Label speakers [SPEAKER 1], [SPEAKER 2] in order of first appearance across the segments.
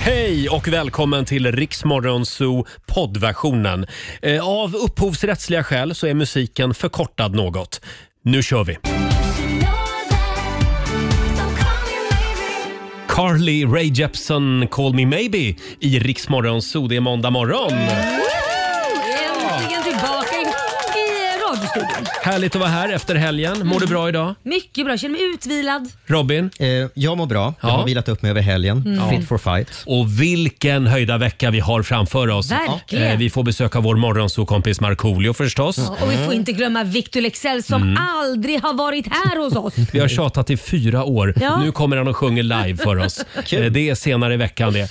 [SPEAKER 1] Hej och välkommen till Riksmorgonzoo poddversionen. Eh, Av upphovsrättsliga skäl så är musiken förkortad något. Nu kör vi! Carly Rae Jepsen, Call Me Maybe i Riksmorgonzoo. Det är måndag morgon.
[SPEAKER 2] Äntligen tillbaka i, i radiostudion.
[SPEAKER 1] Härligt att vara här efter helgen. Mår du bra idag?
[SPEAKER 2] Mycket bra, jag känner mig utvilad.
[SPEAKER 1] Robin?
[SPEAKER 3] Eh, jag mår bra. Jag
[SPEAKER 1] Ja. Mm.
[SPEAKER 3] har vilat upp mig över helgen. Fit for fight.
[SPEAKER 1] Och vilken höjda vecka vi har framför oss.
[SPEAKER 2] Verkligen.
[SPEAKER 1] Eh, Vi får besöka vår morgonsokompis Markoolio förstås.
[SPEAKER 2] Och vi får inte glömma Victor Lexell som aldrig har varit här hos oss.
[SPEAKER 1] Vi har tjatat i fyra år.
[SPEAKER 2] Ja.
[SPEAKER 1] Nu kommer han och sjunger live för oss. Eh, Det är senare i veckan det.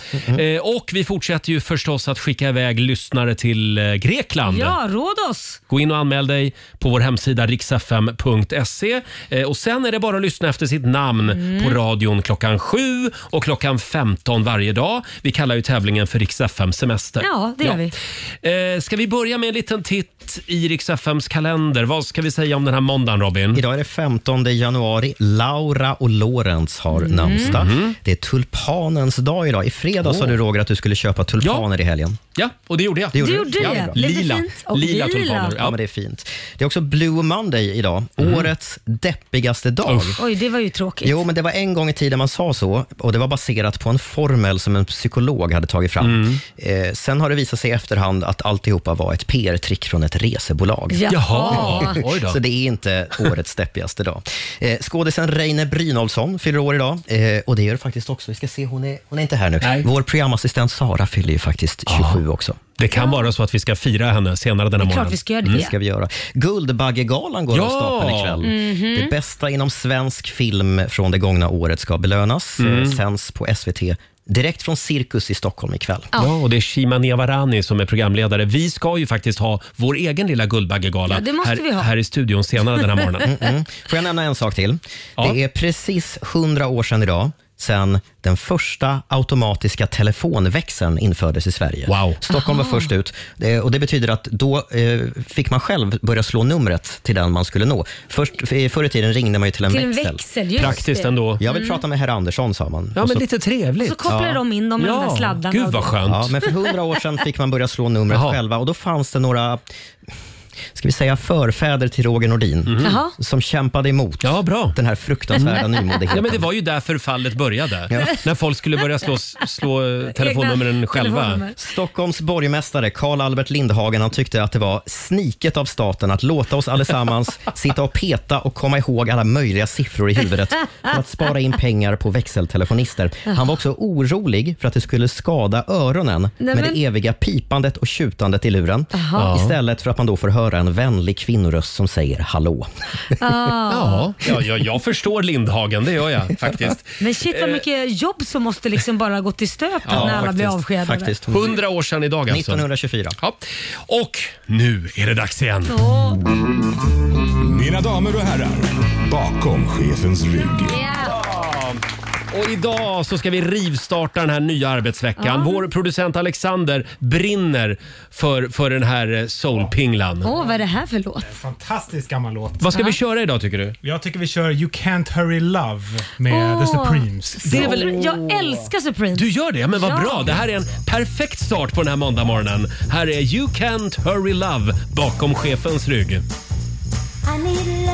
[SPEAKER 1] Eh, Och vi fortsätter ju förstås att skicka iväg lyssnare till eh, Grekland.
[SPEAKER 2] Ja, råd oss.
[SPEAKER 1] Gå in och anmäl dig på vår hemsida riksfm.se. Eh, Och sen är det bara att lyssna efter sitt namn
[SPEAKER 2] Mm.
[SPEAKER 1] på radion klockan 7 och klockan 15 varje dag. Vi kallar ju tävlingen för Riksfm semester.
[SPEAKER 2] Ja, det gör
[SPEAKER 1] vi. Ska vi börja med en liten titt i Riksfms kalender? Vad ska vi säga om den här måndagen Robin?
[SPEAKER 3] Idag är det 15 januari. Laura och Lorenz har
[SPEAKER 1] Mm.
[SPEAKER 3] namnsdag. Det är tulpanens dag idag. I fredags sa du Roger att du skulle köpa tulpaner i helgen.
[SPEAKER 1] Ja, och det gjorde jag.
[SPEAKER 2] Du gjorde
[SPEAKER 3] Ja, det
[SPEAKER 2] det.
[SPEAKER 3] är bra.
[SPEAKER 2] Lite
[SPEAKER 1] Lila.
[SPEAKER 2] fint. Och
[SPEAKER 1] Lila
[SPEAKER 2] lila.
[SPEAKER 1] tulpaner.
[SPEAKER 3] Ja, men det är fint. Det är också Blue Monday idag.
[SPEAKER 1] Mm.
[SPEAKER 3] Årets deppigaste dag.
[SPEAKER 2] Oj, det var ju tråkigt.
[SPEAKER 3] Jo, men det var en gång i tiden man sa så och det var baserat på en formel som en psykolog hade tagit fram.
[SPEAKER 1] Mm.
[SPEAKER 3] Eh, sen har det visat sig i efterhand att alltihopa var ett PR-trick från ett resebolag.
[SPEAKER 1] Jaha, oj då.
[SPEAKER 3] Så det är inte årets deppigaste dag. Eh, skådisen Reine Brynolfsson fyller år idag. Eh, och det gör det faktiskt också. Vi ska se, hon är, hon är inte här nu.
[SPEAKER 1] Nej.
[SPEAKER 3] Vår programassistent Sara fyller ju faktiskt 27 också.
[SPEAKER 1] Det kan vara så att vi ska fira henne senare denna
[SPEAKER 2] Det är klart
[SPEAKER 1] månad.
[SPEAKER 2] vi ska göra det.
[SPEAKER 3] Det ska Mm, vi göra. Guldbaggegalan går
[SPEAKER 1] Ja!
[SPEAKER 3] av stapeln ikväll. Det bästa inom svensk film från det gångna året ska belönas.
[SPEAKER 1] Mm.
[SPEAKER 3] Eh, sänds på SVT direkt från Cirkus i Stockholm ikväll.
[SPEAKER 1] Ja, och det är Shima Niavarani som är programledare. Vi ska ju faktiskt ha vår egen lilla Guldbaggegala
[SPEAKER 2] Ja, det måste
[SPEAKER 1] här,
[SPEAKER 2] vi ha.
[SPEAKER 1] här i studion senare den här morgonen.
[SPEAKER 3] Mm. Får jag nämna en sak till?
[SPEAKER 1] Ja.
[SPEAKER 3] Det är precis 100 år sedan idag sedan den första automatiska telefonväxeln infördes i Sverige.
[SPEAKER 1] Wow.
[SPEAKER 3] Stockholm var först ut. Det, och det betyder att då eh, fick man själv börja slå numret till den man skulle nå. Först, f- förr i tiden ringde man ju till en
[SPEAKER 2] Till en
[SPEAKER 3] växel.
[SPEAKER 2] växel, just
[SPEAKER 1] Praktiskt
[SPEAKER 2] det.
[SPEAKER 1] ändå.
[SPEAKER 3] Jag vill prata med herr Andersson, sa man.
[SPEAKER 1] Ja,
[SPEAKER 3] Och
[SPEAKER 1] men
[SPEAKER 3] så-
[SPEAKER 1] lite trevligt.
[SPEAKER 2] Så kopplar de in dem med de där
[SPEAKER 1] ja,
[SPEAKER 2] sladdarna.
[SPEAKER 1] gud vad
[SPEAKER 2] och-
[SPEAKER 3] Ja,
[SPEAKER 1] skönt.
[SPEAKER 3] men för hundra år sedan fick man börja slå numret
[SPEAKER 1] Jaha.
[SPEAKER 3] själva och då fanns det några ska vi säga förfäder till Roger Nordin
[SPEAKER 2] Jaha.
[SPEAKER 3] som kämpade emot
[SPEAKER 1] Ja, bra.
[SPEAKER 3] den här fruktansvärda nymodigheten.
[SPEAKER 1] Ja, men det var ju därför fallet började. När folk skulle börja slå, slå telefonnumren
[SPEAKER 2] Egna
[SPEAKER 1] själva.
[SPEAKER 2] telefonnummer.
[SPEAKER 3] Stockholms borgmästare Carl Albert Lindhagen han tyckte att det var sniket av staten att låta oss allesammans sitta och peta och komma ihåg alla möjliga siffror i huvudet för att spara in pengar på växeltelefonister. Han var också orolig för att det skulle skada öronen
[SPEAKER 2] Nej,
[SPEAKER 3] med
[SPEAKER 2] men-
[SPEAKER 3] det eviga pipandet och tjutandet i luren
[SPEAKER 2] Jaha.
[SPEAKER 3] istället för att man då får höra en vänlig kvinnoröst som säger hallå.
[SPEAKER 1] Ja, ja, ja, jag förstår Lindhagen, det gör jag faktiskt.
[SPEAKER 2] Men shit vad mycket jobb som måste liksom bara gå till stöten när alla blir avskedade.
[SPEAKER 3] Faktiskt.
[SPEAKER 1] Hundra år sedan idag alltså.
[SPEAKER 3] 1924.
[SPEAKER 1] Ja. Och nu är det dags igen.
[SPEAKER 2] Åh,
[SPEAKER 4] Mina damer och herrar, bakom chefens rygg.
[SPEAKER 2] ja.
[SPEAKER 1] Och idag så ska vi rivstarta den här nya arbetsveckan. Vår producent Alexander brinner för, för den här eh, soulpinglan.
[SPEAKER 2] Åh, vad är det här för låt?
[SPEAKER 5] Fantastisk gammal låt.
[SPEAKER 1] Vad ska vi köra idag tycker du?
[SPEAKER 5] Jag tycker vi kör You Can't Hurry Love med The
[SPEAKER 2] Åh.
[SPEAKER 5] Supremes.
[SPEAKER 1] Det är väl-
[SPEAKER 2] Sol- Jag älskar Supremes.
[SPEAKER 1] Du gör det? Men vad
[SPEAKER 2] Ja.
[SPEAKER 1] bra! Det här är en perfekt start på den här måndagmorgonen. Här är You Can't Hurry Love bakom chefens rygg.
[SPEAKER 6] I need love,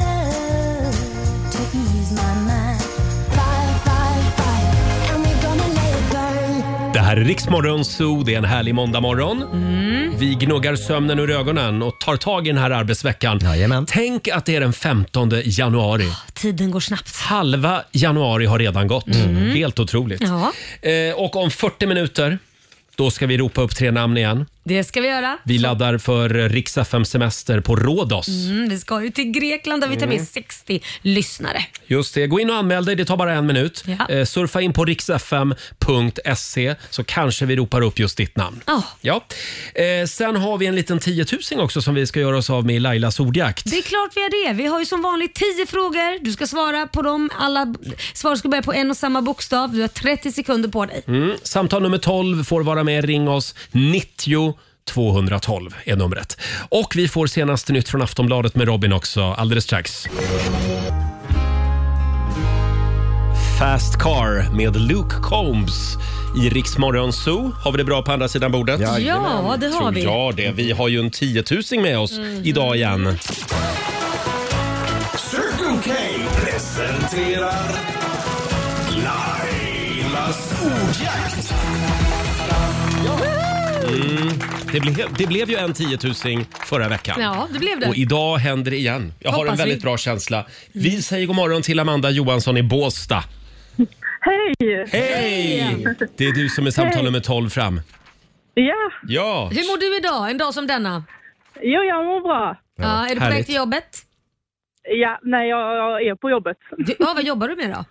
[SPEAKER 6] love to ease my mind. Fire, fire, fire, and we're gonna let it burn.
[SPEAKER 1] Det här är Riksmorgon Zoo. Det är en härlig måndagmorgon. Vi gnuggar sömnen ur ögonen och tar tag i den här arbetsveckan.
[SPEAKER 3] Jajamän.
[SPEAKER 1] Tänk att det är den 15 januari.
[SPEAKER 2] Tiden går snabbt.
[SPEAKER 1] Halva januari har redan gått. Helt otroligt.
[SPEAKER 2] Ja.
[SPEAKER 1] Eh, och om 40 minuter, då ska vi ropa upp tre namn igen.
[SPEAKER 2] Det ska vi göra.
[SPEAKER 1] Vi laddar för riks semester på Rhodos.
[SPEAKER 2] Mm, vi ska ju till Grekland där vi tar
[SPEAKER 1] Mm.
[SPEAKER 2] med 60 lyssnare.
[SPEAKER 1] Just det, gå in och anmäl dig. Det tar bara en minut.
[SPEAKER 2] Ja.
[SPEAKER 1] Eh, surfa in på riksfm.se så kanske vi ropar upp just ditt namn.
[SPEAKER 2] Ja.
[SPEAKER 1] Ja. Eh, sen har vi en liten tiotusing också som vi ska göra oss av med i Lailas ordjakt.
[SPEAKER 2] Det är klart vi har det. Vi har ju som vanligt 10 frågor. Du ska svara på dem. Alla b- svar ska börja på en och samma bokstav. Du har 30 sekunder på dig.
[SPEAKER 1] Mm. Samtal nummer 12 får vara med. Ring oss. 90 212 är numret. Och vi får senaste nytt från Aftonbladet med Robin också alldeles strax. Fast Car med Luke Combs i Rix Morgon Zoo. Har vi det bra på andra sidan bordet?
[SPEAKER 2] Ja, det har
[SPEAKER 1] Tror
[SPEAKER 2] vi. Mm.
[SPEAKER 1] jag det. Vi har ju en tiotusing med oss idag igen.
[SPEAKER 4] Circle K presenterar Lailas ordjakt.
[SPEAKER 1] Det, ble, det blev ju en tiotusing förra veckan.
[SPEAKER 2] Ja, det blev
[SPEAKER 1] Och
[SPEAKER 2] det.
[SPEAKER 1] idag händer det igen. Jag har en
[SPEAKER 2] Hoppas vi.
[SPEAKER 1] väldigt bra känsla. Vi säger god morgon till Amanda Johansson i Båstad.
[SPEAKER 7] Hej!
[SPEAKER 1] Hej! Det är du som är samtal nummer 12 fram.
[SPEAKER 7] Ja,
[SPEAKER 1] Ja,
[SPEAKER 2] Hur mår du idag, en dag som denna?
[SPEAKER 7] jo, jag mår bra.
[SPEAKER 2] Ja, är du på
[SPEAKER 1] härligt.
[SPEAKER 2] väg till jobbet?
[SPEAKER 7] Ja, nej, jag, jag är på jobbet.
[SPEAKER 2] Du, ja, vad jobbar du med då?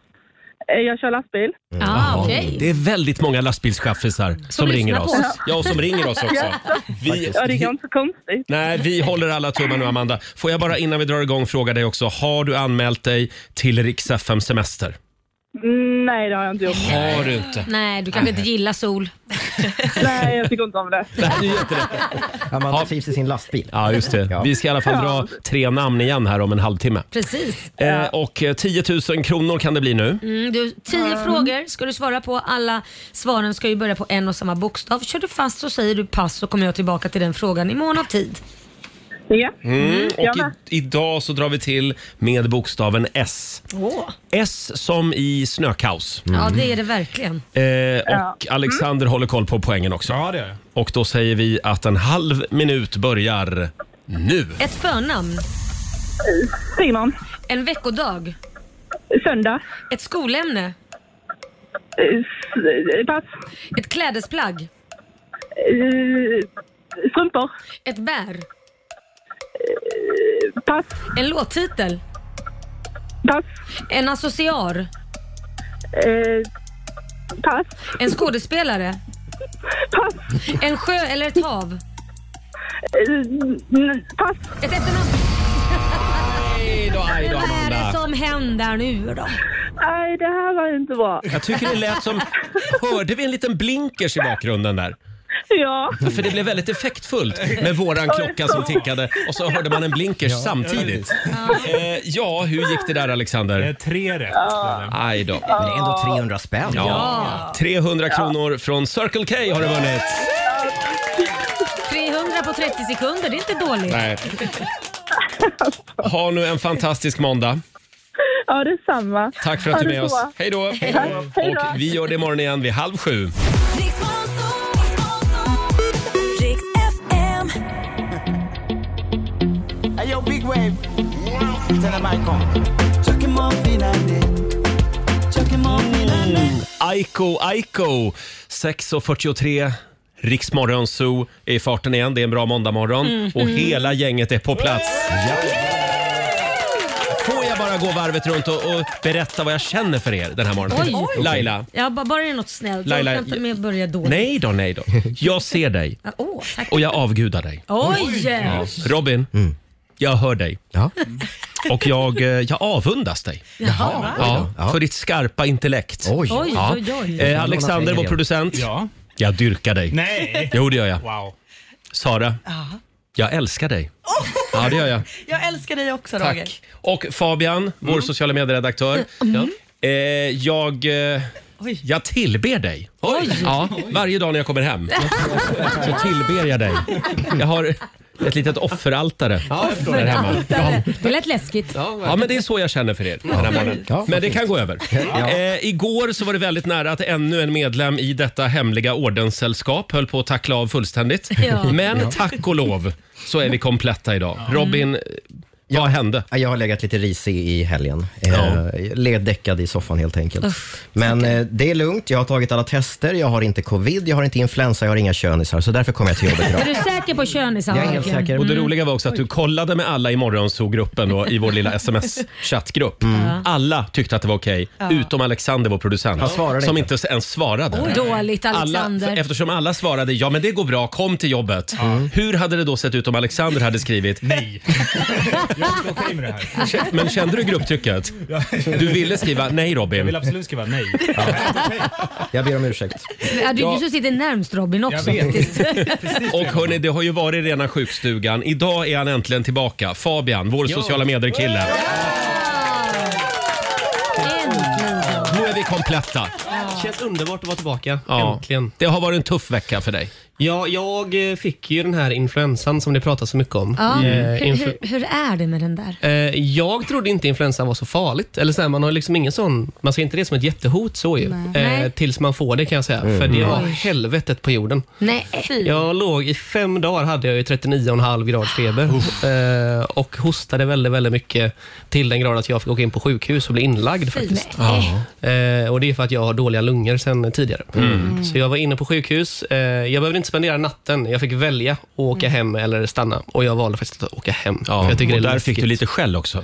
[SPEAKER 7] Eh, Jag kör lastbil.
[SPEAKER 2] Ja, ah, okej.
[SPEAKER 1] det är väldigt många lastbilschaffisar som, ringer
[SPEAKER 2] lyssnar
[SPEAKER 1] oss.
[SPEAKER 2] på oss.
[SPEAKER 1] Ja, och som ringer oss också. Vi,
[SPEAKER 7] Ja, det är inte så konstigt.
[SPEAKER 1] nej, vi håller alla tummar nu Amanda. Får jag bara innan vi drar igång fråga dig också. Har du anmält dig till Rix FM Semester?
[SPEAKER 7] Mm, Nej, det har jag inte gjort.
[SPEAKER 1] Har du inte?
[SPEAKER 2] Nej, du kanske inte gillar sol.
[SPEAKER 7] Nej, jag tycker inte om det.
[SPEAKER 1] Nej, du gör inte det.
[SPEAKER 3] Amanda trivs i sin lastbil.
[SPEAKER 1] Ja, just det.
[SPEAKER 3] Ja.
[SPEAKER 1] Vi ska i alla fall dra tre namn igen här om en halvtimme.
[SPEAKER 2] Precis.
[SPEAKER 1] Eh, och eh, 10 000 kronor kan det bli nu.
[SPEAKER 2] Mm, du, tio frågor ska du svara på. Alla svaren ska ju börja på en och samma bokstav. Kör du fast så säger du pass så kommer jag tillbaka till den frågan i mån av tid.
[SPEAKER 7] Ja.
[SPEAKER 1] Mm,
[SPEAKER 7] jag
[SPEAKER 1] och i,
[SPEAKER 7] med.
[SPEAKER 1] idag så drar vi till med bokstaven S.
[SPEAKER 2] Åh.
[SPEAKER 1] S som i snökaos.
[SPEAKER 2] Ja, det är det verkligen.
[SPEAKER 1] Eh, och Alexander håller koll på poängen också.
[SPEAKER 5] Ja, det är det.
[SPEAKER 1] Och då säger vi att en halv minut börjar nu.
[SPEAKER 2] Ett förnamn,
[SPEAKER 7] Simon.
[SPEAKER 2] en veckodag,
[SPEAKER 7] Söndag.
[SPEAKER 2] ett skolämne,
[SPEAKER 7] Eh, s- eh, Pass.
[SPEAKER 2] ett klädesplagg,
[SPEAKER 7] Eh, Strumpor.
[SPEAKER 2] ett bär,
[SPEAKER 7] Pass.
[SPEAKER 2] en låttitel,
[SPEAKER 7] Pass.
[SPEAKER 2] en associar,
[SPEAKER 7] Eh, Pass.
[SPEAKER 2] en skådespelare,
[SPEAKER 7] Pass.
[SPEAKER 2] en sjö eller ett hav,
[SPEAKER 7] Eh, n- Pass.
[SPEAKER 2] ett efternamn.
[SPEAKER 1] Aj då, aj då,
[SPEAKER 2] Vad är det
[SPEAKER 1] Amanda.
[SPEAKER 2] som händer nu då?
[SPEAKER 7] Nej, det här var inte bra.
[SPEAKER 1] Jag tycker det lät som... Hörde vi en liten blinkers i bakgrunden där?
[SPEAKER 7] Ja,
[SPEAKER 1] För det blev väldigt effektfullt med våran klocka som tickade och så hörde man en blinkers samtidigt. Eh, ja, Eh, hur gick det där
[SPEAKER 5] Det är
[SPEAKER 1] Alexander?
[SPEAKER 5] Eh, tre rätt. blev det.
[SPEAKER 1] Aj då.
[SPEAKER 3] Men det är ändå 300 spänn.
[SPEAKER 1] Ja. 300 kronor från Circle K har du vunnit.
[SPEAKER 2] 300 på 30 sekunder, det är inte dåligt.
[SPEAKER 1] Nej. Ha nu en fantastisk måndag.
[SPEAKER 7] ja det är samma.
[SPEAKER 1] Tack för att du är med oss. Hej då!
[SPEAKER 7] Hej
[SPEAKER 1] Och
[SPEAKER 7] då.
[SPEAKER 1] vi gör det imorgon igen vid halv sju.
[SPEAKER 6] Riks FM.
[SPEAKER 8] Ayo, big wave. Turn the mic on. Chuck him off finande. Chuck him off finande.
[SPEAKER 1] Aiko Aiko 6.43 Riksmorgon Zoo är i farten igen. Det är en bra måndagmorgon och hela gänget är på plats. Får jag bara gå varvet runt och, och berätta vad jag känner för er den här morgonen?
[SPEAKER 2] Oj. Oj.
[SPEAKER 1] Laila.
[SPEAKER 2] Ja, ba- bara det är något snällt.
[SPEAKER 1] Laila,
[SPEAKER 2] jag orkar inte
[SPEAKER 1] jag-
[SPEAKER 2] med att börja dåligt.
[SPEAKER 1] Nej då, nej då. Jag ser dig
[SPEAKER 2] Ah, Åh, tack.
[SPEAKER 1] och jag avgudar dig.
[SPEAKER 2] Oj!
[SPEAKER 1] Robin, jag hör dig.
[SPEAKER 3] Ja.
[SPEAKER 1] Och jag, eh, jag avundas dig.
[SPEAKER 2] Jaha.
[SPEAKER 1] Ja,
[SPEAKER 3] Ja.
[SPEAKER 1] för ditt skarpa intellekt.
[SPEAKER 3] Oj.
[SPEAKER 2] Oj,
[SPEAKER 1] Ja.
[SPEAKER 2] oj, oj.
[SPEAKER 1] Eh, Alexander, vår
[SPEAKER 3] igen.
[SPEAKER 1] producent.
[SPEAKER 5] Ja.
[SPEAKER 1] Jag dyrkar dig.
[SPEAKER 5] Nej.
[SPEAKER 1] Jo, det gör jag.
[SPEAKER 5] Wow.
[SPEAKER 1] Sara, jag älskar dig. Ja, det gör jag.
[SPEAKER 9] Jag älskar dig också Roger.
[SPEAKER 1] Tack. Och Fabian, vår sociala medieredaktör. Eh, jag, eh,
[SPEAKER 9] Oj.
[SPEAKER 1] jag tillber dig. Ja, varje dag när jag kommer hem så tillber jag dig. Jag har ett litet offeraltare där hemma. Ja,
[SPEAKER 2] Det lät läskigt.
[SPEAKER 1] Ja, men det är så jag känner för er den här morgonen.
[SPEAKER 3] Ja,
[SPEAKER 1] Men det kan gå över. Eh, igår så var det väldigt nära att ännu en medlem i detta hemliga ordenssällskap höll på att tackla av fullständigt.
[SPEAKER 2] Ja.
[SPEAKER 1] Men tack och lov så är vi kompletta idag. Robin, eh, vad hände?
[SPEAKER 3] Ja, Jag har legat lite risig i helgen.
[SPEAKER 1] Ja.
[SPEAKER 3] Eh, Leddäckad i soffan helt enkelt. Men eh, det är lugnt. Jag har tagit alla tester. Jag har inte covid, jag har inte influensa, jag har inga könisar. Så därför kommer jag till jobbet
[SPEAKER 2] Är
[SPEAKER 3] idag.
[SPEAKER 2] du säker på könisar?
[SPEAKER 3] Jag är helt
[SPEAKER 2] verkligen?
[SPEAKER 3] säker.
[SPEAKER 1] Och det roliga var också att du kollade med alla i morgonzoo-gruppen då, i vår lilla sms-chattgrupp.
[SPEAKER 3] Mm.
[SPEAKER 1] Alla tyckte att det var okej, utom Alexander, vår producent,
[SPEAKER 3] svarade
[SPEAKER 1] som
[SPEAKER 3] inte.
[SPEAKER 1] inte ens svarade.
[SPEAKER 2] Dåligt Alexander.
[SPEAKER 1] Alla, eftersom alla svarade ja men det går bra, kom till jobbet.
[SPEAKER 9] Mm.
[SPEAKER 1] Hur hade det då sett ut om Alexander hade skrivit
[SPEAKER 5] Nej. Jag är inte okej med det här.
[SPEAKER 1] "Kä- men kände du grupptrycket? Du ville skriva nej
[SPEAKER 5] Jag vill
[SPEAKER 1] Robin.
[SPEAKER 5] absolut skriva nej.
[SPEAKER 3] Jag ber om ursäkt.
[SPEAKER 2] Ja, du,
[SPEAKER 1] Ja.
[SPEAKER 2] du som sitter närmst Robin också.
[SPEAKER 5] Jag vet.
[SPEAKER 2] faktiskt.
[SPEAKER 1] Och hörni, det har ju varit rena sjukstugan. Idag är han äntligen tillbaka. Fabian, vår sociala medier-kille.
[SPEAKER 2] Äntligen.
[SPEAKER 1] Nu är vi kompletta.
[SPEAKER 9] Känns underbart att vara tillbaka.
[SPEAKER 1] Ja.
[SPEAKER 9] Äntligen.
[SPEAKER 1] Det har varit en tuff vecka för dig.
[SPEAKER 9] Ja, jag eh, fick ju den här influensan som det pratas så mycket om.
[SPEAKER 1] Mm.
[SPEAKER 2] Ja.
[SPEAKER 9] Eh,
[SPEAKER 2] Hur,
[SPEAKER 9] influ-
[SPEAKER 2] hur, hur är det med den där?
[SPEAKER 9] Eh, Jag trodde inte influensan var så farligt. Eller så här, man har liksom ingen sån, man ser inte det som ett jättehot så ju.
[SPEAKER 2] Nej.
[SPEAKER 9] Eh, tills man får det kan jag säga. För det var helvetet på jorden.
[SPEAKER 2] Nej.
[SPEAKER 9] Jag låg i fem dagar hade jag ju 39,5 grader feber. Eh, och hostade väldigt, väldigt mycket. Till den grad att jag fick åka in på sjukhus och bli inlagd faktiskt.
[SPEAKER 2] Nej.
[SPEAKER 9] Eh, och Det är för att jag har dåliga lungor sen tidigare.
[SPEAKER 1] Mm.
[SPEAKER 9] Så jag var inne på sjukhus. Eh, jag behövde inte spendera natten. Jag fick välja att åka hem eller stanna. Och jag valde faktiskt att åka hem.
[SPEAKER 1] Ja,
[SPEAKER 9] För jag tycker
[SPEAKER 1] och
[SPEAKER 9] det är
[SPEAKER 1] där fick
[SPEAKER 9] läskigt.
[SPEAKER 1] du lite skäll också.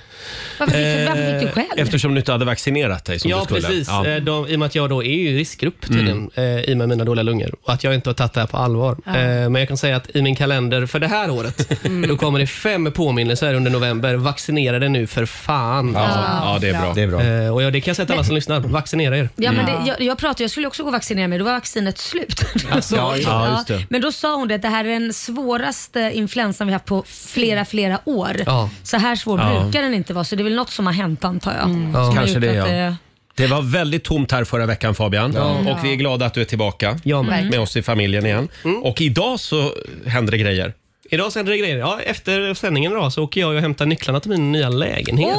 [SPEAKER 2] Varför fick, du- varför
[SPEAKER 1] Eh,
[SPEAKER 2] fick du själv?
[SPEAKER 1] Eftersom du inte hade vaccinerat dig som
[SPEAKER 9] Ja,
[SPEAKER 1] du skulle.
[SPEAKER 9] precis.
[SPEAKER 1] Ja. Mm.
[SPEAKER 9] Eh, De, I och med att jag då är i riskgrupp tydligen, eh, i och med mina dåliga lungor och att jag inte har tagit det här på allvar. Eh, Men jag kan säga att i min kalender för det här året, då kommer det fem påminnelser under november. Vaccinera dig nu för fan.
[SPEAKER 1] Ja, det är bra.
[SPEAKER 3] Det är bra.
[SPEAKER 9] Eh, Och ja, det kan jag säga till alla som lyssnar. Vaccinera er.
[SPEAKER 2] Ja, men det, jag, jag pratade, jag skulle också gå och vaccinera mig, då var vaccinet slut.
[SPEAKER 1] Mm. ja, ja, just det.
[SPEAKER 2] Men då sa hon det, att det här är den svåraste influensan vi haft på flera, flera år.
[SPEAKER 9] Ja.
[SPEAKER 2] Så här svår
[SPEAKER 1] Ja. Mm.
[SPEAKER 2] brukar den inte vara, så det är väl något som har hänt antar jag. Som har
[SPEAKER 1] Kanske
[SPEAKER 2] gjort
[SPEAKER 1] det,
[SPEAKER 2] att,
[SPEAKER 1] ja.
[SPEAKER 2] eh,
[SPEAKER 1] Det var väldigt tomt här förra veckan Fabian och vi är glada att du är tillbaka
[SPEAKER 9] Jag med.
[SPEAKER 1] med oss i familjen igen. Och idag så händer det grejer.
[SPEAKER 9] Idag så händer det grejer. Ja, efter sändningen idag så åker jag och hämtar nycklarna till min nya lägenhet.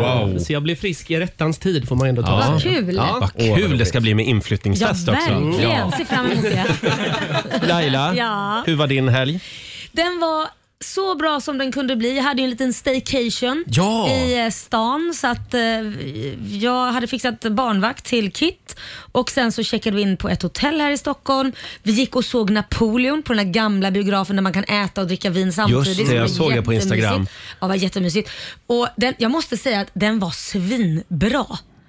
[SPEAKER 1] Wow.
[SPEAKER 9] Så jag blir frisk i rättans tid får man ändå ta
[SPEAKER 1] Ja.
[SPEAKER 9] sig.
[SPEAKER 2] Vad kul!
[SPEAKER 9] Ja.
[SPEAKER 1] Vad kul det ska bli med
[SPEAKER 2] Ja,
[SPEAKER 1] inflyttningsfest också. Mm.
[SPEAKER 2] verkligen. Se fram emot det.
[SPEAKER 1] Laila,
[SPEAKER 2] Ja.
[SPEAKER 1] hur var din helg?
[SPEAKER 2] Den var så bra som den kunde bli. Jag hade ju en liten staycation
[SPEAKER 1] Ja.
[SPEAKER 2] i eh, stan. Så att, eh, jag hade fixat barnvakt till Kit och sen så checkade vi in på ett hotell här i Stockholm. Vi gick och såg Napoleon på den här gamla biografen där man kan äta och dricka vin samtidigt.
[SPEAKER 1] Just det, jag
[SPEAKER 2] var
[SPEAKER 1] såg det på
[SPEAKER 2] jättemysigt.
[SPEAKER 1] Instagram.
[SPEAKER 2] Ja, det var jättemysigt. Och den, jag måste säga att den var svinbra.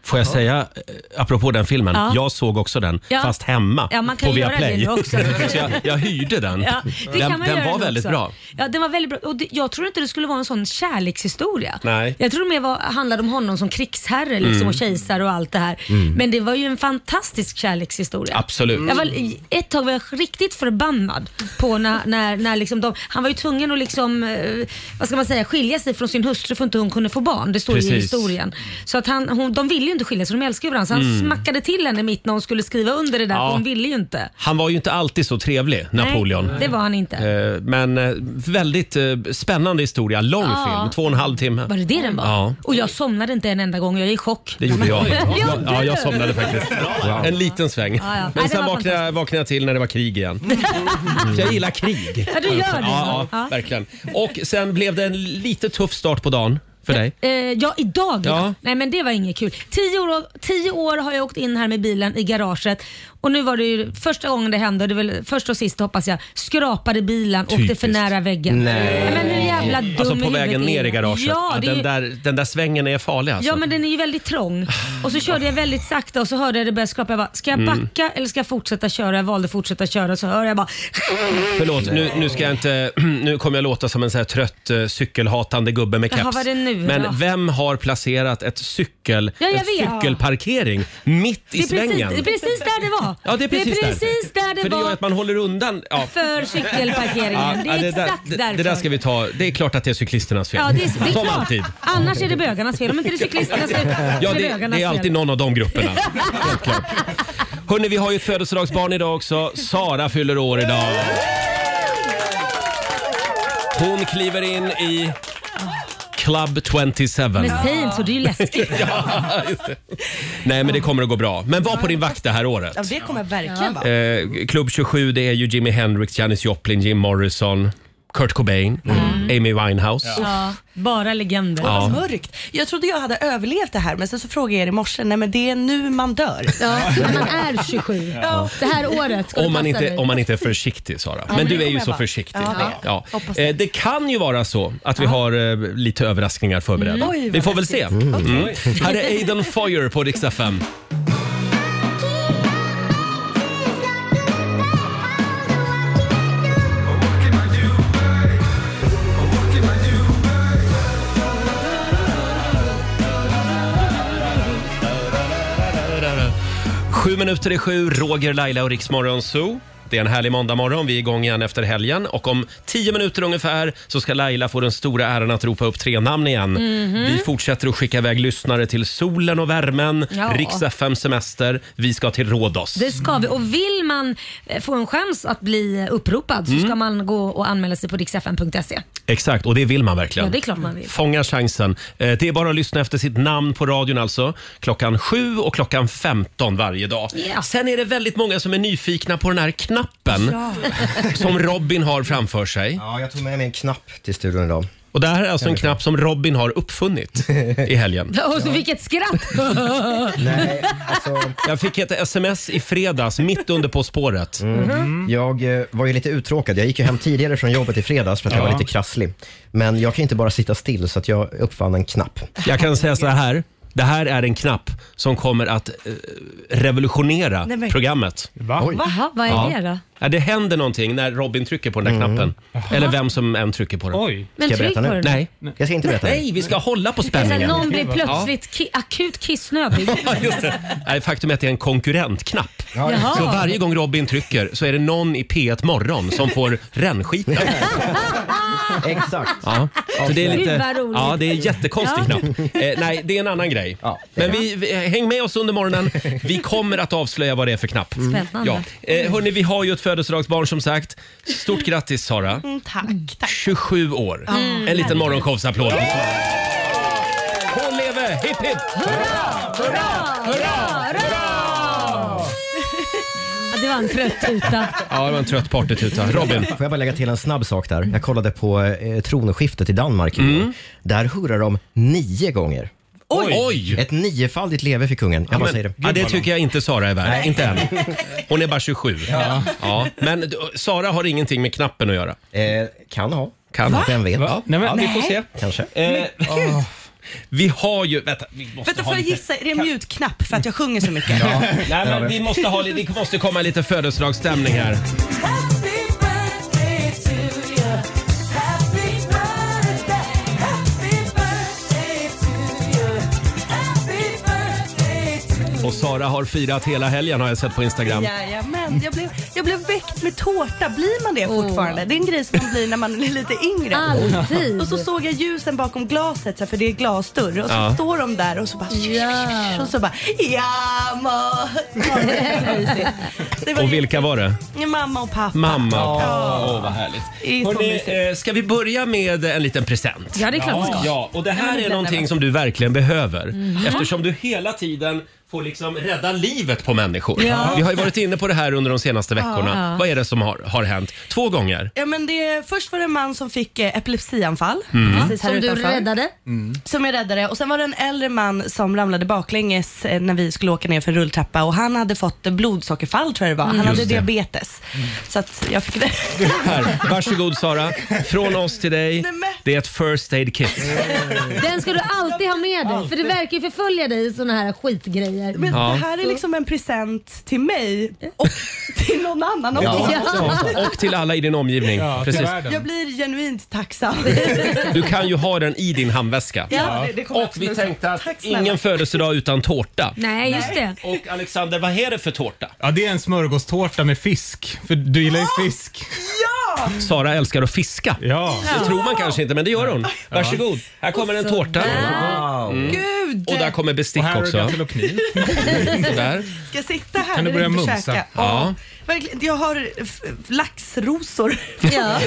[SPEAKER 1] Får jag säga, eh, apropå den filmen,
[SPEAKER 2] Ja.
[SPEAKER 1] jag såg också den,
[SPEAKER 2] Ja.
[SPEAKER 1] fast hemma
[SPEAKER 2] Ja, man kan
[SPEAKER 1] på
[SPEAKER 2] göra
[SPEAKER 1] Viaplay.
[SPEAKER 2] det nu också.
[SPEAKER 1] Så jag, jag hyrde den.
[SPEAKER 2] Ja, det
[SPEAKER 1] den
[SPEAKER 2] kan man
[SPEAKER 1] den
[SPEAKER 2] göra
[SPEAKER 1] var
[SPEAKER 2] nu
[SPEAKER 1] väldigt
[SPEAKER 2] också.
[SPEAKER 1] bra.
[SPEAKER 2] Ja, den var väldigt bra. Och det, jag tror inte det skulle vara en sån kärlekshistoria.
[SPEAKER 1] Nej. Mm.
[SPEAKER 2] Jag tror det mer var, handlade om honom som krigsherre liksom, och kejsare och allt det här. Men det var ju en fantastisk kärlekshistoria.
[SPEAKER 1] Absolut.
[SPEAKER 2] Jag var, ett tag var jag riktigt förbannad på när, när, när liksom de, han var ju tvungen att liksom, eh, vad ska man säga, skilja sig från sin hustru för inte hon kunde få barn. Det står ju i
[SPEAKER 1] Precis.
[SPEAKER 2] historien. Så att han, hon, de ville ju inte skilja sig, de älskade ju varandra. Så han smackade till henne mitt när hon skulle skriva under det där,
[SPEAKER 1] Mm. Ja.
[SPEAKER 2] för hon ville ju inte.
[SPEAKER 1] Han var ju inte alltid så trevlig, Napoleon.
[SPEAKER 2] Nej, det var han inte.
[SPEAKER 1] Eh, Men eh, väldigt eh, spännande historia. Lång
[SPEAKER 2] Ja.
[SPEAKER 1] film, två och en halv timme.
[SPEAKER 2] Var det det den var?
[SPEAKER 1] Ja.
[SPEAKER 2] Och jag somnade inte en enda gång, jag är i chock.
[SPEAKER 1] Det gjorde jag.
[SPEAKER 2] Gjorde
[SPEAKER 1] Ja, jag somnade faktiskt. En liten sväng.
[SPEAKER 2] ja. Nej,
[SPEAKER 1] Men
[SPEAKER 2] det
[SPEAKER 1] sen
[SPEAKER 2] var
[SPEAKER 1] vaknade jag, vaknade jag till när det var krig igen. För jag gillar krig.
[SPEAKER 2] Ja, du gör det.
[SPEAKER 1] Ja, ja,
[SPEAKER 2] Ja.
[SPEAKER 1] verkligen. Och sen blev det en lite tuff start på dagen för dig.
[SPEAKER 2] Eh, ja, idag ja.
[SPEAKER 1] Ja.
[SPEAKER 2] Nej men det var inget kul. Tio år, tio år har jag åkt in här med bilen i garaget och nu var det ju första gången det hände, och det är väl första och sista hoppas jag, skrapade bilen, åkte för
[SPEAKER 1] Typiskt.
[SPEAKER 2] nära väggen.
[SPEAKER 3] Nej.
[SPEAKER 2] men hur jävla dum
[SPEAKER 1] Alltså på
[SPEAKER 2] i huvudet
[SPEAKER 1] vägen
[SPEAKER 2] är
[SPEAKER 1] ner i
[SPEAKER 2] jag?
[SPEAKER 1] garaget.
[SPEAKER 2] Ja,
[SPEAKER 1] Ja,
[SPEAKER 2] det är
[SPEAKER 1] den,
[SPEAKER 2] ju,
[SPEAKER 1] där, den där svängen är farlig alltså.
[SPEAKER 2] ja men den är ju väldigt trång. Och så körde jag väldigt sakta och så hörde jag det börja skrapa. Jag bara, ska
[SPEAKER 1] Mm.
[SPEAKER 2] jag backa eller ska jag fortsätta köra? Jag valde att fortsätta köra så hör jag bara
[SPEAKER 1] Förlåt, nu, nu, ska jag inte, nu kommer jag låta som en så här trött eh, cykelhatande gubbe med
[SPEAKER 2] Jaha,
[SPEAKER 1] keps.
[SPEAKER 2] vad är det nu
[SPEAKER 1] Men
[SPEAKER 2] då?
[SPEAKER 1] vem har placerat ett cykel,
[SPEAKER 2] Ja, jag
[SPEAKER 1] en
[SPEAKER 2] vet.
[SPEAKER 1] cykelparkering mitt i
[SPEAKER 2] Det är precis,
[SPEAKER 1] svängen?
[SPEAKER 2] det är precis där det var.
[SPEAKER 1] Ja, det är precis,
[SPEAKER 2] det, är precis där. det
[SPEAKER 1] För det
[SPEAKER 2] var
[SPEAKER 1] gör att man håller undan. Ja.
[SPEAKER 2] för cykelparkeringen. det är exakt
[SPEAKER 1] där, det,
[SPEAKER 2] därför.
[SPEAKER 1] det där ska vi ta. Det är klart att det är cyklisternas fel.
[SPEAKER 2] Ja, det är, det är
[SPEAKER 1] Som
[SPEAKER 2] klart.
[SPEAKER 1] alltid.
[SPEAKER 2] Annars är det bögarnas fel. Om inte det är cyklisternas fel
[SPEAKER 1] Ja,
[SPEAKER 2] är
[SPEAKER 1] det,
[SPEAKER 2] bögarnas
[SPEAKER 1] det är
[SPEAKER 2] fel.
[SPEAKER 1] alltid någon av de grupperna. Helt klart. Hörrni, vi har ju ett födelsedagsbarn idag också. Sara fyller år idag. Hon kliver in i Club 27.
[SPEAKER 2] Men säg inte så, det är ju läskigt.
[SPEAKER 1] Ja, just det. Nej, men det kommer att gå bra. Men var på din vakt det här året.
[SPEAKER 10] Ja, det kommer verkligen vara.
[SPEAKER 1] Eh, Klubb 27, det är ju Jimi Hendrix, Janis Joplin, Jim Morrison, Kurt Cobain,
[SPEAKER 2] Mm.
[SPEAKER 1] Amy Winehouse.
[SPEAKER 2] Ja, bara legender.
[SPEAKER 10] Ja. Vad Alltså, mörkt. Jag trodde jag hade överlevt det här men sen så frågade jag er i morse, nej men det är nu man dör.
[SPEAKER 2] Ja, när man är 27. Det här året ska
[SPEAKER 1] Om man,
[SPEAKER 2] det passa
[SPEAKER 1] inte,
[SPEAKER 2] dig.
[SPEAKER 1] om man inte är försiktig Sara. men
[SPEAKER 10] men
[SPEAKER 1] du
[SPEAKER 10] det
[SPEAKER 1] är ju
[SPEAKER 10] kommer
[SPEAKER 1] så
[SPEAKER 10] jag
[SPEAKER 1] försiktig.
[SPEAKER 10] vara. Ja,
[SPEAKER 1] Ja.
[SPEAKER 10] hoppas
[SPEAKER 1] Eh, Det kan ju vara så att vi har eh, lite överraskningar förberedda.
[SPEAKER 10] Oj, vad
[SPEAKER 1] vi får väl se. Mm. Här är Aiden Foyer på Rix FM. Sju minuter i sju, Roger, Laila och Riksmorgon Zoo. Det är en härlig måndagmorgon. Vi är igång igen efter helgen. Och om tio minuter ungefär så ska Laila få den stora äran att ropa upp tre namn igen.
[SPEAKER 2] Mhm.
[SPEAKER 1] Vi fortsätter att skicka iväg lyssnare till solen och värmen,
[SPEAKER 2] Ja.
[SPEAKER 1] Rix FM semester. Vi ska till Rhodos.
[SPEAKER 2] Det ska vi. Och vill man eh, få en chans att bli uppropad
[SPEAKER 1] Mm.
[SPEAKER 2] så ska man gå och anmäla sig på riksfn.se.
[SPEAKER 1] Exakt, och det vill man verkligen.
[SPEAKER 2] Ja, det är klart man vill.
[SPEAKER 1] Fånga chansen. Eh, Det är bara att lyssna efter sitt namn på radion alltså. Klockan 7 och klockan 15 varje dag. Sen är det väldigt många som är nyfikna på den här knappen som Robin har framför sig.
[SPEAKER 3] Ja, jag tog med mig en knapp till studion idag.
[SPEAKER 1] Och det här är alltså en knapp som Robin har uppfunnit i helgen.
[SPEAKER 2] Och så vilket skratt!
[SPEAKER 1] Jag fick ett sms i fredags mitt under På spåret. Mm.
[SPEAKER 2] Mhm.
[SPEAKER 3] Jag eh, var ju lite uttråkad. Jag gick ju hem tidigare från jobbet i fredags för att jag
[SPEAKER 1] Ja.
[SPEAKER 3] var lite krasslig. Men jag kan ju inte bara sitta still så att jag uppfann en knapp.
[SPEAKER 1] Jag kan säga så här. Det här är en knapp som kommer att eh, revolutionera
[SPEAKER 2] Nej, men-
[SPEAKER 1] programmet. Oj.
[SPEAKER 2] Jaha, vad är
[SPEAKER 1] Ja.
[SPEAKER 2] det då?
[SPEAKER 1] Ja, det händer någonting när Robin trycker på den där knappen. Eller vem som än trycker på den. Oj.
[SPEAKER 2] Men tryck på den.
[SPEAKER 1] Nej.
[SPEAKER 3] Jag ska inte berätta
[SPEAKER 1] Nej, vi ska hålla på
[SPEAKER 2] Det är så
[SPEAKER 1] spänningen.
[SPEAKER 2] här, någon blir plötsligt ki- akut kissnödig.
[SPEAKER 1] Ja, just det. Nej, faktum är att det är en konkurrentknapp.
[SPEAKER 2] Ja, ja.
[SPEAKER 1] Så
[SPEAKER 2] Jaha.
[SPEAKER 1] varje gång Robin trycker så är det någon i P1 Morgon som får rännskita.
[SPEAKER 3] Exakt.
[SPEAKER 1] Ja. Så det är
[SPEAKER 3] Gud,
[SPEAKER 1] lite,
[SPEAKER 3] vad roligt.
[SPEAKER 1] ja, det är en jättekonstig
[SPEAKER 3] Ja.
[SPEAKER 1] knapp. Eh, nej, det är en annan grej. Men vi, vi, häng med oss under morgonen. Vi kommer att avslöja vad det är för knapp.
[SPEAKER 2] Mm.
[SPEAKER 10] Spännande.
[SPEAKER 1] Ja. Eh, hörni, vi har ju ett födelsedagsbarn som sagt. Stort grattis Sara.
[SPEAKER 10] Mm, tack, tack.
[SPEAKER 1] 27 år.
[SPEAKER 10] Mm,
[SPEAKER 1] en liten
[SPEAKER 10] herregud.
[SPEAKER 1] morgonshowsapplåd. Hon lever! Hipp hipp!
[SPEAKER 2] Ja, det var en trött tuta.
[SPEAKER 1] Ja, det var en trött partytuta. Robin?
[SPEAKER 3] Får jag bara lägga till en snabb sak där? Jag kollade på eh, tronskiftet i Danmark mm. Där hurrar de nio gånger.
[SPEAKER 1] Oj! Oj!
[SPEAKER 3] Ett niofaldigt leve för kungen. Jag bara
[SPEAKER 1] men-
[SPEAKER 3] säger det.
[SPEAKER 1] ja, det tycker jag inte Sara är värd.
[SPEAKER 3] Nej.
[SPEAKER 1] Inte än. Hon är bara 27. Ja. Men du, Sara har ingenting med knappen att göra.
[SPEAKER 3] Eh, kan ha.
[SPEAKER 1] Kan ha.
[SPEAKER 3] Va? Vem vet?
[SPEAKER 1] Ja,
[SPEAKER 3] Nej, men-
[SPEAKER 1] ja, vi får
[SPEAKER 3] Nej.
[SPEAKER 1] se.
[SPEAKER 3] Kanske.
[SPEAKER 1] Eh, åh. vi har ju... Vänta, vi måste
[SPEAKER 10] Vänta,
[SPEAKER 1] ha
[SPEAKER 10] får jag
[SPEAKER 1] lite-
[SPEAKER 10] gissa? Är det en mjuk knapp för att jag sjunger så mycket?
[SPEAKER 1] Ja. Nej, men vi måste, ha, li- vi måste komma i lite födelsedagsstämning här. Och Sara har firat hela helgen har jag sett på Instagram.
[SPEAKER 10] Jajamän, jag blev, jag blev väckt med tårta. Blir man det
[SPEAKER 2] Oh.
[SPEAKER 10] fortfarande? Det är en grej som man blir när man är lite yngre.
[SPEAKER 2] Ah. Alltid.
[SPEAKER 10] Och så såg jag ljusen bakom glaset, så här, för det är glasdörr. Och så
[SPEAKER 1] Ja.
[SPEAKER 10] står de där och så bara... Och så bara... Ja, ma. Ja, det är crazy. Det var
[SPEAKER 1] Och vilka var det?
[SPEAKER 10] ju mamma och pappa.
[SPEAKER 1] Mamma och pappa.
[SPEAKER 10] Ja.
[SPEAKER 1] Åh, vad härligt.
[SPEAKER 10] Det är så mysigt.
[SPEAKER 1] Hörrni, eh, ska vi börja med en liten present?
[SPEAKER 10] Ja, det är klart vi
[SPEAKER 1] ja.
[SPEAKER 10] ska.
[SPEAKER 1] ja, och det
[SPEAKER 10] Ja, men
[SPEAKER 1] här
[SPEAKER 10] det
[SPEAKER 1] är
[SPEAKER 10] blir
[SPEAKER 1] någonting
[SPEAKER 10] det.
[SPEAKER 1] som du verkligen behöver.
[SPEAKER 10] Mhm.
[SPEAKER 1] Eftersom du hela tiden får liksom rädda livet på människor.
[SPEAKER 10] Ja.
[SPEAKER 1] Vi har ju varit inne på det här under de senaste veckorna.
[SPEAKER 10] Ja.
[SPEAKER 1] Vad är det som har, har hänt? Två gånger.
[SPEAKER 10] Ja, men det, först var det en man som fick eh, epilepsianfall.
[SPEAKER 1] Mm.
[SPEAKER 2] Som du räddade.
[SPEAKER 10] Som jag räddade. Och sen var det en äldre man som ramlade baklänges eh, när vi skulle åka ner för en rulltrappa och han hade fått eh, blodsockerfall tror jag det var.
[SPEAKER 1] Mm.
[SPEAKER 10] Han hade
[SPEAKER 1] Just det.
[SPEAKER 10] diabetes. Så att jag fick det.
[SPEAKER 1] Här, varsågod Sara. Från oss till dig. Det är ett first aid kit.
[SPEAKER 2] Den ska du alltid ha med dig för det verkar ju förfölja dig i såna här skitgrejer.
[SPEAKER 10] Men
[SPEAKER 1] Ja.
[SPEAKER 10] det här är liksom en present till mig och till någon annan också.
[SPEAKER 1] Och, och till alla i din omgivning. Precis.
[SPEAKER 10] Jag blir genuint tacksam.
[SPEAKER 1] Du kan ju ha den i din handväska.
[SPEAKER 10] Ja, det, det kommer
[SPEAKER 1] och vi tänkte att
[SPEAKER 10] snälla.
[SPEAKER 1] Ingen födelsedag utan tårta.
[SPEAKER 2] Nej, just det.
[SPEAKER 1] Och Alexander, vad är det för tårta?
[SPEAKER 5] Ja, det är en smörgåstårta med fisk. För du gillar ju
[SPEAKER 2] Ah!
[SPEAKER 5] fisk.
[SPEAKER 10] Ja!
[SPEAKER 1] Sara älskar att fiska.
[SPEAKER 5] Ja.
[SPEAKER 1] Det tror man kanske inte, men det gör hon. Varsågod. Här kommer en tårta.
[SPEAKER 3] Ah,
[SPEAKER 1] Mm.
[SPEAKER 10] Gud!
[SPEAKER 1] Och där kommer bestick
[SPEAKER 5] Och här har du
[SPEAKER 1] också.
[SPEAKER 5] gaffel och kniv.
[SPEAKER 2] Mm.
[SPEAKER 1] Sådär.
[SPEAKER 10] Ska jag sitta här
[SPEAKER 1] Kan du
[SPEAKER 10] och
[SPEAKER 1] börja
[SPEAKER 10] inte
[SPEAKER 1] mumsa?
[SPEAKER 10] käka?
[SPEAKER 1] Ja.
[SPEAKER 10] Verkligen, jag har eh, f- laxrosor.
[SPEAKER 2] Ja.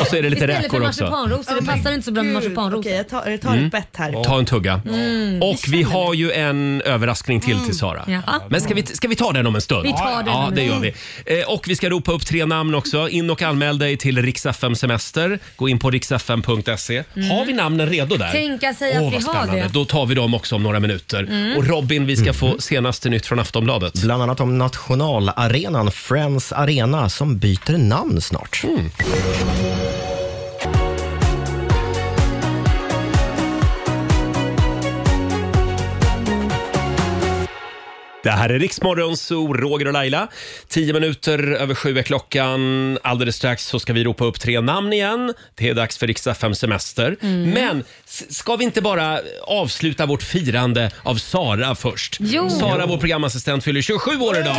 [SPEAKER 1] Och så är det lite
[SPEAKER 2] Istället för
[SPEAKER 1] räkor också.
[SPEAKER 2] marsipanrosor, det passar inte så bra med marsipanrosor.
[SPEAKER 10] Okej, jag tar, jag tar
[SPEAKER 1] Mm.
[SPEAKER 10] ett bett här.
[SPEAKER 1] Ta en tugga.
[SPEAKER 10] Mm.
[SPEAKER 1] Och vi har ju en överraskning till till Sara.
[SPEAKER 10] Mm. Ja.
[SPEAKER 1] Men ska vi, ska vi ta den om en stund?
[SPEAKER 10] Vi tar den
[SPEAKER 1] Ja,
[SPEAKER 10] om
[SPEAKER 1] det
[SPEAKER 10] en
[SPEAKER 1] gör vi.
[SPEAKER 10] stund.
[SPEAKER 1] Eh, Och vi ska ropa upp tre namn också. In och anmäl dig till Riks-FM Semester. Gå in på riksfm.se.
[SPEAKER 2] Mm.
[SPEAKER 1] Har vi namnen redo där?
[SPEAKER 2] Tänka sig
[SPEAKER 1] Åh,
[SPEAKER 2] att vi
[SPEAKER 1] vad
[SPEAKER 2] har
[SPEAKER 1] spännande.
[SPEAKER 2] det.
[SPEAKER 1] Då tar vi dem också om några minuter.
[SPEAKER 2] Mm.
[SPEAKER 1] Och Robin, vi ska få senaste nytt från Aftonbladet.
[SPEAKER 3] Bland annat om nationalarenan Friends Arena som byter namn snart.
[SPEAKER 1] Mm. Det här är Riksmorgon, så Roger och Laila. Tio minuter över sju är klockan. Alldeles strax så ska vi ropa upp tre namn igen. Det är dags för riksdag fem semester.
[SPEAKER 2] Mm.
[SPEAKER 1] Men s- ska vi inte bara avsluta vårt firande av Sara först?
[SPEAKER 2] Jo.
[SPEAKER 1] Sara, vår programassistent, fyller 27 år idag.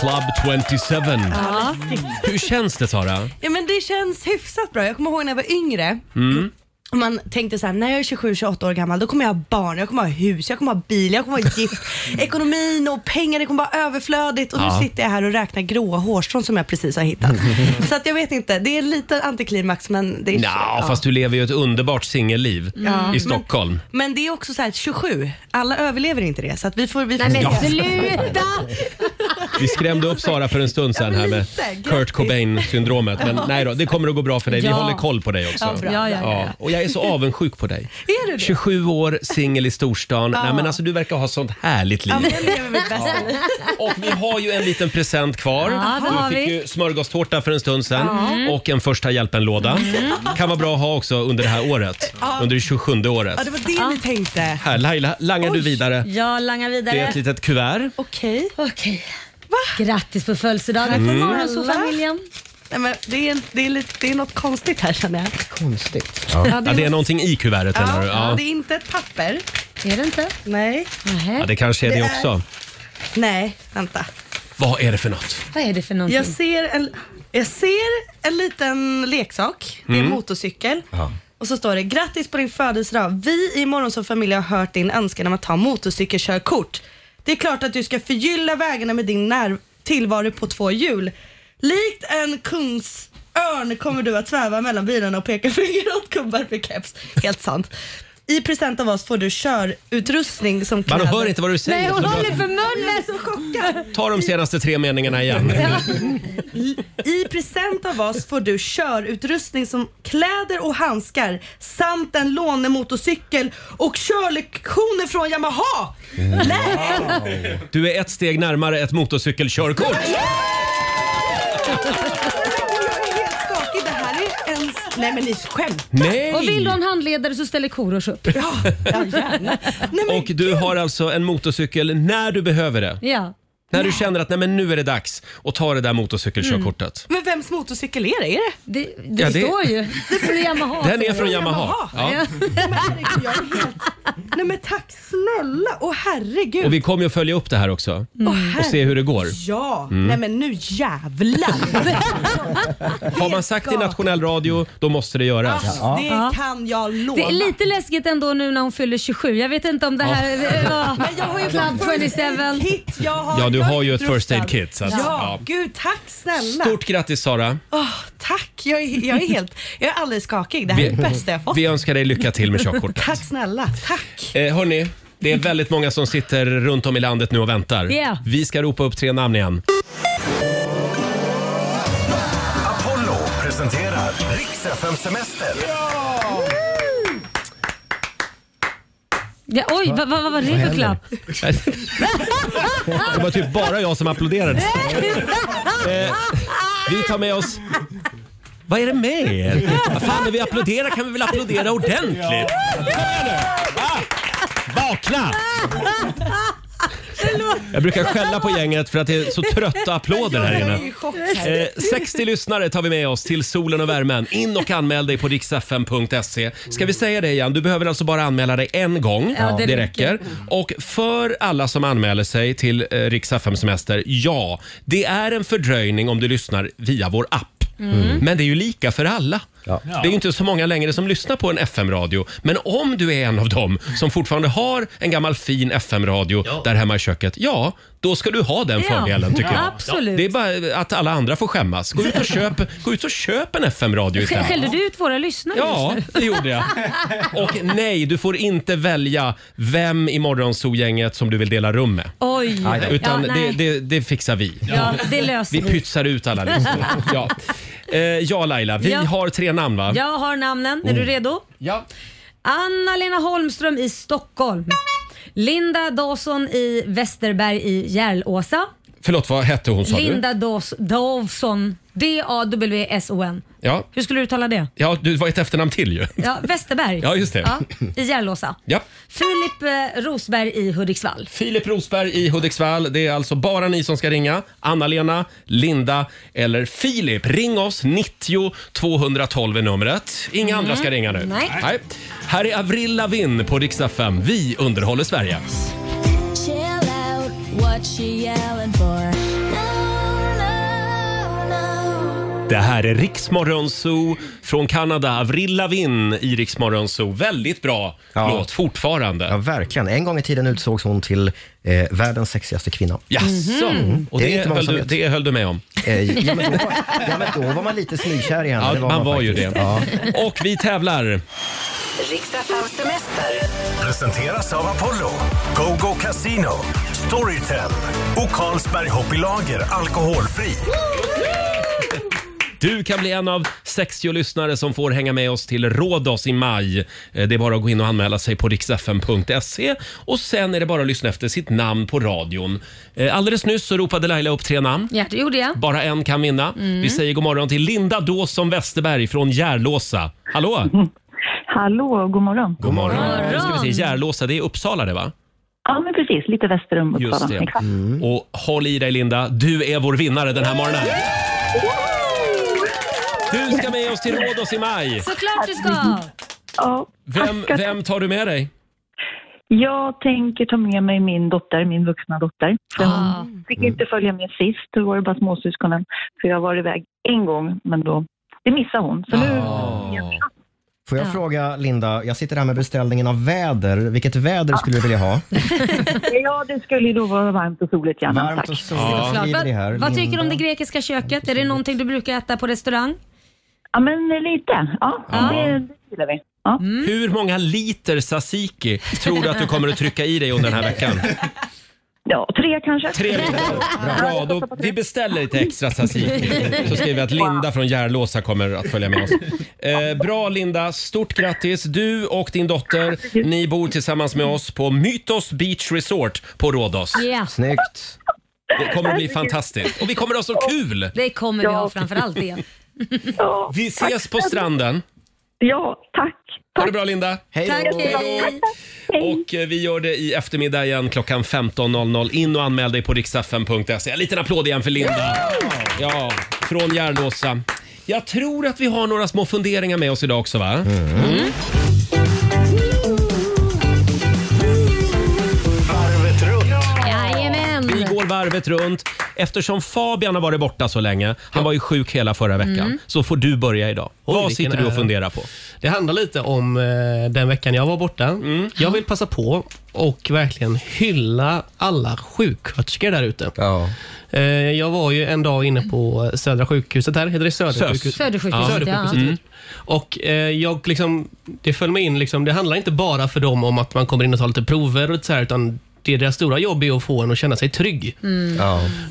[SPEAKER 1] Club 27.
[SPEAKER 10] Ja.
[SPEAKER 1] Hur känns det Sara?
[SPEAKER 10] Ja, men det känns hyfsat bra. Jag kommer ihåg när jag var yngre.
[SPEAKER 1] Mm.
[SPEAKER 10] Och Man tänkte så här, när jag är 27-28 år gammal då kommer jag ha barn, jag kommer ha hus, jag kommer ha bil, jag kommer vara gift. Ekonomin och pengar, det kommer vara överflödigt. Och
[SPEAKER 6] Ja.
[SPEAKER 10] nu sitter jag här och räknar gråa hårstrån som jag precis har hittat. så att jag vet inte, det är lite antiklimax men det är...
[SPEAKER 1] Ja, fast du lever ju ett underbart singelliv
[SPEAKER 10] Ja,
[SPEAKER 1] i
[SPEAKER 10] men-
[SPEAKER 1] Stockholm.
[SPEAKER 10] Men det är också så här, 27, alla överlever inte det. Så att vi får... Vi får
[SPEAKER 1] Nej, men Ja.
[SPEAKER 2] sluta!
[SPEAKER 1] Vi skrämde upp Sara för en stund sedan här med
[SPEAKER 10] lite.
[SPEAKER 1] Kurt Cobain-syndromet. Men
[SPEAKER 10] Ja,
[SPEAKER 1] nej då, det kommer att gå bra för dig. Vi
[SPEAKER 10] Ja.
[SPEAKER 1] håller koll på dig också.
[SPEAKER 10] Ja, bra. Ja, ja, ja, ja.
[SPEAKER 1] Och jag är så avundsjuk på dig.
[SPEAKER 10] Är du det?
[SPEAKER 1] 27 år, singel i storstan.
[SPEAKER 10] Ja.
[SPEAKER 1] Nej, men alltså, du verkar ha sånt härligt liv.
[SPEAKER 10] Ja, men jag lever mitt bästa liv.
[SPEAKER 1] Och vi har ju en liten present kvar.
[SPEAKER 10] Ja, det har
[SPEAKER 1] du fick
[SPEAKER 10] vi.
[SPEAKER 1] ju smörgåstårta för en stund sedan
[SPEAKER 10] Ja.
[SPEAKER 1] och en första hjälpen-låda.
[SPEAKER 10] Mm.
[SPEAKER 1] Kan vara bra att ha också under det här året.
[SPEAKER 2] Ja.
[SPEAKER 1] Under det 27 året.
[SPEAKER 10] Ja, det var det ni tänkte.
[SPEAKER 1] Här Laila, langar du vidare?
[SPEAKER 2] Jag langar vidare.
[SPEAKER 1] Det är ett litet kuvert.
[SPEAKER 10] Okej.
[SPEAKER 2] Okej. Grattis på födelsedagen
[SPEAKER 1] Tack
[SPEAKER 2] mm.
[SPEAKER 1] snälla.
[SPEAKER 2] morgonsofamiljen.
[SPEAKER 10] Nej, men det, är, det, är lite, det är något konstigt här känner jag.
[SPEAKER 3] Konstigt.
[SPEAKER 1] Ja. Ja, det är någonting i kuvertet menar
[SPEAKER 10] Ja,
[SPEAKER 1] du? Ja.
[SPEAKER 10] Det är inte ett papper.
[SPEAKER 2] Är det inte?
[SPEAKER 10] Nej.
[SPEAKER 1] ja, det kanske är det
[SPEAKER 10] är-
[SPEAKER 1] också.
[SPEAKER 10] Nej, vänta.
[SPEAKER 1] Vad är det för något?
[SPEAKER 2] Vad är det för någonting?
[SPEAKER 10] Jag ser en, jag ser en liten leksak. Det är en
[SPEAKER 1] Mm.
[SPEAKER 10] motorcykel. Och så står det “Grattis på din födelsedag. Vi i Morgon som familj har hört din önskan om att ta motorcykelkörkort. Det är klart att du ska förgylla vägarna med din när- tillvaro på två hjul. Likt en kungsörn kommer du att sväva mellan bilarna och peka finger åt gubbar med keps. Helt sant. I present av oss får du körutrustning som
[SPEAKER 1] Man hör inte vad du säger. Nej, hon håller för
[SPEAKER 2] munnen.
[SPEAKER 10] Jag är så chockad.
[SPEAKER 1] Ta de senaste tre meningarna igen.
[SPEAKER 10] I present av oss får du körutrustning som kläder och handskar samt en lånemotorcykel och körlektioner från Yamaha. Nej!
[SPEAKER 1] Du är ett steg närmare ett motorcykelkörkort.
[SPEAKER 10] Skakigt, det här är ens... Nej men ni skämtar.
[SPEAKER 1] Nej.
[SPEAKER 2] Och vill du ha en handledare så ställer Korosh upp.
[SPEAKER 10] Ja,
[SPEAKER 1] Och du har alltså en motorcykel när du behöver det.
[SPEAKER 2] ja.
[SPEAKER 1] När du känner att nej, men nu är det dags att ta det där motorcykelkörkortet.
[SPEAKER 10] Men vems motorcykel är det? Är det?
[SPEAKER 2] Det,
[SPEAKER 1] det Ja, det- står
[SPEAKER 2] ju. Det är från Yamaha.
[SPEAKER 1] Den är från Yamaha. Ja.
[SPEAKER 10] Men herregud, jag är helt... Nej men tack snälla. Åh herregud.
[SPEAKER 1] Och vi kommer ju att följa upp det här också
[SPEAKER 10] Åh,
[SPEAKER 1] och se hur det går.
[SPEAKER 10] Ja,
[SPEAKER 1] Mm.
[SPEAKER 10] nej men nu jävlar.
[SPEAKER 1] Har man sagt i nationell radio, då måste det göras.
[SPEAKER 10] Det kan jag lova.
[SPEAKER 2] Det är lite läskigt ändå nu när hon fyller 27. Jag vet inte om det här...
[SPEAKER 1] Ja.
[SPEAKER 2] Ja.
[SPEAKER 10] Men jag har ju
[SPEAKER 2] Club
[SPEAKER 10] fått first
[SPEAKER 2] 27.
[SPEAKER 10] Kit, jag har,
[SPEAKER 1] Ja, du
[SPEAKER 10] jag
[SPEAKER 1] har ju ett
[SPEAKER 10] utrustad.
[SPEAKER 1] first aid kit, så att-
[SPEAKER 10] ja.
[SPEAKER 1] ja.
[SPEAKER 10] gud tack snälla.
[SPEAKER 1] Stort grattis Sara.
[SPEAKER 10] Åh, tack, jag är, jag är helt, jag är alldeles skakig. Det här är det bästa jag fått.
[SPEAKER 1] vi önskar dig lycka till med körkortet.
[SPEAKER 10] Tack snälla, tack.
[SPEAKER 1] Eh, hörni, det är väldigt många som sitter runt om i landet nu och väntar.
[SPEAKER 10] Ja.
[SPEAKER 1] Vi ska ropa upp tre namn igen.
[SPEAKER 11] Apollo presenterar Riks FM Semester.
[SPEAKER 2] Ja, oj, vad, vad, vad var det för klapp?
[SPEAKER 1] Det var typ bara jag som applåderade. Eh, vi tar med oss... Vad är det med er? Vad fan, när vi applåderar kan vi väl applådera ordentligt? Vakna! Jag brukar skälla på gänget för att det är så trötta applåder här
[SPEAKER 6] Jag är
[SPEAKER 1] inne.
[SPEAKER 6] i chock här.
[SPEAKER 1] Eh, 60 lyssnare tar vi med oss till solen och värmen. In och anmäl dig på riksfm.se. E. Ska vi säga det igen? Du behöver alltså bara anmäla dig en gång.
[SPEAKER 6] Ja,
[SPEAKER 1] det,
[SPEAKER 6] det
[SPEAKER 1] räcker.
[SPEAKER 6] räcker.
[SPEAKER 1] Och för alla som anmäler sig till eh, riksfm semester, ja, det är en fördröjning om du lyssnar via vår app.
[SPEAKER 6] Mm.
[SPEAKER 1] Men det är ju lika för alla. Det är ju inte så många längre som lyssnar på en FM-radio. Men om du är en av dem som fortfarande har en gammal fin FM-radio där hemma i köket, ja, då ska du ha den
[SPEAKER 6] Ja,
[SPEAKER 1] fördelen tycker jag.
[SPEAKER 2] absolut.
[SPEAKER 1] Det är bara att alla andra får skämmas. Gå ut och köp, gå ut och köp en FM-radio
[SPEAKER 2] Sk-
[SPEAKER 1] istället.
[SPEAKER 2] Skällde du ut våra lyssnare
[SPEAKER 1] Ja,
[SPEAKER 2] just nu?
[SPEAKER 1] det gjorde jag. Och nej, du får inte välja vem i Morgonzoo-gänget som du vill dela rum med.
[SPEAKER 2] Oj.
[SPEAKER 1] Utan
[SPEAKER 2] ja,
[SPEAKER 1] det,
[SPEAKER 2] nej.
[SPEAKER 1] det, det fixar vi.
[SPEAKER 2] Ja, det löser
[SPEAKER 1] vi.
[SPEAKER 2] vi.
[SPEAKER 1] pytsar ut alla listor. Ja. Eh, ja, Laila. Vi
[SPEAKER 2] Ja.
[SPEAKER 1] har tre namn, va?
[SPEAKER 2] Jag har namnen. Är du
[SPEAKER 1] Oh.
[SPEAKER 2] redo?
[SPEAKER 1] Ja.
[SPEAKER 2] Anna-Lena Holmström i Stockholm. Linda Dawson i Västerberg i Järlåsa.
[SPEAKER 1] Förlåt, vad hette hon, sa du?
[SPEAKER 2] Linda Daws- Dawson. D-A-W-S-O-N.
[SPEAKER 1] Ja.
[SPEAKER 2] Hur skulle du uttala det?
[SPEAKER 1] ja, du var ett efternamn till ju.
[SPEAKER 2] Ja, Västerberg.
[SPEAKER 1] Ja, just det.
[SPEAKER 2] I Järlåsa.
[SPEAKER 1] Ja.
[SPEAKER 2] Filip eh, Rosberg i Hudiksvall.
[SPEAKER 1] Filip Rosberg i Hudiksvall. Det är alltså bara ni som ska ringa. Anna-Lena, Linda eller Filip. Ring oss. 90 212 är numret. Inga
[SPEAKER 6] Mm.
[SPEAKER 1] andra ska ringa nu.
[SPEAKER 6] Nej.
[SPEAKER 1] Här är Avril Lavigne på Riksdag 5. Vi underhåller Sverige.
[SPEAKER 6] Chill out, what you yelling for? No
[SPEAKER 1] Det här är Riksmorgon Zoo från Kanada. Avril Lavigne i Riksmorgon Zoo. Väldigt bra låt fortfarande.
[SPEAKER 3] Ja, verkligen. En gång i tiden utsågs hon till eh, världens sexigaste kvinna.
[SPEAKER 1] Jaså? Och det,
[SPEAKER 3] Mm-hmm. är inte många
[SPEAKER 1] höll
[SPEAKER 3] som
[SPEAKER 1] du,
[SPEAKER 3] vet.
[SPEAKER 1] det höll du med om?
[SPEAKER 3] Eh, ja, men då, ja, men då var man lite smygkär i henne.
[SPEAKER 1] Ja,
[SPEAKER 3] det
[SPEAKER 1] man var ju
[SPEAKER 3] faktiskt.
[SPEAKER 1] det. Och vi tävlar.
[SPEAKER 11] Riksdagens semester presenteras av Apollo, GoGo Casino, Storytel och Carlsberg Hoppylager alkoholfri.
[SPEAKER 1] Du kan bli en av 60 lyssnare som får hänga med oss till Rhodos i maj. Eh, Det är bara att gå in och anmäla sig på riksfn.se och sen är det bara att lyssna efter sitt namn på radion. Eh, Alldeles nyss så ropade Laila upp tre namn.
[SPEAKER 2] Ja, det gjorde jag.
[SPEAKER 1] Bara en kan vinna.
[SPEAKER 2] Mm.
[SPEAKER 1] Vi säger god morgon till Linda Dåsson Westerberg från Järlåsa. Hallå!
[SPEAKER 12] Hallå, god morgon.
[SPEAKER 1] God morgon. Nu ska vi se, Järlåsa, det är Uppsala det va?
[SPEAKER 12] Ja, men precis. Lite väster om Uppsala.
[SPEAKER 1] Just det. Mm.
[SPEAKER 12] Exakt.
[SPEAKER 1] Och håll i dig Linda, du är vår vinnare den här morgonen. Du ska med oss till Rhodos i maj.
[SPEAKER 2] Såklart du ska!
[SPEAKER 12] Ja,
[SPEAKER 1] Vem, vem tar du med dig?
[SPEAKER 12] jag tänker ta med mig min dotter, min vuxna dotter. För
[SPEAKER 2] Ah.
[SPEAKER 12] Hon fick inte följa med sist, då var det bara småsyskonen. För jag var iväg en gång, men då, det missade hon. Så nu,
[SPEAKER 1] Ah.
[SPEAKER 3] Får jag fråga Linda, jag sitter här med beställningen av väder. Vilket väder skulle du vilja ha?
[SPEAKER 12] ja, det skulle ju då vara varmt och soligt gärna.
[SPEAKER 3] Varmt
[SPEAKER 12] tack.
[SPEAKER 3] och soligt.
[SPEAKER 12] Ja.
[SPEAKER 2] Såklart.
[SPEAKER 3] Skriver det här,
[SPEAKER 2] Vad, vad tycker du om
[SPEAKER 3] Linda.
[SPEAKER 2] det grekiska köket? Är det någonting du brukar äta på restaurang?
[SPEAKER 12] Ja, men eh, lite. Ja,
[SPEAKER 1] det-
[SPEAKER 12] gillar vi.
[SPEAKER 1] Hur många liter tzatziki tror du att du kommer att trycka i dig under den här veckan?
[SPEAKER 12] Ja, tre kanske.
[SPEAKER 1] Tre liter. Bra, då vi beställer lite extra tzatziki. Så skriver vi att Linda från Järlåsa kommer att följa med oss. Eh, bra Linda, stort grattis. Du och din dotter, ni bor tillsammans med oss på Mytos Beach Resort på Rhodos.
[SPEAKER 2] Ja.
[SPEAKER 3] Snyggt.
[SPEAKER 1] Det kommer att bli fantastiskt. Och vi kommer att ha så kul!
[SPEAKER 2] Det kommer vi ha framförallt det.
[SPEAKER 1] Vi ses på stranden.
[SPEAKER 12] Ja, tack.
[SPEAKER 1] Ha det bra Linda.
[SPEAKER 2] Hej Tack, hej.
[SPEAKER 1] Och eh, vi gör det i eftermiddag igen klockan 15.00. In och anmäl dig på riksfn.se. En liten applåd igen för Linda. Ja, från Järlåsa. Jag tror att vi har några små funderingar med oss idag också va? Mm.
[SPEAKER 11] Varvet runt.
[SPEAKER 2] Jajamän.
[SPEAKER 1] Vi går varvet runt. Eftersom Fabian har varit borta så länge, han var ju sjuk hela förra veckan,
[SPEAKER 9] Mm.
[SPEAKER 1] så får du börja idag. Vad
[SPEAKER 9] vilken
[SPEAKER 1] sitter du och
[SPEAKER 9] ära.
[SPEAKER 1] funderar på?
[SPEAKER 9] Det handlar lite om eh, den veckan jag var borta.
[SPEAKER 10] Mm.
[SPEAKER 9] Jag vill passa på och verkligen hylla alla sjuksköterskor där ute. Eh, jag var ju en dag inne på eh, Södra sjukhuset här. Heter det Södra
[SPEAKER 2] Sös.
[SPEAKER 9] sjukhus?
[SPEAKER 2] Södersjukhuset, ja.
[SPEAKER 9] Södersjukhuset.
[SPEAKER 2] Mm.
[SPEAKER 9] typ. Och eh, jag liksom, det föll mig in, liksom, det handlar inte bara för dem om att man kommer in och tar lite prover och så här, utan det deras stora jobb är att få en att känna sig trygg.
[SPEAKER 2] Mm.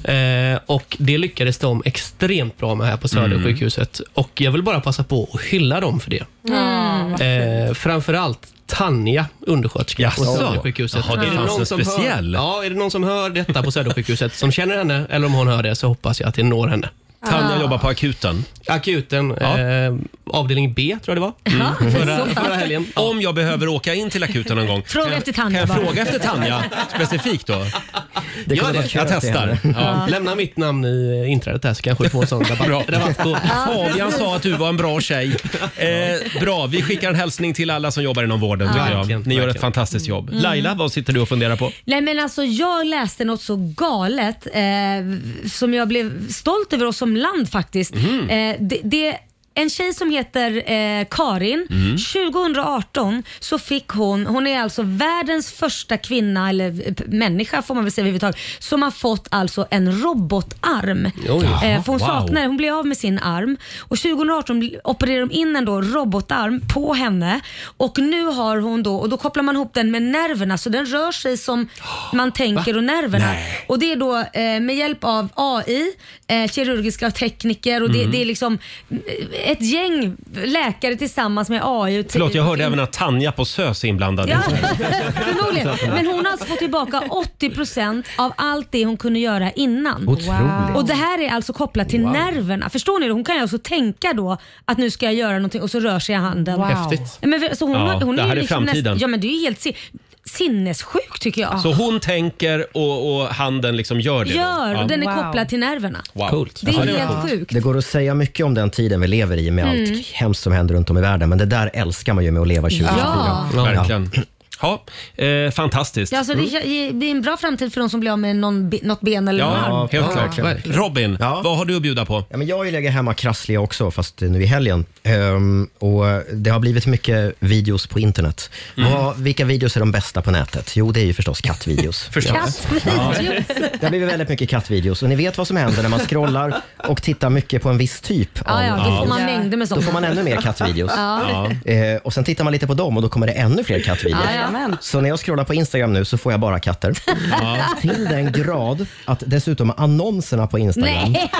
[SPEAKER 2] Ja.
[SPEAKER 9] Eh, och Det lyckades de extremt bra med här på Södra
[SPEAKER 1] Mm.
[SPEAKER 9] sjukhuset. Och Jag vill bara passa på att hylla dem för det.
[SPEAKER 2] Mm.
[SPEAKER 9] Eh, framförallt Tanja, undersköterska
[SPEAKER 1] Jaså?
[SPEAKER 9] på Södersjukhuset.
[SPEAKER 1] Jaha, det
[SPEAKER 9] Är
[SPEAKER 1] fanns
[SPEAKER 9] någon
[SPEAKER 1] en
[SPEAKER 9] som
[SPEAKER 1] speciell?
[SPEAKER 9] Hör, ja, är det någon som hör detta på Södersjukhuset som känner henne, eller om hon hör det, så hoppas jag att det når henne.
[SPEAKER 1] Tanja Ah. jobbar på akuten.
[SPEAKER 9] Akuten, eh, avdelning B tror jag det var.
[SPEAKER 1] Mm.
[SPEAKER 9] Förra, förra helgen.
[SPEAKER 1] Om jag behöver åka in till akuten någon gång.
[SPEAKER 9] Fråga
[SPEAKER 1] kan jag-
[SPEAKER 9] efter Tanja
[SPEAKER 1] Kan jag
[SPEAKER 9] bara.
[SPEAKER 1] fråga efter Tanja specifikt då?
[SPEAKER 9] Det
[SPEAKER 1] Gör
[SPEAKER 9] kunde
[SPEAKER 1] det.
[SPEAKER 9] varit kul
[SPEAKER 1] Jag
[SPEAKER 9] att se
[SPEAKER 1] testar.
[SPEAKER 9] henne.
[SPEAKER 1] Ja.
[SPEAKER 9] Lämna mitt namn i inträdet här så kanske du får en sån rabatt.
[SPEAKER 1] Bra.
[SPEAKER 9] rabatt på.
[SPEAKER 1] Fabian sa att du var en bra tjej. Eh, bra, vi skickar en hälsning till alla som jobbar inom vården.
[SPEAKER 2] Ja.
[SPEAKER 1] Tycker jag. Ni
[SPEAKER 2] Verkligen,
[SPEAKER 1] gör ett
[SPEAKER 9] verkligen.
[SPEAKER 1] fantastiskt jobb.
[SPEAKER 2] Mm.
[SPEAKER 1] Laila, vad sitter du och funderar på?
[SPEAKER 2] Nej men alltså jag läste något så galet eh, som jag blev stolt över oss som land faktiskt.
[SPEAKER 6] Mhm.
[SPEAKER 2] Eh, det, det en tjej som heter eh, Karin,
[SPEAKER 6] Mm.
[SPEAKER 2] 2018 så fick hon, hon är alltså världens första kvinna, eller eh, p- människa får man väl säga överhuvudtaget, som har fått alltså en robotarm.
[SPEAKER 6] Oj.
[SPEAKER 2] Eh, för hon
[SPEAKER 6] Wow.
[SPEAKER 2] saknar hon blev av med sin arm och 2018 bl- opererade de in en då robotarm på henne och nu har hon då, och då kopplar man ihop den med nerverna så den rör sig som man tänker och nerverna.
[SPEAKER 6] Nej.
[SPEAKER 2] Och det är då eh, med hjälp av AI, eh, kirurgiska tekniker och det,
[SPEAKER 1] Mm.
[SPEAKER 2] det är liksom eh, ett gäng läkare tillsammans med AI. Och
[SPEAKER 1] Förlåt, jag hörde även att Tanja på SÖS är inblandad.
[SPEAKER 2] Ja, förmodligen. Men hon har alltså fått tillbaka 80% av allt det hon kunde göra innan.
[SPEAKER 6] Otroligt.
[SPEAKER 2] Och det här är alltså kopplat till nerverna. Förstår ni? det? Hon kan ju alltså tänka då att nu ska jag göra någonting och så rör sig handen.
[SPEAKER 1] Wow. Häftigt.
[SPEAKER 2] Men, för- så hon,
[SPEAKER 1] Ja,
[SPEAKER 2] har- hon
[SPEAKER 1] det här
[SPEAKER 2] ju
[SPEAKER 1] är
[SPEAKER 2] liksom näst-
[SPEAKER 1] framtiden.
[SPEAKER 2] ja men det är ju helt sin, sinnessjukt tycker jag.
[SPEAKER 1] Så hon tänker och, och handen liksom gör det? då?
[SPEAKER 2] Gör och
[SPEAKER 1] Ja.
[SPEAKER 2] den är kopplad till nerverna.
[SPEAKER 1] Wow.
[SPEAKER 2] Det är helt sjukt.
[SPEAKER 3] Det går att säga mycket om den tiden vi lever i med
[SPEAKER 2] Mm.
[SPEAKER 3] allt hemskt som händer runt om i världen. Men det där älskar man ju med att leva 2024.
[SPEAKER 2] Ja.
[SPEAKER 1] Verkligen. Ja, eh, fantastiskt.
[SPEAKER 2] Ja, så det,
[SPEAKER 1] Mm.
[SPEAKER 2] kä- det är en bra framtid för de som blir av med någon, be- något ben eller någon
[SPEAKER 1] Ja,
[SPEAKER 2] arm.
[SPEAKER 1] helt klart. Robin, vad har du att bjuda på?
[SPEAKER 3] Ja, men jag har ju legat hemma krasslig också, fast nu i helgen. Ehm, och Det har blivit mycket videos på internet.
[SPEAKER 6] Mm.
[SPEAKER 3] Vad, vilka videos är de bästa på nätet? Jo, det är ju förstås kattvideos.
[SPEAKER 6] Kattvideos.
[SPEAKER 3] Det har blivit väldigt mycket kattvideos och ni vet vad som händer när man scrollar och tittar mycket på en viss typ
[SPEAKER 2] Ja, ja, då får man mängder med sånt.
[SPEAKER 3] Då får man ännu mer kattvideos.
[SPEAKER 2] Ja.
[SPEAKER 3] Eh, och sen tittar man lite på dem och då kommer det ännu fler kattvideos.
[SPEAKER 2] Jajamän.
[SPEAKER 3] Så när jag scrollar på Instagram nu så får jag bara katter.
[SPEAKER 6] Ja.
[SPEAKER 3] Till den grad att dessutom annonserna på Instagram
[SPEAKER 6] Nej!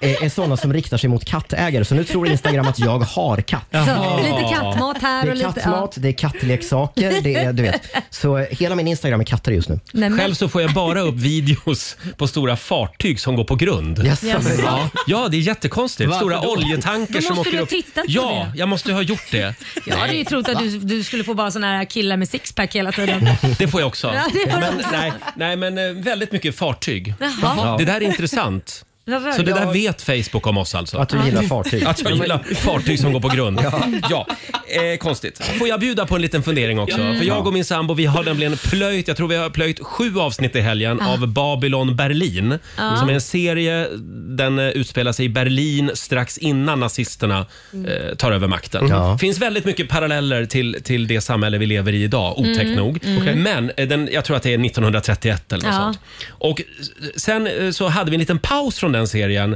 [SPEAKER 3] är, är sådana som riktar sig mot kattägare. Så nu tror Instagram att jag har katt.
[SPEAKER 2] Så, alltså, lite kattmat här
[SPEAKER 3] Det
[SPEAKER 2] och
[SPEAKER 3] är
[SPEAKER 2] lite...
[SPEAKER 3] kattmat, det är kattleksaker, det är, du vet. Så eh, hela min Instagram är katter just nu.
[SPEAKER 2] Nej, men-
[SPEAKER 1] Själv så får jag bara upp videos på stora fartyg som går på grund.
[SPEAKER 3] Jaså? Jaså?
[SPEAKER 1] Ja, ja, det är jättekonstigt.
[SPEAKER 3] Varför
[SPEAKER 1] stora
[SPEAKER 3] då?
[SPEAKER 1] oljetankers
[SPEAKER 2] Då
[SPEAKER 1] som
[SPEAKER 2] måste
[SPEAKER 1] åker
[SPEAKER 2] du ha
[SPEAKER 1] upp.
[SPEAKER 2] tittat på
[SPEAKER 1] ja, jag måste ha gjort det.
[SPEAKER 2] Jag hade ju trott att du, du skulle få bara såna här killar med sixpack hela tiden.
[SPEAKER 1] Det får jag också.
[SPEAKER 2] Ja, det får du
[SPEAKER 1] men,
[SPEAKER 2] också.
[SPEAKER 1] nej, nej, men eh, väldigt mycket fartyg.
[SPEAKER 2] Jaha.
[SPEAKER 1] Det där är intressant.
[SPEAKER 2] Varför?
[SPEAKER 1] Så det där
[SPEAKER 2] Ja.
[SPEAKER 1] vet Facebook om oss alltså?
[SPEAKER 3] Att du gillar fartyg.
[SPEAKER 1] Att jag gillar fartyg som går på grund.
[SPEAKER 3] Ja.
[SPEAKER 1] Ja. Eh, konstigt. Får jag bjuda på en liten fundering också?
[SPEAKER 3] Mm.
[SPEAKER 1] För jag och min sambo vi har nämligen plöjt, jag tror vi har plöjt sju avsnitt i helgen
[SPEAKER 2] Ja.
[SPEAKER 1] av Babylon Berlin.
[SPEAKER 2] Ja.
[SPEAKER 1] Som är en serie, den eh, utspelar sig i Berlin strax innan nazisterna
[SPEAKER 2] Mm.
[SPEAKER 1] eh, tar över makten.
[SPEAKER 3] Ja.
[SPEAKER 1] finns väldigt mycket paralleller till, till det samhälle vi lever i idag, otäckt
[SPEAKER 2] Mm,
[SPEAKER 1] nog.
[SPEAKER 2] mm. Okej.
[SPEAKER 1] Men eh, den, jag tror att det är 1931 eller något
[SPEAKER 2] Ja.
[SPEAKER 1] sånt. Och sen eh, så hade vi en liten paus från den serien.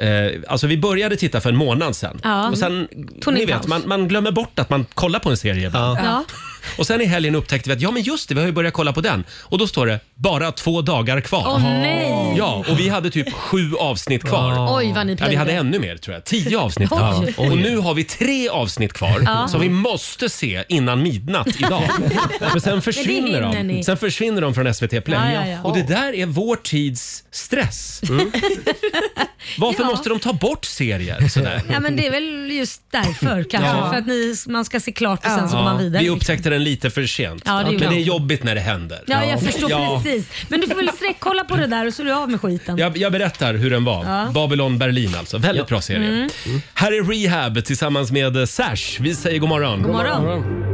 [SPEAKER 1] Eh, alltså vi började titta för en månad sen.
[SPEAKER 2] Ja.
[SPEAKER 1] Och sen
[SPEAKER 2] Tog ni
[SPEAKER 1] ni vet,
[SPEAKER 2] paus?
[SPEAKER 1] man, man glömmer bort att man kollar på en serie ibland.
[SPEAKER 2] Ja.
[SPEAKER 1] Och sen i helgen upptäckte vi att ja men just det, vi har ju börjat kolla på den. Och då står det bara två dagar kvar.
[SPEAKER 2] Åh, nej.
[SPEAKER 1] Ja, och vi hade typ sju avsnitt kvar.
[SPEAKER 2] Oj, vad ni
[SPEAKER 1] ja, vi hade
[SPEAKER 2] plöjde.
[SPEAKER 1] ännu mer tror jag. Tio avsnitt
[SPEAKER 2] Oj.
[SPEAKER 1] kvar.
[SPEAKER 2] Oj.
[SPEAKER 1] Och nu har vi tre avsnitt kvar
[SPEAKER 2] Ja.
[SPEAKER 1] som vi måste se innan midnatt idag. För sen försvinner
[SPEAKER 2] hinner ni.
[SPEAKER 1] de. Sen försvinner de från SVT Play.
[SPEAKER 2] Ja, ja, ja.
[SPEAKER 1] Och det där är vår tids stress. Mm. Varför måste de ta bort serier sådär?
[SPEAKER 2] Ja, men det är väl just därför kanske.
[SPEAKER 1] Ja.
[SPEAKER 2] För att ni, man ska se klart och sen så går
[SPEAKER 1] Ja,
[SPEAKER 2] man vidare. liksom.
[SPEAKER 1] Vi upptäckte den lite för sent.
[SPEAKER 2] Ja, det gjorde
[SPEAKER 1] men det
[SPEAKER 2] vi.
[SPEAKER 1] är jobbigt när det händer.
[SPEAKER 2] Ja, jag förstår
[SPEAKER 1] Ja.
[SPEAKER 2] precis. Men du får väl sträckkolla på det där och så är du av med skiten.
[SPEAKER 1] Jag, jag berättar hur den var.
[SPEAKER 2] Ja.
[SPEAKER 1] Babylon Berlin alltså. Väldigt bra serie.
[SPEAKER 2] Mm.
[SPEAKER 1] Här är Rehab tillsammans med eh, Sash. Vi säger god morgon.
[SPEAKER 2] God morgon. God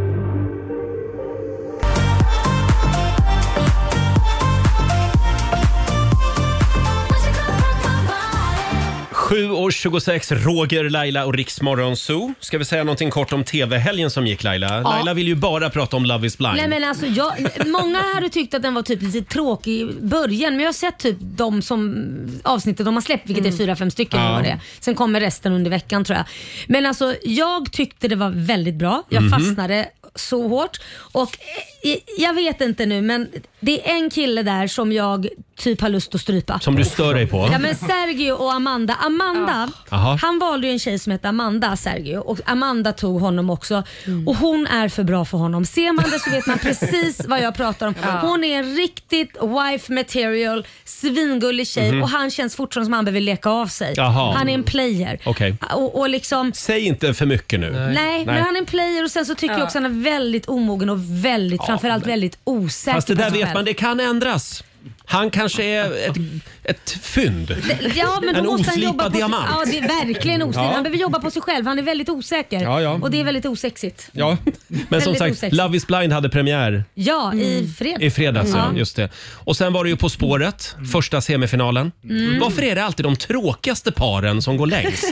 [SPEAKER 1] Sju år 26, Roger, Laila och Riksmorgon Zoo. Ska vi säga någonting kort om TV-helgen som gick Laila?
[SPEAKER 2] Ja.
[SPEAKER 1] Laila vill ju bara prata om Love is blind.
[SPEAKER 2] Nej, men alltså jag, många hade tyckt att den var typ lite tråkig i början men jag har sett typ de som avsnittet de har släppt vilket är fyra, fem stycken.
[SPEAKER 6] Mm. Ja.
[SPEAKER 2] Ja. Det. är. Sen kommer resten under veckan tror jag. Men alltså jag tyckte det var väldigt bra. Jag
[SPEAKER 6] Mhm.
[SPEAKER 2] fastnade så hårt. Och eh, jag vet inte nu men det är en kille där som jag typ har lust att strypa.
[SPEAKER 1] Som du stör dig på?
[SPEAKER 2] Ja men Sergio och Amanda. Amanda,
[SPEAKER 1] Ja. Jaha.
[SPEAKER 2] han valde ju en tjej som hette Amanda Sergio och Amanda tog honom också.
[SPEAKER 6] Mm.
[SPEAKER 2] Och hon är för bra för honom. Ser man det så vet man precis vad jag pratar om.
[SPEAKER 6] Ja.
[SPEAKER 2] Hon är en riktigt wife material, svingullig tjej
[SPEAKER 1] Mhm.
[SPEAKER 2] och han känns fortfarande som han behöver leka av sig.
[SPEAKER 1] Jaha.
[SPEAKER 2] Han är en player.
[SPEAKER 1] Okej.
[SPEAKER 2] Och, och liksom...
[SPEAKER 1] Säg inte för mycket nu.
[SPEAKER 2] Nej, men han är en player och sen så tycker
[SPEAKER 6] Ja.
[SPEAKER 2] jag också att han är väldigt omogen och väldigt, framförallt väldigt osäker
[SPEAKER 1] Fast det
[SPEAKER 2] på
[SPEAKER 1] där
[SPEAKER 2] sig
[SPEAKER 1] vet
[SPEAKER 2] själv.
[SPEAKER 1] man, det kan ändras. Han kanske är ett, ett fynd.
[SPEAKER 2] Ja, men då
[SPEAKER 1] en
[SPEAKER 2] måste han
[SPEAKER 1] oslipad
[SPEAKER 2] jobba på
[SPEAKER 1] diamant.
[SPEAKER 2] Ja, det är verkligen oslipad.
[SPEAKER 1] Ja.
[SPEAKER 2] Han behöver jobba på sig själv. Han är väldigt osäker.
[SPEAKER 1] Ja, ja.
[SPEAKER 2] Och det är väldigt osexigt.
[SPEAKER 1] Ja, men som
[SPEAKER 2] Väldigt
[SPEAKER 1] sagt,
[SPEAKER 2] osexigt.
[SPEAKER 1] Love is blind hade premiär
[SPEAKER 2] Ja, i fredags.
[SPEAKER 1] i fredags.
[SPEAKER 2] Ja.
[SPEAKER 1] Ja. Just det. Och sen var det ju På spåret, första semifinalen.
[SPEAKER 2] Mm.
[SPEAKER 1] Varför är det alltid de tråkigaste paren som går längst?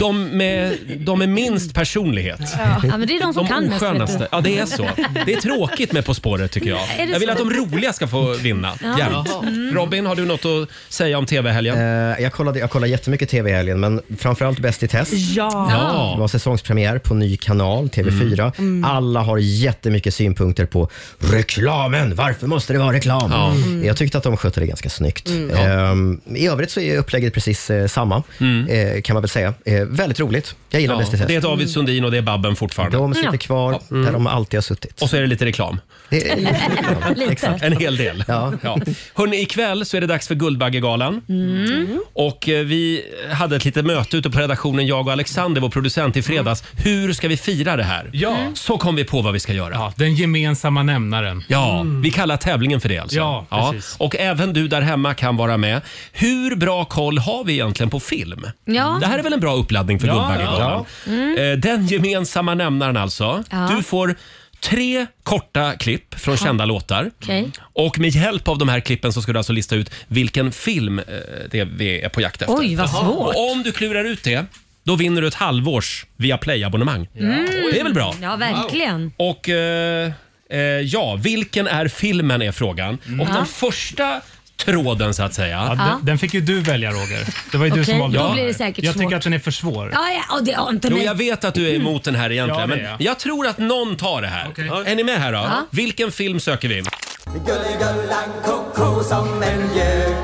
[SPEAKER 1] De med, de med minst personlighet.
[SPEAKER 2] Ja, men det är de som kan mest, vet du.
[SPEAKER 1] oskönaste. Ja, det är så. Det är tråkigt med På spåret tycker jag.
[SPEAKER 2] Mm. Är det
[SPEAKER 1] Jag vill
[SPEAKER 2] så?
[SPEAKER 1] att de roliga ska få vinna
[SPEAKER 2] Ja.
[SPEAKER 1] jämt.
[SPEAKER 2] Mm.
[SPEAKER 1] Robin, har du något att säga om TV-helgen?
[SPEAKER 3] Eh, jag, kollade, jag kollade jättemycket tv i helgen, men framförallt Bäst i test.
[SPEAKER 1] Ja. Ja.
[SPEAKER 3] Det var säsongspremiär på ny kanal,
[SPEAKER 9] Mm.
[SPEAKER 3] TV4. Mm. Alla har jättemycket synpunkter på reklamen. Varför måste det vara reklam?
[SPEAKER 1] Ja. Mm.
[SPEAKER 3] Jag tyckte att de skötte det ganska snyggt.
[SPEAKER 1] Mm.
[SPEAKER 3] Ehm, I övrigt så är upplägget precis eh, samma,
[SPEAKER 9] Mm.
[SPEAKER 3] eh, kan man väl säga. Eh, väldigt roligt. Jag gillar
[SPEAKER 1] Ja,
[SPEAKER 3] Bäst i test.
[SPEAKER 1] Det är David Sundin och det är Babben fortfarande.
[SPEAKER 9] Mm.
[SPEAKER 3] De sitter kvar där de alltid har suttit.
[SPEAKER 1] Och så är det lite reklam.
[SPEAKER 3] Det är-
[SPEAKER 1] En hel del. fel. Ja. Hörrni, ikväll så är det dags för Guldbaggegalan.
[SPEAKER 2] Mm.
[SPEAKER 1] Och eh, vi hade ett litet möte ute på redaktionen, jag och Alexander, vår producent, i fredags.
[SPEAKER 2] Mm.
[SPEAKER 1] Hur ska vi fira det här? Ja. Så kom vi på vad vi ska göra. den gemensamma nämnaren. Ja, vi kallar tävlingen för det alltså.
[SPEAKER 5] Ja, precis.
[SPEAKER 1] Och även du där hemma kan vara med. Hur bra koll har vi egentligen på film?
[SPEAKER 2] Ja.
[SPEAKER 1] Det här är väl en bra uppladdning för
[SPEAKER 2] Ja,
[SPEAKER 1] Guldbaggegalan?
[SPEAKER 2] ja. Mm.
[SPEAKER 1] Eh, Den gemensamma nämnaren alltså.
[SPEAKER 2] Ja.
[SPEAKER 1] Du får tre korta klipp från
[SPEAKER 2] Ja.
[SPEAKER 1] kända låtar.
[SPEAKER 2] Okej.
[SPEAKER 1] Och med hjälp av de här klippen så ska du alltså lista ut vilken film eh, det vi är på jakt efter.
[SPEAKER 2] Oj, vad
[SPEAKER 1] Jaha.
[SPEAKER 2] svårt.
[SPEAKER 1] Och om du klurar ut det, då vinner du ett halvårs Viaplay-abonnemang.
[SPEAKER 2] Mm.
[SPEAKER 1] Det är väl bra?
[SPEAKER 2] Ja, verkligen.
[SPEAKER 1] Och eh, eh, ja, vilken är filmen är frågan. Och
[SPEAKER 2] Mm. Ja.
[SPEAKER 1] den första tråden så att säga.
[SPEAKER 5] Ja, den- Ja.
[SPEAKER 1] fick ju du välja Roger. Det var
[SPEAKER 5] ju du Okej, som valde då den.
[SPEAKER 2] Ah. blir det säkert
[SPEAKER 5] Jag tycker
[SPEAKER 2] svårt.
[SPEAKER 5] att den är för svår.
[SPEAKER 2] Ja, ja, ja, det är inte
[SPEAKER 1] Jo,
[SPEAKER 2] mig.
[SPEAKER 1] jag vet att du är emot den här egentligen,
[SPEAKER 5] Ja, det
[SPEAKER 1] men
[SPEAKER 5] är jag.
[SPEAKER 1] jag tror att någon tar det här. Är ni med här då?
[SPEAKER 5] Ja.
[SPEAKER 1] Vilken film söker vi?
[SPEAKER 8] Gulligullan koko som en gök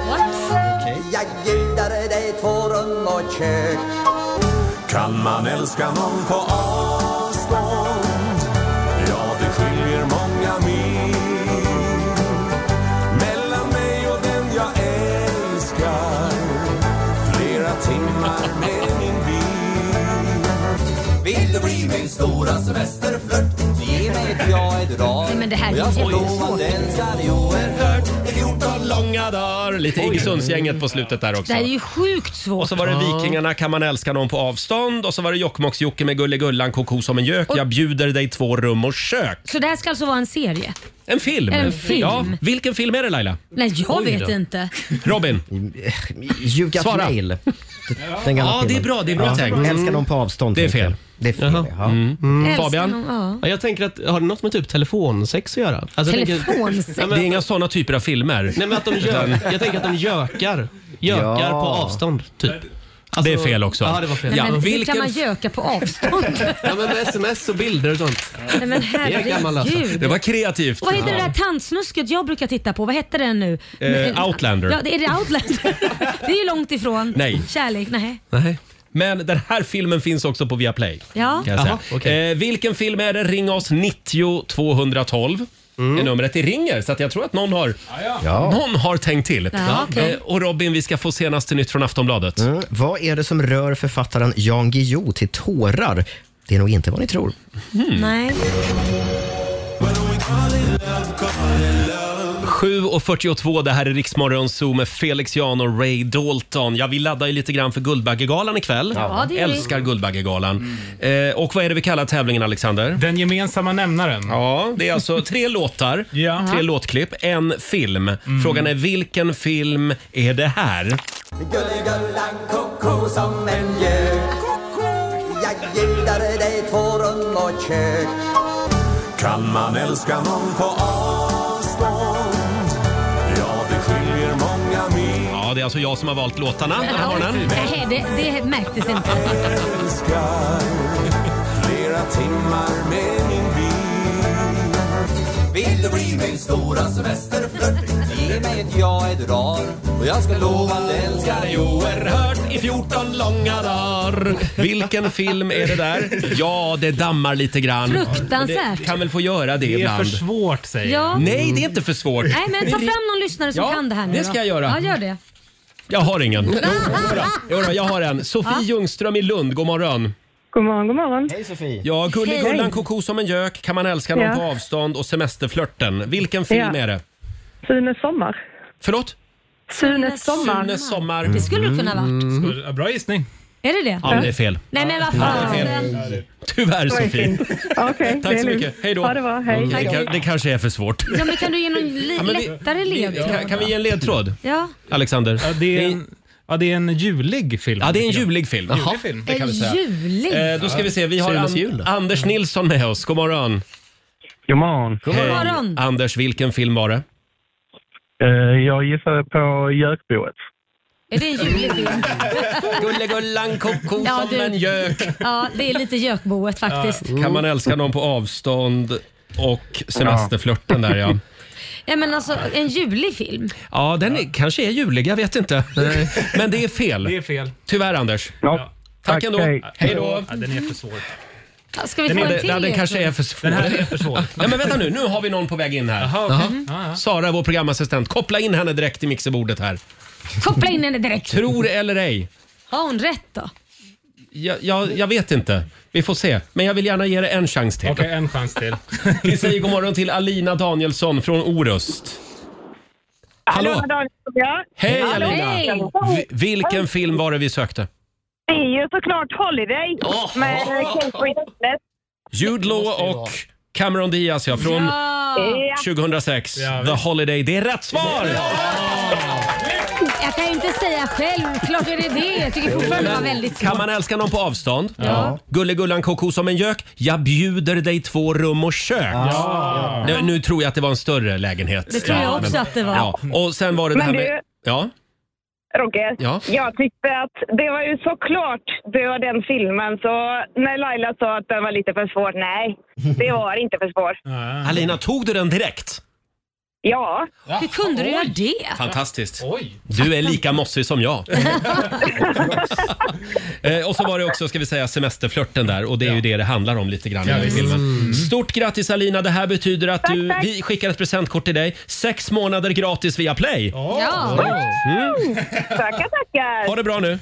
[SPEAKER 8] Jag bjuder dig två rum och kök
[SPEAKER 11] Kan man älska någon på avstånd? Ja, det skiljer många mil mellan mig och den jag älskar. Flera timmar med min bil. Vill du bli min stora semesterflört? Ge mig ett ja, ett rad.
[SPEAKER 2] Nej, men det här är
[SPEAKER 11] Jag
[SPEAKER 2] jättesvårt.
[SPEAKER 11] lovar, den ska ju oerhört. I 14
[SPEAKER 1] långa dagar. Lite Iggesundsgänget på slutet där också.
[SPEAKER 2] Det här är ju sjukt svårt.
[SPEAKER 1] Och så var det Vikingarna, kan man älska någon på avstånd. Och så var det Jokkmokks-Jocke med Gullegullan, koko som en gök. Jag bjuder dig två rum och kök.
[SPEAKER 2] Så det här ska alltså vara en serie?
[SPEAKER 1] En film!
[SPEAKER 2] En film.
[SPEAKER 1] Ja. Vilken film är det Laila?
[SPEAKER 2] Nej, jag
[SPEAKER 1] Oj
[SPEAKER 2] vet
[SPEAKER 1] då.
[SPEAKER 2] inte.
[SPEAKER 1] Robin?
[SPEAKER 3] You got
[SPEAKER 1] Svara.
[SPEAKER 3] mail. Den gamla
[SPEAKER 9] Ja, det är
[SPEAKER 3] filmen.
[SPEAKER 9] bra. Det är bra
[SPEAKER 3] Ja.
[SPEAKER 9] tänkt.
[SPEAKER 3] Älskar någon på avstånd.
[SPEAKER 9] Det är
[SPEAKER 3] tänkte jag.
[SPEAKER 9] fel. Mm.
[SPEAKER 3] Det är fel, ja.
[SPEAKER 1] Mm.
[SPEAKER 2] Älskar någon,
[SPEAKER 1] Alltså,
[SPEAKER 9] Ja, jag tänker att, har det något med typ telefonsex att göra? Alltså, jag tänker-
[SPEAKER 2] Telefonsex?
[SPEAKER 9] Ja,
[SPEAKER 1] Det
[SPEAKER 9] men-
[SPEAKER 1] är inga såna typer av filmer.
[SPEAKER 9] Nej, men att de gör, jag tänker att de gökar. Gökar
[SPEAKER 1] Ja.
[SPEAKER 9] på avstånd, typ.
[SPEAKER 1] det är fel också.
[SPEAKER 9] Ja, det var fel.
[SPEAKER 2] Nej, men hur
[SPEAKER 9] vilken-
[SPEAKER 2] kan man göka på avstånd?
[SPEAKER 9] Ja, men med sms och bilder och sånt.
[SPEAKER 2] Nej, men
[SPEAKER 9] Det är gammal alltså.
[SPEAKER 2] herregud.
[SPEAKER 1] var kreativt.
[SPEAKER 2] Och vad heter det där tantsnusket jag brukar titta på? Vad hette den nu?
[SPEAKER 1] Eh, Outlander.
[SPEAKER 2] Ja, det är det Outlander? det är ju långt ifrån.
[SPEAKER 1] Nej. Mm.
[SPEAKER 2] Kärlek, nej.
[SPEAKER 1] Nej. Men den här filmen finns också på Viaplay.
[SPEAKER 2] Ja.
[SPEAKER 1] Kan jag säga. eh, vilken film är det? Ring oss 90 212. Är numret. Det ringer så att jag tror att någon har,
[SPEAKER 3] Ja.
[SPEAKER 1] någon har tänkt till.
[SPEAKER 3] Ja, okej.
[SPEAKER 1] eh, och Robin, vi ska få senaste nytt från Aftonbladet.
[SPEAKER 3] Mm. Vad är det som rör författaren Jan Guillou till tårar? Det är nog inte vad ni tror.
[SPEAKER 1] Mm.
[SPEAKER 2] Nej.
[SPEAKER 1] 7.42, det här är Riksmorgon Zoo med Felix Jan och Ray Dalton. Ja, vi laddar ju lite grann för Guldbaggegalan ikväll.
[SPEAKER 5] Ja, det gör vi.
[SPEAKER 1] Älskar Guldbaggegalan. Eh, och vad är det vi kallar tävlingen, Alexander? Den gemensamma nämnaren. Ja, det är alltså tre låtar, tre låtklipp, en film.
[SPEAKER 5] Mm.
[SPEAKER 1] Frågan är vilken film är det här?
[SPEAKER 8] Gulligullan koko som en gök Jag bjuder dig två rum och kök
[SPEAKER 11] Kan man älska någon på avstånd? Ja, det skiljer många mil.
[SPEAKER 1] Ja, det är alltså jag som har valt låtarna den här
[SPEAKER 2] Ja,
[SPEAKER 1] morgonen.
[SPEAKER 2] nej, det, det märktes inte.
[SPEAKER 11] älskar Flera timmar med min bil Vill du bli min stora semesterflört? Ge mig ett ja, ett rar Och jag ska lova att älska dig oerhört
[SPEAKER 1] i 14 långa dagar. Vilken film är det där? Ja, det dammar lite grann.
[SPEAKER 2] Fruktansvärt.
[SPEAKER 1] Det kan väl få göra det
[SPEAKER 5] Det är
[SPEAKER 1] ibland.
[SPEAKER 5] för svårt, säger
[SPEAKER 2] Ja. jag.
[SPEAKER 1] Nej, det är inte för svårt.
[SPEAKER 2] Nej, men ta fram någon lyssnare som
[SPEAKER 1] Ja,
[SPEAKER 2] kan det här nu
[SPEAKER 1] det
[SPEAKER 2] då.
[SPEAKER 1] ska jag göra.
[SPEAKER 2] Ja, gör det.
[SPEAKER 1] Jag har ingen. Jo, jodå. Jodå, jag har en. Sofie Ljungström i Lund, god morgon.
[SPEAKER 7] God morgon, god morgon.
[SPEAKER 3] Hej Sofie.
[SPEAKER 1] Ja, Gulligullan,
[SPEAKER 7] Hej.
[SPEAKER 1] koko som en gök, kan man älska någon
[SPEAKER 7] Ja.
[SPEAKER 1] på avstånd och semesterflörten. Vilken film
[SPEAKER 7] Ja.
[SPEAKER 1] är det?
[SPEAKER 7] Sunes sommar.
[SPEAKER 1] Förlåt?
[SPEAKER 7] Sunes sommar.
[SPEAKER 1] Sunes sommar.
[SPEAKER 2] Det skulle du kunna ha varit.
[SPEAKER 1] varit. Bra gissning.
[SPEAKER 2] Är det det?
[SPEAKER 1] Mm. Ja, men det är fel.
[SPEAKER 2] Nej, men vad
[SPEAKER 1] Ja, det är
[SPEAKER 2] fan.
[SPEAKER 1] fel. Tyvärr
[SPEAKER 2] Det var ju
[SPEAKER 1] Sofie.
[SPEAKER 2] fint.
[SPEAKER 7] Okej,
[SPEAKER 1] Tack
[SPEAKER 7] det
[SPEAKER 1] så
[SPEAKER 7] är lugnt.
[SPEAKER 1] mycket. Hej då.
[SPEAKER 7] Ha det bra, hej.
[SPEAKER 1] Mm, Det,
[SPEAKER 7] Tack.
[SPEAKER 1] kan, det kanske är för svårt.
[SPEAKER 2] Ja, men kan du ge någon li-
[SPEAKER 1] Ja, men vi-
[SPEAKER 2] lättare ledtråd?
[SPEAKER 1] Kan, kan vi ge en ledtråd?
[SPEAKER 2] Ja.
[SPEAKER 1] Alexander?
[SPEAKER 5] Ja, det, är en, ja, det är en julig film. Ja, det är en
[SPEAKER 1] julig film. Jaha.
[SPEAKER 5] Julig film.
[SPEAKER 1] Det kan vi säga.
[SPEAKER 2] Julig?
[SPEAKER 1] Eh, då ska vi se, vi har
[SPEAKER 5] Sunes
[SPEAKER 1] An- Anders Nilsson med oss. God morgon. God morgon.
[SPEAKER 13] God morgon.
[SPEAKER 1] Anders, vilken film var det?
[SPEAKER 13] Eh, Jag gissade på Gökboet.
[SPEAKER 2] Är det en ljuvlig film?
[SPEAKER 1] Gullegullan, koko
[SPEAKER 2] ja,
[SPEAKER 1] som en gök.
[SPEAKER 2] Ja, det är lite gökboet faktiskt.
[SPEAKER 1] Kan man älska någon på avstånd och semesterflörten där ja.
[SPEAKER 2] Ja, men alltså, en ljuvlig film.
[SPEAKER 1] Ja, den är, kanske är julig, jag vet inte. Men det är fel.
[SPEAKER 5] Det är fel.
[SPEAKER 1] Tyvärr Anders.
[SPEAKER 5] Ja.
[SPEAKER 1] Tack ändå. Hej då.
[SPEAKER 5] Ja, den är för svår.
[SPEAKER 2] Ska vi få en till lek då?
[SPEAKER 1] svår. Den här är för svår. Nej, men vänta nu, nu har vi någon på väg in här.
[SPEAKER 2] okej. Mm.
[SPEAKER 1] Sara, vår programassistent, koppla in henne direkt i mixerbordet här.
[SPEAKER 2] Koppla in henne direkt.
[SPEAKER 1] Tror eller ej?
[SPEAKER 2] Har hon rätt då?
[SPEAKER 1] Jag, jag, jag vet inte. Vi får se. Men jag vill gärna ge dig en chans till. Okej, en chans till. Vi säger god morgon till Alina Danielsson från Orust. Hallå!
[SPEAKER 12] Ja.
[SPEAKER 1] Hej Alina! Vi- Vilken film var det vi sökte?
[SPEAKER 12] Det är ju såklart Holiday eh, med Kate Winslet.
[SPEAKER 1] Jude Law och Cameron Diaz ja, från
[SPEAKER 12] Ja.
[SPEAKER 1] 2006. The Holiday. Det är rätt svar!
[SPEAKER 2] Jag kan ju inte säga själv. Klart är det det. Jag tycker fortfarande det var väldigt
[SPEAKER 1] Kan
[SPEAKER 2] svårt.
[SPEAKER 1] man älska någon på avstånd?
[SPEAKER 2] Ja.
[SPEAKER 1] Gullegullan koko som en gök. Jag bjuder dig två rum och kök.
[SPEAKER 2] Ja.
[SPEAKER 1] Nu, nu tror jag att det var en större lägenhet.
[SPEAKER 12] Det tror jag också att det var.
[SPEAKER 1] Ja. Och sen var det det
[SPEAKER 12] Men
[SPEAKER 1] här
[SPEAKER 12] du-
[SPEAKER 1] med... Ja.
[SPEAKER 12] Roger,
[SPEAKER 1] Ja.
[SPEAKER 12] jag tyckte att det var ju såklart det var den filmen så när Laila sa att den var lite för svår, nej, det var inte för svår.
[SPEAKER 1] Alina, tog du den direkt?
[SPEAKER 12] Ja.
[SPEAKER 2] Hur kunde du göra det?
[SPEAKER 1] Fantastiskt. Du är lika mossig som jag. Eh, och så var det också, ska vi säga, semesterflörten där och det är ju det det handlar om lite grann i den här filmen. Stort grattis Alina, det här betyder att du, vi skickar ett presentkort till dig. Sex månader gratis via Play.
[SPEAKER 12] Ja.
[SPEAKER 1] Mm.
[SPEAKER 12] Tackar, tackar.
[SPEAKER 1] Ha det bra nu.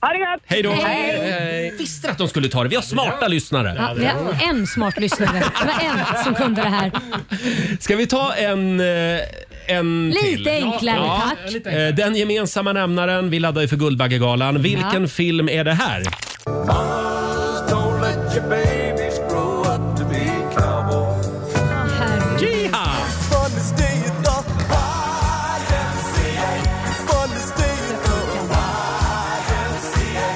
[SPEAKER 12] Ha det gott.
[SPEAKER 1] Hej då. Eh,
[SPEAKER 2] Hej.
[SPEAKER 1] Visste att de skulle ta det. Vi har smarta
[SPEAKER 2] Ja,
[SPEAKER 1] lyssnare.
[SPEAKER 2] vi har en smart lyssnare. Det var en som kunde det här.
[SPEAKER 1] Ska vi ta en, eh, en
[SPEAKER 2] Lite
[SPEAKER 1] till?
[SPEAKER 2] enklare, tack. Lite enklare.
[SPEAKER 1] Eh, Den gemensamma nämnaren, vi laddar ju för Guldbaggegalan. Vilken
[SPEAKER 2] Ja.
[SPEAKER 1] film är det här?
[SPEAKER 11] Don't let your babies grow up to be cowboys.
[SPEAKER 1] Yeehaw!
[SPEAKER 11] Fun to stay at the YMCA. Fun to stay at the YMCA.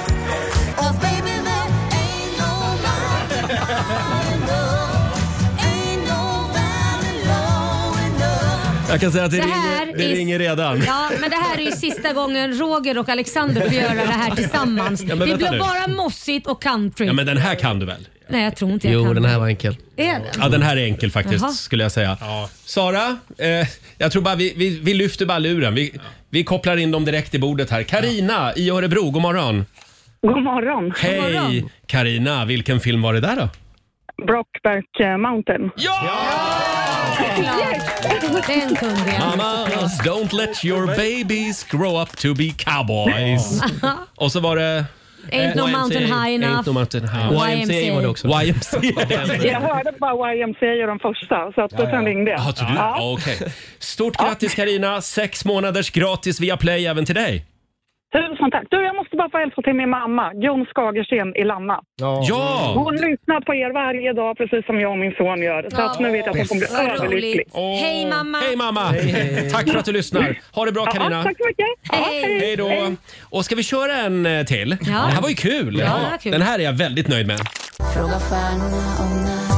[SPEAKER 11] Oh, baby, there ain't no mountain high enough. Ain't no valley low enough.
[SPEAKER 1] Jag kan säga att det,
[SPEAKER 2] Det här
[SPEAKER 1] ringer, det
[SPEAKER 2] är-
[SPEAKER 1] ringer redan.
[SPEAKER 2] Ja, men det här är ju sista gången Roger och Alexander får göra det här tillsammans.
[SPEAKER 1] Ja, men
[SPEAKER 2] det
[SPEAKER 1] vänta
[SPEAKER 2] blir
[SPEAKER 1] nu.
[SPEAKER 2] bara mossigt och country.
[SPEAKER 1] Ja, men den här kan du väl?
[SPEAKER 2] Nej, jag tror inte jag kan.
[SPEAKER 1] här var enkel.
[SPEAKER 2] Är den?
[SPEAKER 1] Ja, den här är enkel faktiskt,
[SPEAKER 2] Jaha.
[SPEAKER 1] skulle jag säga. Sara, eh, jag tror bara vi, vi, vi lyfter bara luren. Vi, vi kopplar in dem direkt i bordet här. Karina i Örebro, god morgon.
[SPEAKER 7] God morgon.
[SPEAKER 1] Hej Karina, vilken film var det där då?
[SPEAKER 7] Brockback eh, Mountain.
[SPEAKER 1] Ja!
[SPEAKER 2] Den kunde jag.
[SPEAKER 1] Mamas, don't let your babies grow up to be cowboys. Och så var det...
[SPEAKER 2] Ain't no
[SPEAKER 1] YMCA.
[SPEAKER 2] mountain high
[SPEAKER 1] Ain't
[SPEAKER 2] enough.
[SPEAKER 1] no mountain high.
[SPEAKER 2] YMCA var det
[SPEAKER 1] också. YMCA.
[SPEAKER 7] Jag hörde bara YMCA och de första, så att då sen ringde jag.
[SPEAKER 1] Jaha, tror du? Ja. okej. Stort grattis Karina, sex månaders gratis via Play även till dig.
[SPEAKER 7] Tusen tack. Du, jag måste bara få hälsa till min mamma, Jon Skagersten i Lanna.
[SPEAKER 1] Ja. Ja.
[SPEAKER 7] Hon lyssnar på er varje dag, precis som jag och min son gör. Så att nu vet jag att hon kommer bli
[SPEAKER 2] Vad
[SPEAKER 7] överlycklig.
[SPEAKER 2] roligt. Hej mamma.
[SPEAKER 1] Hej mamma! Tack för att du lyssnar. Ha det bra
[SPEAKER 7] Ja,
[SPEAKER 1] Karina.
[SPEAKER 7] tack så mycket. Ja,
[SPEAKER 2] Hej.
[SPEAKER 1] Hej då! Och ska vi köra en eh, till?
[SPEAKER 2] Ja.
[SPEAKER 1] Det här var ju kul.
[SPEAKER 2] Ja, det var kul.
[SPEAKER 1] Den här är jag väldigt nöjd med.
[SPEAKER 6] Fråga stjärnorna om när.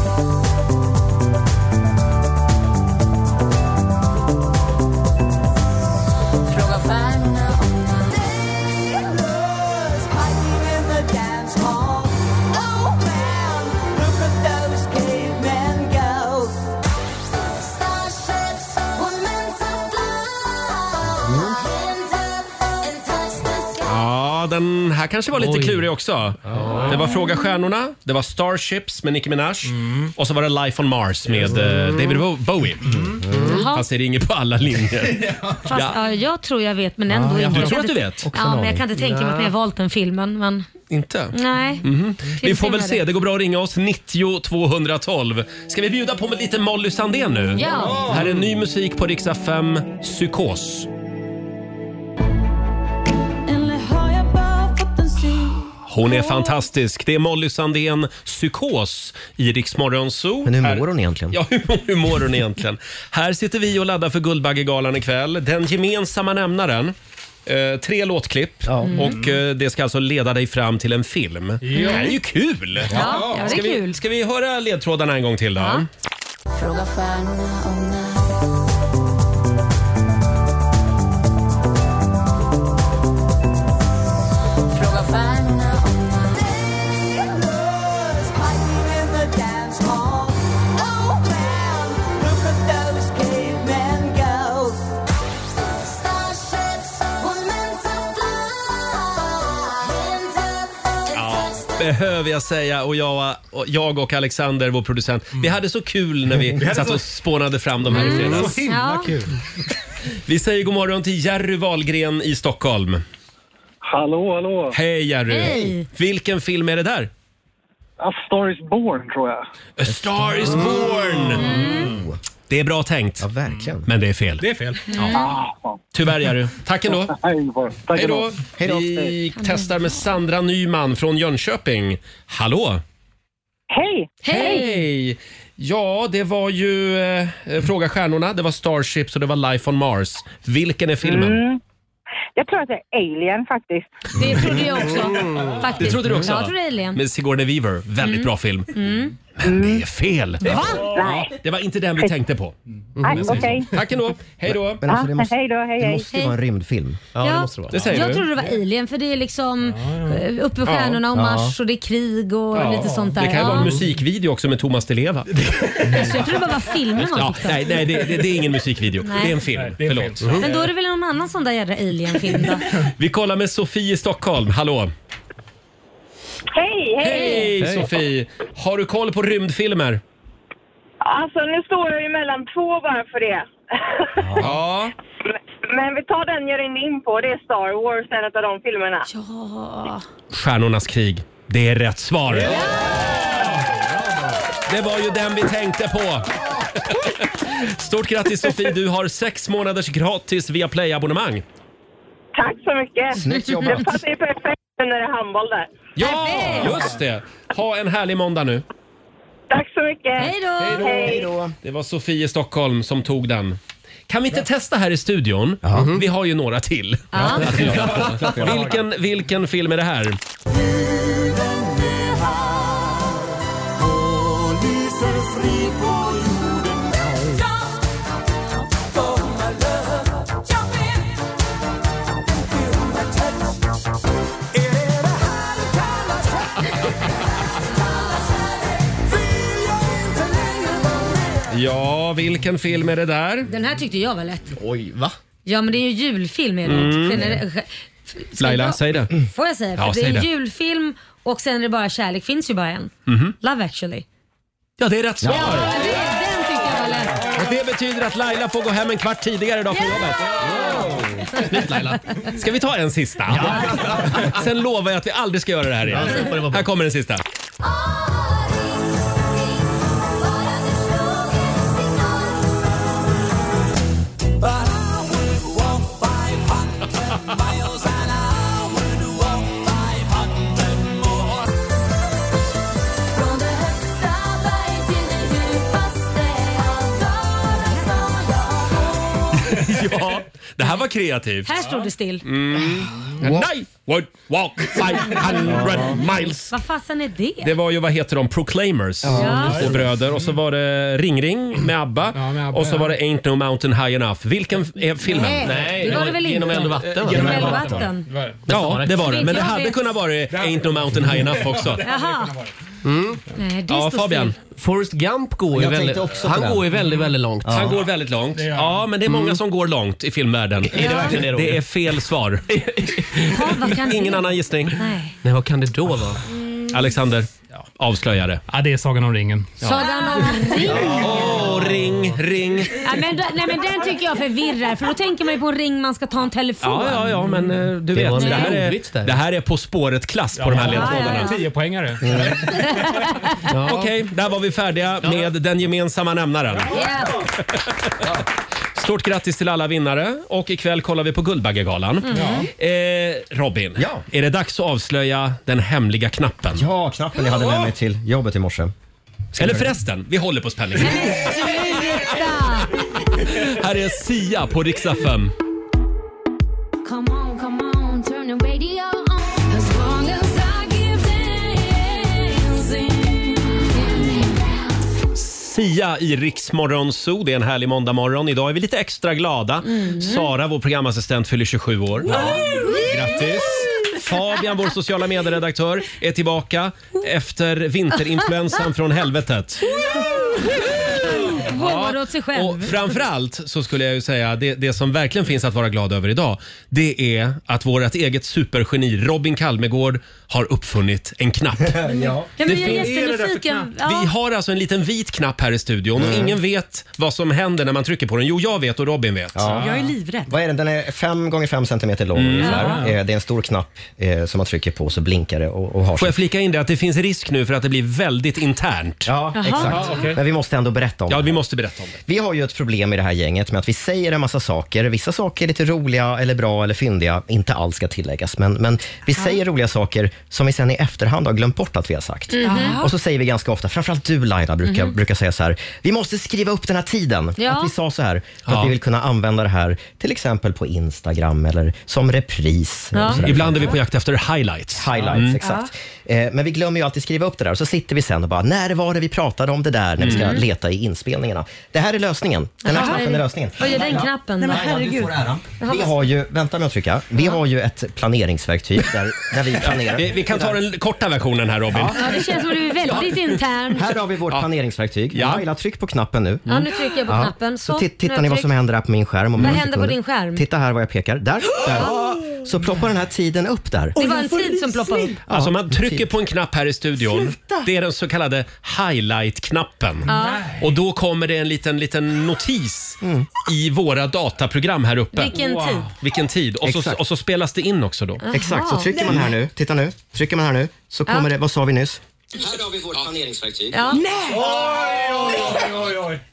[SPEAKER 6] Fråga stjärnorna om
[SPEAKER 1] Ja, den här kanske var lite klurig också. Det var Fråga stjärnorna, det var Starships med Nicki Minaj och så var det Life on Mars med eh, David Bo- Bowie.
[SPEAKER 2] Jaha.
[SPEAKER 1] Fast det ringer på alla linjer.
[SPEAKER 2] Fast,
[SPEAKER 1] Ja.
[SPEAKER 2] ja. jag tror jag vet men ändå
[SPEAKER 1] jag
[SPEAKER 2] inte.
[SPEAKER 1] tror
[SPEAKER 2] Jag
[SPEAKER 1] att
[SPEAKER 2] kan
[SPEAKER 1] du
[SPEAKER 2] inte-
[SPEAKER 1] vet. Också en
[SPEAKER 2] Ja, men
[SPEAKER 1] aning.
[SPEAKER 2] jag kan inte tänka mig att ni har valt den filmen. Men
[SPEAKER 1] Inte?
[SPEAKER 2] nej.
[SPEAKER 1] Mhm. Vi
[SPEAKER 2] Finns
[SPEAKER 1] får
[SPEAKER 2] det
[SPEAKER 1] väl
[SPEAKER 2] med
[SPEAKER 1] se.
[SPEAKER 2] det?
[SPEAKER 1] Det går bra att ringa oss. 90 212. Ska vi bjuda på med lite Molly Sandén nu?
[SPEAKER 2] Ja.
[SPEAKER 1] Här är ny musik på Riksa 5, Psykos. Hon är fantastisk. Det är Molly Sandén, Psykos, i Rix Morgon Zoo. Men hur mår hon egentligen? Ja, hur, hur mår hon egentligen? Här sitter vi och laddar för Guldbaggegalan ikväll. Den gemensamma nämnaren, eh, tre låtklipp och eh, det ska alltså leda dig fram till en film. Det här är ju kul!
[SPEAKER 6] Ja, ja, det är
[SPEAKER 1] ska, vi,
[SPEAKER 6] kul.
[SPEAKER 1] ska vi höra ledtrådarna en gång till då? behöver jag säga. Och jag och, jag och Alexander, vår producent, vi hade så kul när vi
[SPEAKER 11] Vi hade
[SPEAKER 1] satt
[SPEAKER 11] så-
[SPEAKER 1] och spånade fram de här i
[SPEAKER 11] Mm,
[SPEAKER 1] fredags.
[SPEAKER 11] så himla Ja. kul.
[SPEAKER 1] Vi säger god morgon till Jerry Wahlgren i Stockholm.
[SPEAKER 14] Hallå, hallå.
[SPEAKER 1] Hej Jerry!
[SPEAKER 14] Hej.
[SPEAKER 1] Vilken film är det där?
[SPEAKER 14] A Star Is Born tror jag.
[SPEAKER 1] A Star Is Born! Det är bra tänkt. Ja,
[SPEAKER 3] Mm.
[SPEAKER 1] verkligen. Men det är fel.
[SPEAKER 5] Mm. Det är fel. Mm.
[SPEAKER 1] Ja. Tyvärr Jerry. Tack ändå.
[SPEAKER 14] Tack
[SPEAKER 1] Hej då.
[SPEAKER 14] ändå. Hej då.
[SPEAKER 1] Vi testar med Sandra Nyman från Jönköping. Hallå!
[SPEAKER 12] Hej!
[SPEAKER 1] Hej! Ja, det var ju eh, Fråga stjärnorna, det var Starships och det var Life on Mars. Vilken är filmen?
[SPEAKER 12] Mm. Jag tror att det är Alien faktiskt.
[SPEAKER 2] Det trodde jag också. Faktiskt.
[SPEAKER 1] Mm. Det trodde du också?
[SPEAKER 2] Ja,
[SPEAKER 1] va?
[SPEAKER 2] Jag trodde Alien.
[SPEAKER 1] Med Sigourney Weaver. Väldigt
[SPEAKER 2] Mm.
[SPEAKER 1] bra film.
[SPEAKER 2] Mm.
[SPEAKER 1] Men det är fel.
[SPEAKER 2] Va?
[SPEAKER 12] Nej.
[SPEAKER 1] Det var inte den vi tänkte på.
[SPEAKER 12] Nej,
[SPEAKER 1] Jag säger så.
[SPEAKER 12] okej.
[SPEAKER 1] Tack ändå. Hej då.
[SPEAKER 3] Men alltså, det måste-
[SPEAKER 12] hej då, hej,
[SPEAKER 3] Det
[SPEAKER 12] hej.
[SPEAKER 3] måste ju vara en rymdfilm.
[SPEAKER 1] Ja,
[SPEAKER 2] Ja,
[SPEAKER 1] Det säger
[SPEAKER 2] jag
[SPEAKER 1] du.
[SPEAKER 2] trodde det var Alien för det är liksom eh, uppe i
[SPEAKER 1] Ja.
[SPEAKER 2] stjärnorna och
[SPEAKER 1] Ja.
[SPEAKER 2] Mars och det är krig och
[SPEAKER 1] Ja.
[SPEAKER 2] lite sånt där.
[SPEAKER 1] Det kan ju vara
[SPEAKER 2] ja.
[SPEAKER 1] en musikvideo också med Thomas Di Leva.
[SPEAKER 2] alltså, jag trodde det bara var filmen man
[SPEAKER 1] Ja,
[SPEAKER 2] fick ta.
[SPEAKER 1] nej, nej det, det, det är ingen musikvideo.
[SPEAKER 2] Nej.
[SPEAKER 1] Det är en film. Förlåt.
[SPEAKER 2] Men då är det väl någon annan sån där jädra Alien-film då?
[SPEAKER 1] Vi kollar med Sofie i Stockholm. Hallå!
[SPEAKER 12] Hej, hej!
[SPEAKER 1] Hej Sofie! Har du koll på rymdfilmer?
[SPEAKER 12] Alltså nu står jag ju mellan två bara för det.
[SPEAKER 1] Ja.
[SPEAKER 12] Men vi tar den jag ringde in på, det är Star Wars, en av de filmerna.
[SPEAKER 2] Ja.
[SPEAKER 1] Stjärnornas krig. Det är rätt svar. Det var ju den vi tänkte på. Stort grattis Sofie, du har sex månaders gratis Viaplay-abonnemang.
[SPEAKER 12] Tack så mycket!
[SPEAKER 1] Snyggt jobbat.
[SPEAKER 12] Det passar ju perfekt nu när det är handboll där.
[SPEAKER 1] Ja, just det! Ha en härlig måndag nu.
[SPEAKER 12] Tack så mycket!
[SPEAKER 2] Hej då!
[SPEAKER 12] Hej
[SPEAKER 1] Det var Sofie i Stockholm som tog den. Kan vi inte testa här i studion? Vi har ju några till.
[SPEAKER 11] Ja.
[SPEAKER 1] Att göra.
[SPEAKER 11] Klart vi har.
[SPEAKER 1] vilken, vilken film är det här? Ja, vilken film är det där?
[SPEAKER 2] Den här tyckte jag var lätt.
[SPEAKER 1] Oj, va?
[SPEAKER 2] Ja men det är ju julfilm är det
[SPEAKER 1] Mm.
[SPEAKER 2] Gener- Ska
[SPEAKER 1] Laila,
[SPEAKER 2] jag-
[SPEAKER 1] säg det.
[SPEAKER 2] Får jag säga? För
[SPEAKER 1] Ja,
[SPEAKER 2] det
[SPEAKER 1] säg
[SPEAKER 2] är
[SPEAKER 1] det.
[SPEAKER 2] julfilm och sen är det bara kärlek. Finns ju bara en.
[SPEAKER 1] Mhm.
[SPEAKER 2] Love actually.
[SPEAKER 1] Ja, det är rätt svar!
[SPEAKER 2] Den tyckte jag var lätt.
[SPEAKER 1] Och det betyder att Laila får gå hem en kvart tidigare idag från jobbet. Wow. Snyggt Laila. Ska vi ta en sista? Sen lovar jag att vi aldrig ska göra det här igen. Här kommer den sista. Ja, det här var kreativt.
[SPEAKER 2] Här stod det still.
[SPEAKER 1] Mm. And I would walk 500 miles.
[SPEAKER 2] Vad fasen är det?
[SPEAKER 1] Det var ju, vad heter de, Proclaimers
[SPEAKER 2] Ja.
[SPEAKER 1] och bröder och så var det Ring Ring med ABBA, och så var det Ain't No Mountain High Enough. Vilken f- är filmen?
[SPEAKER 2] Nej, Nej, det var det väl
[SPEAKER 9] Genom
[SPEAKER 2] inte.
[SPEAKER 9] eld och vatten, va?
[SPEAKER 2] Genom eld och
[SPEAKER 9] Genom
[SPEAKER 2] vatten.
[SPEAKER 1] Ja, det var det.
[SPEAKER 2] Vilken
[SPEAKER 1] Men det
[SPEAKER 2] jag
[SPEAKER 1] hade
[SPEAKER 2] vet.
[SPEAKER 1] kunnat vara Ain't No Mountain High Enough också.
[SPEAKER 2] Jaha.
[SPEAKER 1] Mm.
[SPEAKER 2] Nej, det
[SPEAKER 1] Ja,
[SPEAKER 2] står
[SPEAKER 1] Fabian.
[SPEAKER 2] still.
[SPEAKER 1] Forrest Gump går
[SPEAKER 9] ju Jag tänkte väldigt- också på han den. går ju väldigt, väldigt långt.
[SPEAKER 1] Han
[SPEAKER 9] Ja.
[SPEAKER 1] går väldigt långt. Ja, men det är många som går långt i filmvärlden.
[SPEAKER 9] Är det verkligen det, Roger?
[SPEAKER 1] Det är fel svar.
[SPEAKER 2] vad kan det-
[SPEAKER 1] Ingen annan gissning.
[SPEAKER 2] Nej.
[SPEAKER 1] Nej, vad kan det då vara? Alexander, avslöja det. Ja, det är Sagan om ringen.
[SPEAKER 2] Sagan om ringen.
[SPEAKER 1] Åh, ring, ring.
[SPEAKER 2] Nej men, då- nej men den tycker jag förvirrar för då tänker man ju på en ring man ska ta en telefon.
[SPEAKER 1] Ja, ja, ja, men eh, du
[SPEAKER 9] Det
[SPEAKER 1] vet.
[SPEAKER 9] var en
[SPEAKER 1] Det här,
[SPEAKER 9] liten
[SPEAKER 1] är,
[SPEAKER 9] ordvits där.
[SPEAKER 1] det här är På spåret-klass på de här ledtrådarna. Mm.
[SPEAKER 5] Tio poängare.
[SPEAKER 1] Okej, där var vi färdiga med den gemensamma nämnaren. Stort grattis till alla vinnare och ikväll kollar vi på Guldbaggegalan.
[SPEAKER 11] Mm.
[SPEAKER 1] Eh, Robin, är det dags att avslöja den hemliga knappen?
[SPEAKER 3] Ja, knappen jag hade med mig till jobbet i morse.
[SPEAKER 1] Eller förresten, vi håller på spänningen. Här är Sia på riksdag 5.
[SPEAKER 6] Come on, come on, turn the radio on. As long as I give dancing.
[SPEAKER 1] Sia i Riksmorgon Zoo. Det är en härlig måndagmorgon. Idag är vi lite extra glada. Sara, vår programassistent, fyller 27 år. Grattis! Fabian, vår sociala medieredaktör, är tillbaka efter vinterinfluensan från helvetet.
[SPEAKER 2] hånade åt sig själv.
[SPEAKER 1] Och framförallt så skulle jag ju säga det, det som verkligen finns att vara glad över idag. Det är att vårt eget supergeni Robin Kalmegård har uppfunnit en knapp.
[SPEAKER 3] Ja.
[SPEAKER 2] Ja, men jag är
[SPEAKER 1] finns-
[SPEAKER 2] jättenyfiken.
[SPEAKER 1] Vi
[SPEAKER 2] Ja.
[SPEAKER 1] har alltså en liten vit knapp här i studion och
[SPEAKER 3] Mm.
[SPEAKER 1] ingen vet vad som händer när man trycker på den. Jo, jag vet och Robin vet.
[SPEAKER 3] Ja.
[SPEAKER 2] livrädd.
[SPEAKER 3] Vad är den? Den är 5 gånger 5 centimeter lång ungefär.
[SPEAKER 1] Ja.
[SPEAKER 3] Eh, Det är en stor knapp eh, som man trycker på så blinkar det och, och har
[SPEAKER 1] Får jag flika in det att det finns risk nu för att det blir väldigt internt.
[SPEAKER 3] Ja, Exakt. Men vi måste ändå berätta om
[SPEAKER 1] Ja,
[SPEAKER 3] det.
[SPEAKER 1] vi måste berätta om det.
[SPEAKER 3] Vi har ju ett problem i det här gänget med att vi säger en massa saker. Vissa saker är lite roliga eller bra eller fyndiga. Inte allt ska tilläggas, men, men vi säger roliga saker som vi sen i efterhand har glömt bort att vi har sagt.
[SPEAKER 6] Mhm.
[SPEAKER 3] Och så säger vi ganska ofta, framförallt du Laila brukar,
[SPEAKER 6] Mhm.
[SPEAKER 3] brukar säga så här, vi måste skriva upp den här tiden.
[SPEAKER 6] Ja.
[SPEAKER 3] Att vi sa så här, för
[SPEAKER 1] Ja.
[SPEAKER 3] att vi vill kunna använda det här till exempel på Instagram eller som repris.
[SPEAKER 1] Ja.
[SPEAKER 3] Och så där.
[SPEAKER 1] Ibland är vi på jakt efter highlights.
[SPEAKER 3] Highlights,
[SPEAKER 1] Mm.
[SPEAKER 3] exakt. Eh, Men vi glömmer ju alltid skriva upp det där och så sitter vi sen och bara, när var det vi pratade om det där när vi ska
[SPEAKER 2] Mm.
[SPEAKER 3] leta i inspelningarna? Det här är lösningen. Den här
[SPEAKER 2] Jaha.
[SPEAKER 3] knappen är lösningen.
[SPEAKER 2] Vad gör den
[SPEAKER 3] Laila,
[SPEAKER 2] knappen då?
[SPEAKER 3] Laila, du får äran. Vi har ju, vänta med att trycka, vi har ju ett planeringsverktyg där, där vi planerar.
[SPEAKER 1] Vi, vi kan ta den korta versionen här Robin.
[SPEAKER 2] Ja, det känns som att du är väldigt intern.
[SPEAKER 3] Här har vi vårt planeringsverktyg. Laila, tryck på knappen nu.
[SPEAKER 2] Ja, nu trycker jag på knappen.
[SPEAKER 3] Så,
[SPEAKER 2] Så,
[SPEAKER 3] ti-
[SPEAKER 2] nu har
[SPEAKER 3] tittar
[SPEAKER 2] jag
[SPEAKER 3] ni vad
[SPEAKER 2] tryckt.
[SPEAKER 3] som händer här på min skärm om
[SPEAKER 2] Vad
[SPEAKER 3] några
[SPEAKER 2] händer på
[SPEAKER 3] sekunder.
[SPEAKER 2] din skärm?
[SPEAKER 3] Titta här vad jag pekar. Där, där. Så ploppar den här tiden upp där.
[SPEAKER 2] Det var en tid som ploppade upp.
[SPEAKER 1] Alltså man
[SPEAKER 2] typ.
[SPEAKER 1] trycker på en knapp här i studion. Det är den så kallade highlight-knappen.
[SPEAKER 2] Ja.
[SPEAKER 1] Och då kommer det en liten, liten notis i våra dataprogram här uppe.
[SPEAKER 2] Vilken Wow. tid.
[SPEAKER 1] Vilken tid. Och så,
[SPEAKER 3] Exakt.
[SPEAKER 1] och så spelas det in också då.
[SPEAKER 3] Jaha. Exakt, så trycker man här nu. Titta nu. Trycker man här nu så
[SPEAKER 1] Ja.
[SPEAKER 3] kommer det, vad sa vi nyss?
[SPEAKER 2] Här har vi vårt
[SPEAKER 3] planeringsverktyg.
[SPEAKER 2] Ja.
[SPEAKER 6] Nej!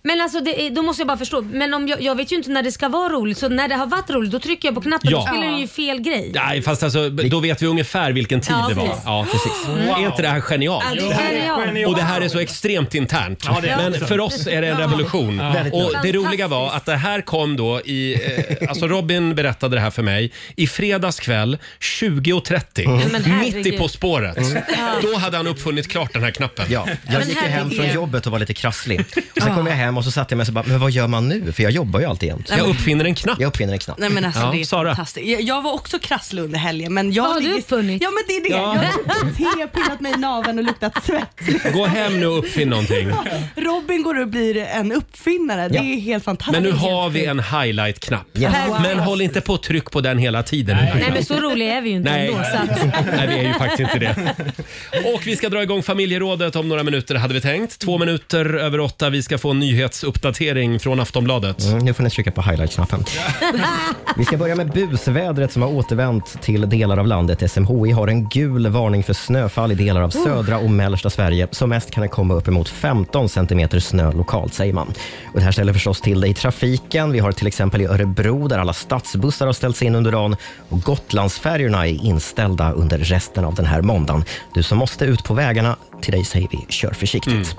[SPEAKER 2] Men alltså, det är, då måste jag bara förstå. Men om jag, jag vet ju inte när det ska vara roligt, så när det har varit roligt då trycker jag på knappen.
[SPEAKER 1] Ja.
[SPEAKER 2] Då spelar den ju fel grej.
[SPEAKER 1] Nej, fast alltså, då vet vi ungefär vilken tid
[SPEAKER 2] Ja,
[SPEAKER 1] det var.
[SPEAKER 2] precis.
[SPEAKER 1] Ja, precis. Är inte det här genialt?
[SPEAKER 2] Ja, det är genialt.
[SPEAKER 1] Och det här är så extremt internt.
[SPEAKER 2] Ja, det är
[SPEAKER 1] Men
[SPEAKER 2] det.
[SPEAKER 1] för oss är det en
[SPEAKER 2] Ja.
[SPEAKER 1] revolution.
[SPEAKER 2] Ja. Väldigt bra.
[SPEAKER 1] Och det roliga var att det här kom då i... Eh, alltså Robin berättade det här för mig. I fredags kväll 20.30,
[SPEAKER 6] Men herregud.
[SPEAKER 1] mitt i På spåret.
[SPEAKER 6] Mm.
[SPEAKER 1] Då hade han uppfunnit klart den här knappen.
[SPEAKER 3] Ja, jag gick ju hem från jobbet och var lite krasslig. Och sen kom jag hem och så satte jag mig och bara, men vad gör man nu? För jag jobbar ju alltid jämt.
[SPEAKER 1] Jag uppfinner en knapp.
[SPEAKER 3] Jag uppfinner en knapp.
[SPEAKER 10] Nej men alltså det är fantastiskt. Jag, jag var också krasslig under helgen men jag...
[SPEAKER 2] Vad har du
[SPEAKER 10] uppfunnit? Ja men det är det.
[SPEAKER 1] Ja.
[SPEAKER 10] Jag har druckit te, pillat mig i naveln och luktat svett.
[SPEAKER 1] Gå hem nu och uppfinn någonting.
[SPEAKER 10] Robin går och blir en uppfinnare. Det är helt fantastiskt.
[SPEAKER 1] Men nu har vi en highlight-knapp.
[SPEAKER 10] Yes. Wow.
[SPEAKER 1] Men håll inte på och tryck på den hela tiden.
[SPEAKER 2] Nej men så roliga är vi ju inte
[SPEAKER 1] Nej.
[SPEAKER 2] ändå. Så att...
[SPEAKER 1] Nej, vi är ju faktiskt inte det. Och vi ska dra igång familjerådet om några minuter hade vi tänkt. Två minuter över åtta. Vi ska få en nyhetsuppdatering från Aftonbladet.
[SPEAKER 3] Mm, nu får ni trycka på highlight-knappen. Vi ska börja med busvädret som har återvänt till delar av landet. SMHI har en gul varning för snöfall i delar av södra och mellersta Sverige. Som mest kan det komma uppemot 15 centimeter snö lokalt, säger man. Och det här ställer förstås till det i trafiken. Vi har till exempel i Örebro där alla stadsbussar har ställts in under dagen och Gotlandsfärjorna är inställda under resten av den här måndagen. Du som måste ut på vägarna, till dig säger vi, kör försiktigt.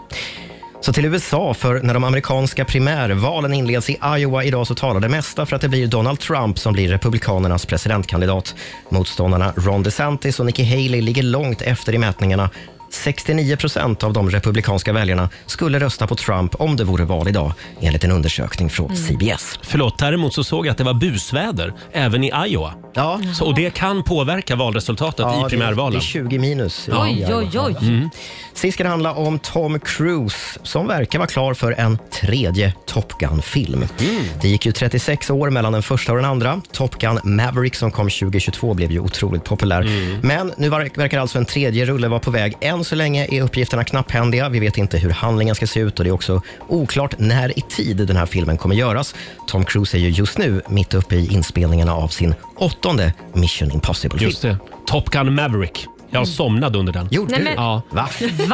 [SPEAKER 3] Så till USA, för när de amerikanska primärvalen inleds i Iowa idag så talar det mesta för att det blir Donald Trump som blir republikanernas presidentkandidat. Motståndarna Ron DeSantis och Nikki Haley ligger långt efter i mätningarna. 69 procent av de republikanska väljarna skulle rösta på Trump om det vore val idag, enligt en undersökning från
[SPEAKER 1] Mm.
[SPEAKER 3] CBS.
[SPEAKER 1] Förlåt, däremot så såg jag att det var busväder även i Iowa.
[SPEAKER 3] Ja.
[SPEAKER 1] Så, och det kan påverka valresultatet
[SPEAKER 3] Ja,
[SPEAKER 1] i
[SPEAKER 3] det-
[SPEAKER 1] primärvalen.
[SPEAKER 3] Det är 20 minus. i
[SPEAKER 1] Ja. Oj,
[SPEAKER 3] Iowa.
[SPEAKER 1] oj, oj.
[SPEAKER 3] Mm. Sist ska det handla om Tom Cruise som verkar vara klar för en tredje Top Gun-film.
[SPEAKER 1] Mm.
[SPEAKER 3] Det gick ju 36 år mellan den första och den andra. Top Gun Maverick som kom 2022 blev ju otroligt populär.
[SPEAKER 1] Mm.
[SPEAKER 3] Men nu verk- verkar alltså en tredje rulle vara på väg. Än så länge är uppgifterna knapphändiga. Vi vet inte hur handlingen ska se ut och det är också oklart när i tid den här filmen kommer göras. Tom Cruise är ju just nu mitt uppe i inspelningarna av sin åttonde Mission Impossible-film.
[SPEAKER 1] Just det. Top Gun Maverick. Jag
[SPEAKER 2] Mm.
[SPEAKER 1] somnade under den.
[SPEAKER 3] Gjorde
[SPEAKER 2] Nej, du? men-
[SPEAKER 1] Ja.
[SPEAKER 3] Va?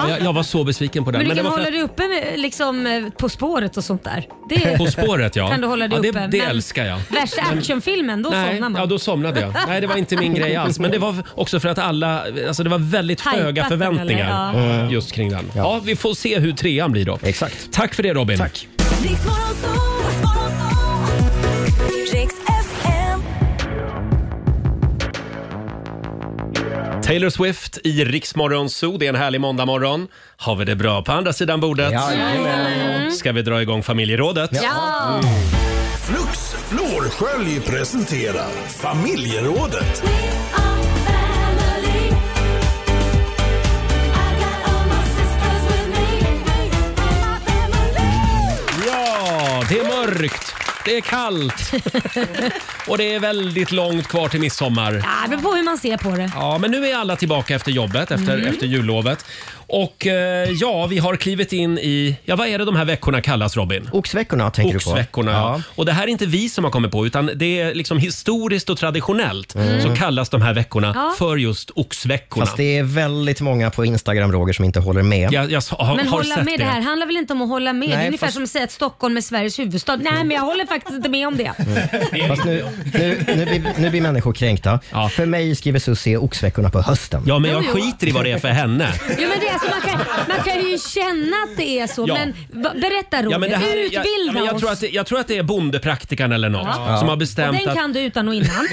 [SPEAKER 1] Jag, jag var så besviken på den.
[SPEAKER 2] Men du
[SPEAKER 1] det
[SPEAKER 2] kan
[SPEAKER 1] var för
[SPEAKER 2] hålla
[SPEAKER 1] att-
[SPEAKER 2] dig uppe med, liksom, eh, På spåret och sånt där. Det
[SPEAKER 1] På spåret ja.
[SPEAKER 2] kan du hålla dig
[SPEAKER 1] ja,
[SPEAKER 2] uppe.
[SPEAKER 1] det, det
[SPEAKER 2] Men
[SPEAKER 1] älskar jag.
[SPEAKER 2] Värsta
[SPEAKER 1] Men-
[SPEAKER 2] actionfilmen, då
[SPEAKER 1] Nej,
[SPEAKER 2] somnar man.
[SPEAKER 1] Ja, då somnade jag. Nej, det var inte min grej alls. Men det var också för att alla, alltså det var väldigt
[SPEAKER 2] Hypat
[SPEAKER 1] höga
[SPEAKER 2] den,
[SPEAKER 1] förväntningar
[SPEAKER 2] eller? Ja.
[SPEAKER 1] eh, just kring den. Ja. vi får se hur trean blir då.
[SPEAKER 3] Exakt.
[SPEAKER 1] Tack för det Robin. Tack. Taylor Swift i Riksmorgon Zoo. Det är en härlig måndagmorgon. Har vi det bra på andra sidan bordet?
[SPEAKER 6] Ja, jajamän. Mm.
[SPEAKER 1] Ska vi dra igång familjerådet?
[SPEAKER 6] Ja.
[SPEAKER 4] Flux Flårskölj presenterar Familjerådet.
[SPEAKER 1] Ja! mörkt, det är kallt och det är väldigt långt kvar till midsommar.
[SPEAKER 2] Ja, det beror på hur man ser på det.
[SPEAKER 1] Ja, men nu är alla tillbaka efter jobbet, efter,
[SPEAKER 2] Mm.
[SPEAKER 1] efter jullovet. Och eh, ja, vi har klivit in i, ja vad är det de här veckorna kallas Robin?
[SPEAKER 3] Oxveckorna tänker du på?
[SPEAKER 1] Oxveckorna, ja.
[SPEAKER 3] Ja.
[SPEAKER 1] Och det här är inte vi som har kommit på utan det är liksom historiskt och traditionellt
[SPEAKER 3] Mm.
[SPEAKER 1] så kallas de här veckorna
[SPEAKER 2] Ja.
[SPEAKER 1] för just oxveckorna.
[SPEAKER 3] Fast det är väldigt många på Instagram, Roger, som inte håller med.
[SPEAKER 1] Jag, jag sa- har,
[SPEAKER 2] Men
[SPEAKER 1] har
[SPEAKER 2] hålla
[SPEAKER 1] sett
[SPEAKER 2] med, det. här handlar väl inte om att hålla med? det
[SPEAKER 3] Nej,
[SPEAKER 2] är ungefär
[SPEAKER 3] fast-
[SPEAKER 2] som att säga att Stockholm är Sveriges huvudstad. Nej, men jag håller faktiskt inte med om det.
[SPEAKER 3] Fast nu, nu, nu, blir, nu blir människor kränkta. För mig skriver Susie oxveckorna på hösten.
[SPEAKER 1] Ja, men jag Jo, jo. skiter i vad det är för henne.
[SPEAKER 2] Jo, men det är alltså, man, kan, man kan ju känna att det är så,
[SPEAKER 1] Ja.
[SPEAKER 2] men va- berätta Roger.
[SPEAKER 1] Ja, men det här, är-
[SPEAKER 2] Utbilda
[SPEAKER 1] jag, ja, men jag,
[SPEAKER 2] oss.
[SPEAKER 1] tror att, det- jag tror att det är bondepraktikan eller något
[SPEAKER 2] Ja.
[SPEAKER 1] som har
[SPEAKER 2] och
[SPEAKER 1] bestämt
[SPEAKER 2] den
[SPEAKER 1] att
[SPEAKER 2] kan du utan och innan.